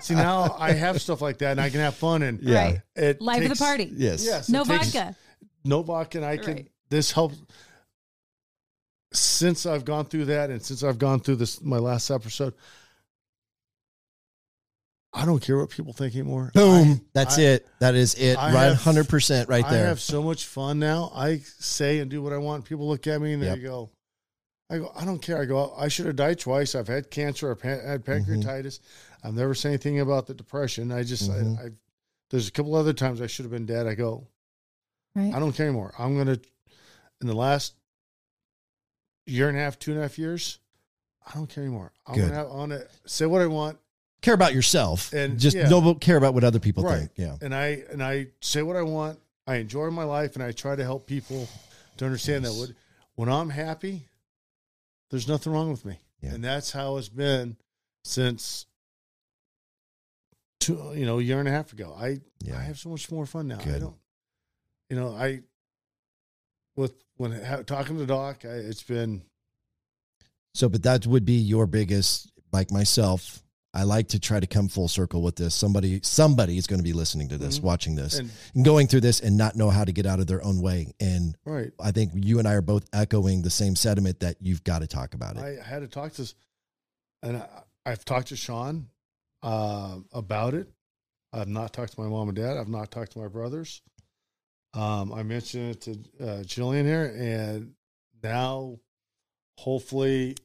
See, now I have stuff like that, and I can have fun and
Yeah.
Right.
it
Life of
takes-
the party.
Yes.
Yes,
No
it takes-
vodka.
no vodka. And I can.
Right.
This helps. Since I've gone through that, and since I've gone through this, my last episode, I don't care what people think anymore.
Boom. That's
I-
it. That is it.
I
right.
have-
Hundred percent. Right
I
there.
have so much fun now. I say and do what I want. People look at me and
Yep.
they go, I go, I don't care. I go, I should have died twice. I've had cancer. I've had had
Mm-hmm.
pancreatitis. I've never said anything about the depression. I just,
Mhm.
I, I, there's a couple other times I should have been dead. I go,
Right.
I don't care anymore. I'm going to, in the last year and a half, two and a half years, I don't care anymore. I'm
Good.
going to have on it, say what I want.
care about yourself and
And,
just
yeah.
don't care about what other people
Right.
think. Yeah.
and I and I say what I want. I enjoy my life, and I try to help people to understand that when- when I'm happy, there's nothing wrong with me,
Yeah.
and that's how it's been since two, you know, a year and a half ago. I
Yeah.
I have so much more fun now. I
Good.
don't, you know, I with when ha- talking to Doc, I, it's been
So, but that would be your biggest, like myself. I like to try to come full circle with this. Somebody, somebody is going to be listening to this,
Mhm.
watching this,
and
and going through this, and not know how to get out of their own way. And
right.
I think you and I are both echoing the same sentiment that you've got to talk about it.
I had to talk to, s- and I, I've talked to Sean uh, about it. I've not talked to my mom and dad. I've not talked to my brothers. Um, I mentioned it to uh, Jillian here, and now hopefully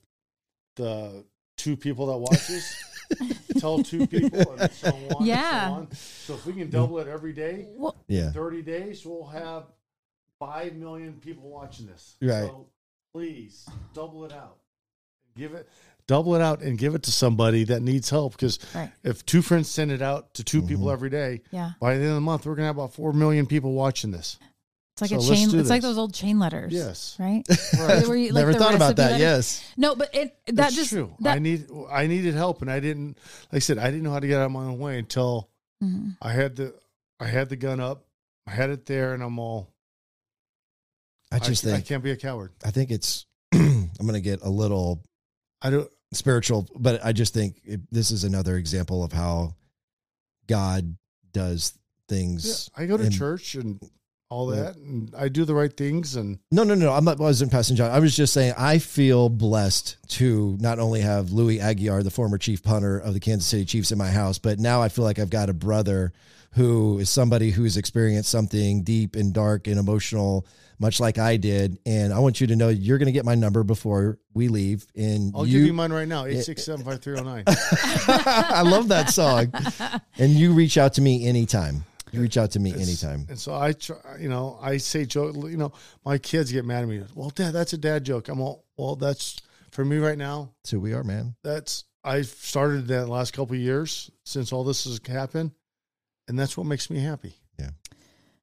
the two people that watch this tell two people and so on. and so
Yeah.
on. so if we can double it every day,
Well,
yeah.
30 days, we'll have 5 million people watching this.
Right.
So please double it out. Give it double it out and give it to somebody that needs help because
Right.
if two friends send it out to 2
Mm-hmm.
people every day,
yeah.
by the end of the month we're going to have about 4 million people watching this.
It's like a
So let's
chain.
do
It's like
this.
those old chain letters.
Yes.
Right.
Right.
Where you- like
Never
the
thought about
recipe
that.
letter.
Yes.
No, but it that
That's
just
true.
that-
I need I needed help and I didn't like I said I didn't know how to get out of my own way until
Mhm.
I had the I had the gun up. I had it there and I'm all
I just
I,
think,
can't be a coward.
I think it's, I'm going to get a little
I don't
spiritual, but I just think it, this is another example of how God does things.
Yeah, I go to
and-
church and all
Yeah.
that, and I do the right things, and
No, no, no. I'm not. I wasn't passing John. I was just saying I feel blessed to not only have Louis Aguiar, the former chief punter of the Kansas City Chiefs, in my house, but now I feel like I've got a brother who is somebody who's experienced something deep and dark and emotional, much like I did. And I want you to know you're going to get my number before we leave. And
I'll
you,
give you mine right now eight six seven five three zero nine.
I love that song. and you reach out to me anytime. You reach out to me anytime.
And so I, try, you know, I say joke. You know, my kids get mad at me. Well, Dad, that's a dad joke. I'm all well. That's for me right now.
That's who we are, man.
That's I started that last couple of years since all this has happened, and that's what makes me happy.
Yeah.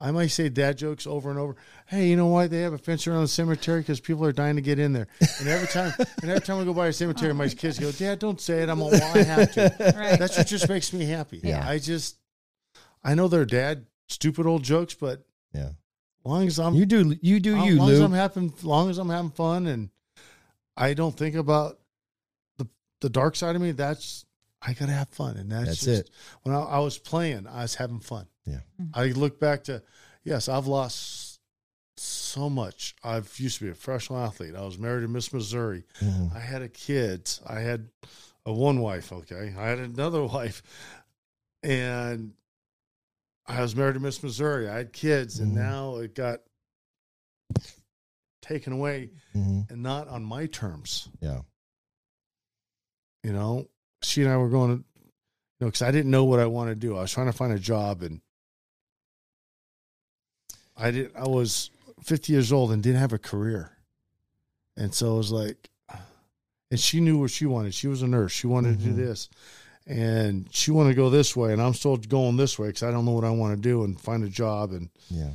I might say dad jokes over and over. Hey, you know why they have a fence around the cemetery? Because people are dying to get in there. And every time, and every time we go by a cemetery, my, kids go, "Dad, don't say it." I'm all, "Well, I have to."
right.
That's what just makes me happy.
Yeah.
I just, I know they're dad stupid old jokes, but
Yeah.
long as I'm,
You do. You do.
long,
You,
long as I'm
Lou.
having, long as I'm having fun, and I don't think about the the dark side of me. That's I gotta have fun, and that's,
That's
just,
it.
When I, I was playing, I was having fun.
Yeah.
I look back to, yes, I've lost so much. I've used to be a professional athlete. I was married to Miss Missouri.
Mhm.
I had a kid. I had a one wife. Okay, I had another wife, and I was married to Miss Missouri. I had kids, and
Mhm.
now it got taken away
Mhm.
and not on my terms.
Yeah.
You know, she and I were going to, you know, because I didn't know what I wanted to do. I was trying to find a job and I did I was 50 years old and didn't have a career. And so it was like, and she knew what she wanted. She was a nurse. She wanted to do this and she wanted to go this way. And I'm still going this way because I don't know what I want to do and find a job. And,
Yeah.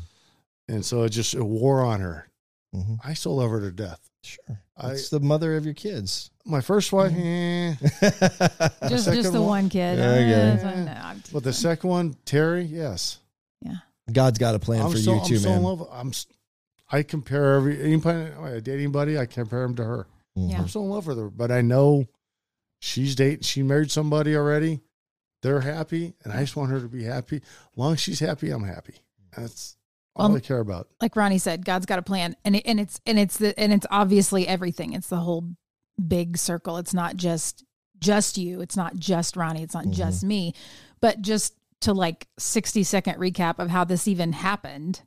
and so it just, it wore on her.
Mhm.
I still love her to death.
Sure.
I-
It's the mother of your kids.
My first wife, eh.
Just
second
just the
one-
one kid.
Yeah, okay.
Uh, so no, I'm
But the second one, Terry, yes.
God's got a plan
I'm
for
so,
you too,
I'm so
man.
in love. I'm, s- I compare every anybody I date anybody, I compare him to her.
Yeah.
Mm.
I'm so in love with her, but I know she's dating. She married somebody already. They're happy, and I just want her to be happy. As long as she's happy, I'm happy. That's all
Um,
I care about.
like Ronnie said, God's got a plan, and it, and it's and it's the and it's obviously everything. It's the whole big circle. It's not just just you. It's not just Ronnie. It's not just me, but just to like sixty second recap of how this even happened.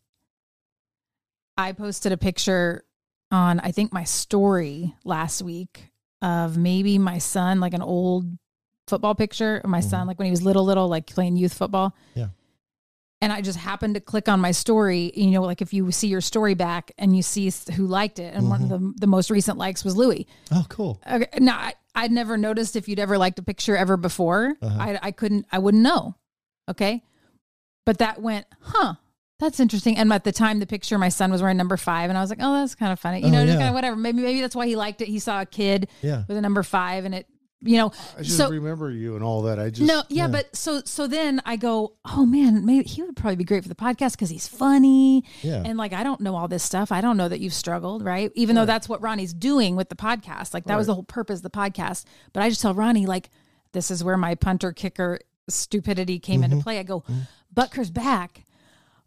I posted a picture on I think my story last week of maybe my son, like an old football picture of my son, like when he was little, little, like playing youth football and I just happened to click on my story. You know, like if you see your story back and you see s- who liked it, and one of the the most recent likes was Louis.
Oh, cool.
Okay, now I, I'd never noticed if you'd ever liked a picture ever before. I I couldn't I wouldn't know. Okay, but that went, huh? That's interesting. And at the time, the picture my son was wearing number five, and I was like, oh, that's kind of funny. You
Oh,
know,
yeah.
just kind of whatever. Maybe maybe that's why he liked it. He saw a kid
Yeah.
with a number five, and it. You know,
I just
so
remember you and all that. I just
no, yeah, but so so then I go, oh man, maybe he would probably be great for the podcast because he's funny.
Yeah.
And like I don't know all this stuff. I don't know that you've struggled, right? Even though that's what Ronnie's doing with the podcast. Like that was the whole purpose of the podcast. But I just tell Ronnie, like, this is where my punter kicker stupidity came into play. I go, Butker's back.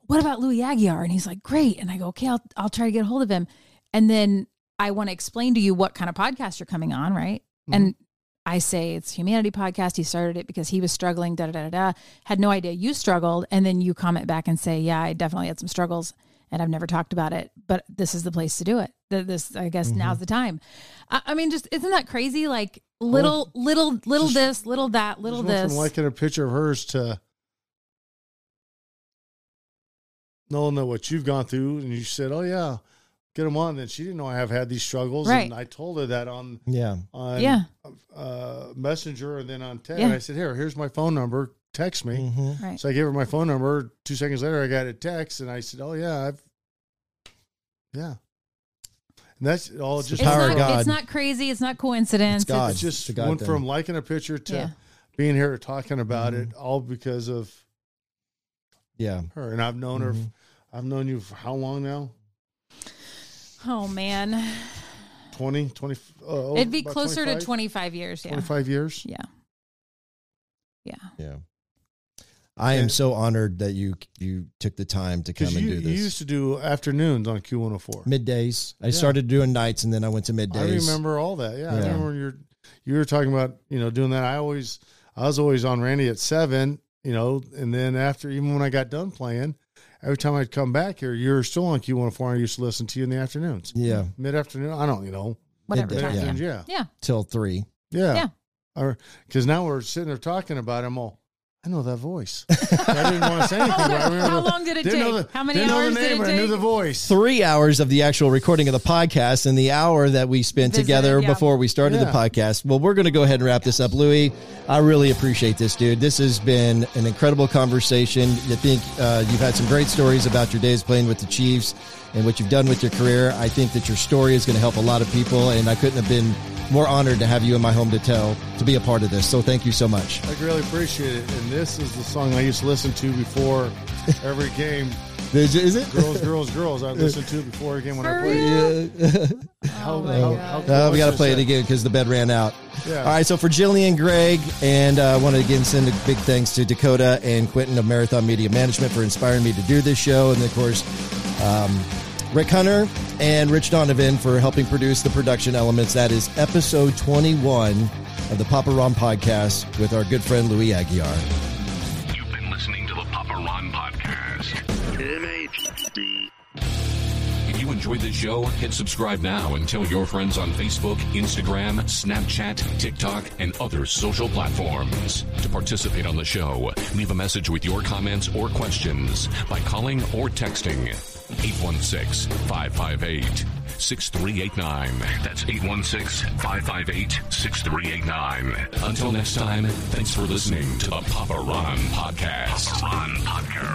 What about Louis Aguiar? And he's like, great. And I go, okay, I'll I'll try to get a hold of him. And then I want to explain to you what kind of podcast you're coming on, right? And I say it's humanity podcast. He started it because he was struggling, da da da da. da. Had no idea you struggled, and then you comment back and say, "Yeah, I definitely had some struggles, and I've never talked about it, but this is the place to do it. Th- This, I guess, now's the time." I, I mean, just isn't that crazy? Like little, little, little this, little that,
I just
little
went
this.
from liking a picture of hers to knowing that what you've gone through, and you said, "Oh yeah, get them on." Then she didn't know I have had these struggles,
Right.
and I told her that on
Yeah.
on
Yeah.
uh, Messenger and then on text.
Yeah.
I said, "Here, here's my phone number. Text me."
Mhm.
Right.
So I gave her my phone number. Two seconds later, I got a text, and I said, "Oh yeah, I've yeah." And that's it all. Just
it's
power
not.
of God.
It's not crazy. It's not coincidence.
It's God.
it just
It's a God
went
thing.
from liking a picture to
Yeah.
being here to talking about it,
Mm-hmm.
all because of
Yeah.
her. And I've known her.
Mm-hmm.
I've known you for how long now?
It's- oh man,
20, 20 uh,
it'd be
about
closer to twenty five years. Yeah.
25 years.
Yeah. Yeah.
Yeah. I am
And-
so honored that you you took the time to come
Because
and
you,
do
you
this.
used to do afternoons on Q104.
middays. I started doing nights and then I went to middays.
I remember all that. Yeah, I
Yeah.
remember you're you were talking about you know doing that. I always I was always on Randy at seven. You know, and then after even when I got done playing, every time I'd come back here, you're still on Q one oh four. I used to listen to you in the afternoons,
Yeah.
mid afternoon. I don't you know
Whatever.
did,
time,
yeah.
yeah.
afternoon. Yeah,
Yeah.
Till three.
yeah,
Yeah.
Or because now we're sitting there talking about him all. I know that voice. I didn't want to say anything. but I
How
remember-
long did it
didn't know
take? How many
didn't know the
hours did it
name, but I knew
take?
the voice.
Three hours of the actual recording of the podcast and the hour that we spent
Visit,
together
yeah.
before we started the
Yeah.
podcast. Well, we're going to go ahead and wrap this up. Louis, I really appreciate this, dude. This has been an incredible conversation. I think uh, you've had some great stories about your days playing with the Chiefs and what you've done with your career. I think that your story is going to help a lot of people, and I couldn't have been more honored to have you in my home to tell to be a part of this. So thank you so much.
I really appreciate it. And this is the song I used to listen to before every game.
Is is it?
Girls, girls, girls. I listened to it before every game when I
For
played.
real? Oh
How,
my
how,
God.
how cool
Uh, we
was
got to
this
play it
shit?
again because the bed ran out.
Yeah.
All right, so for Jillian, Greg, and uh, I want to again send a big thanks to Dakota and Quentin of Marathon Media Management for inspiring me to do this show. And of course, um, Rick Hunter and Rich Donovan for helping produce the production elements. That is episode 21 of the Papa Ron podcast with our good friend Louis Aguiar.
You've been listening to the Papa Ron Podcast. If you enjoyed enjoyed the show, hit subscribe now and tell your friends on Facebook, Instagram, Snapchat, TikTok, and other social platforms. To participate on the show, leave a message with your comments or questions by calling or texting 816 558 6389. That's 816 558 6389. Until next time, thanks for listening to the Papa Ron Podcast. Papa Ron Podcast.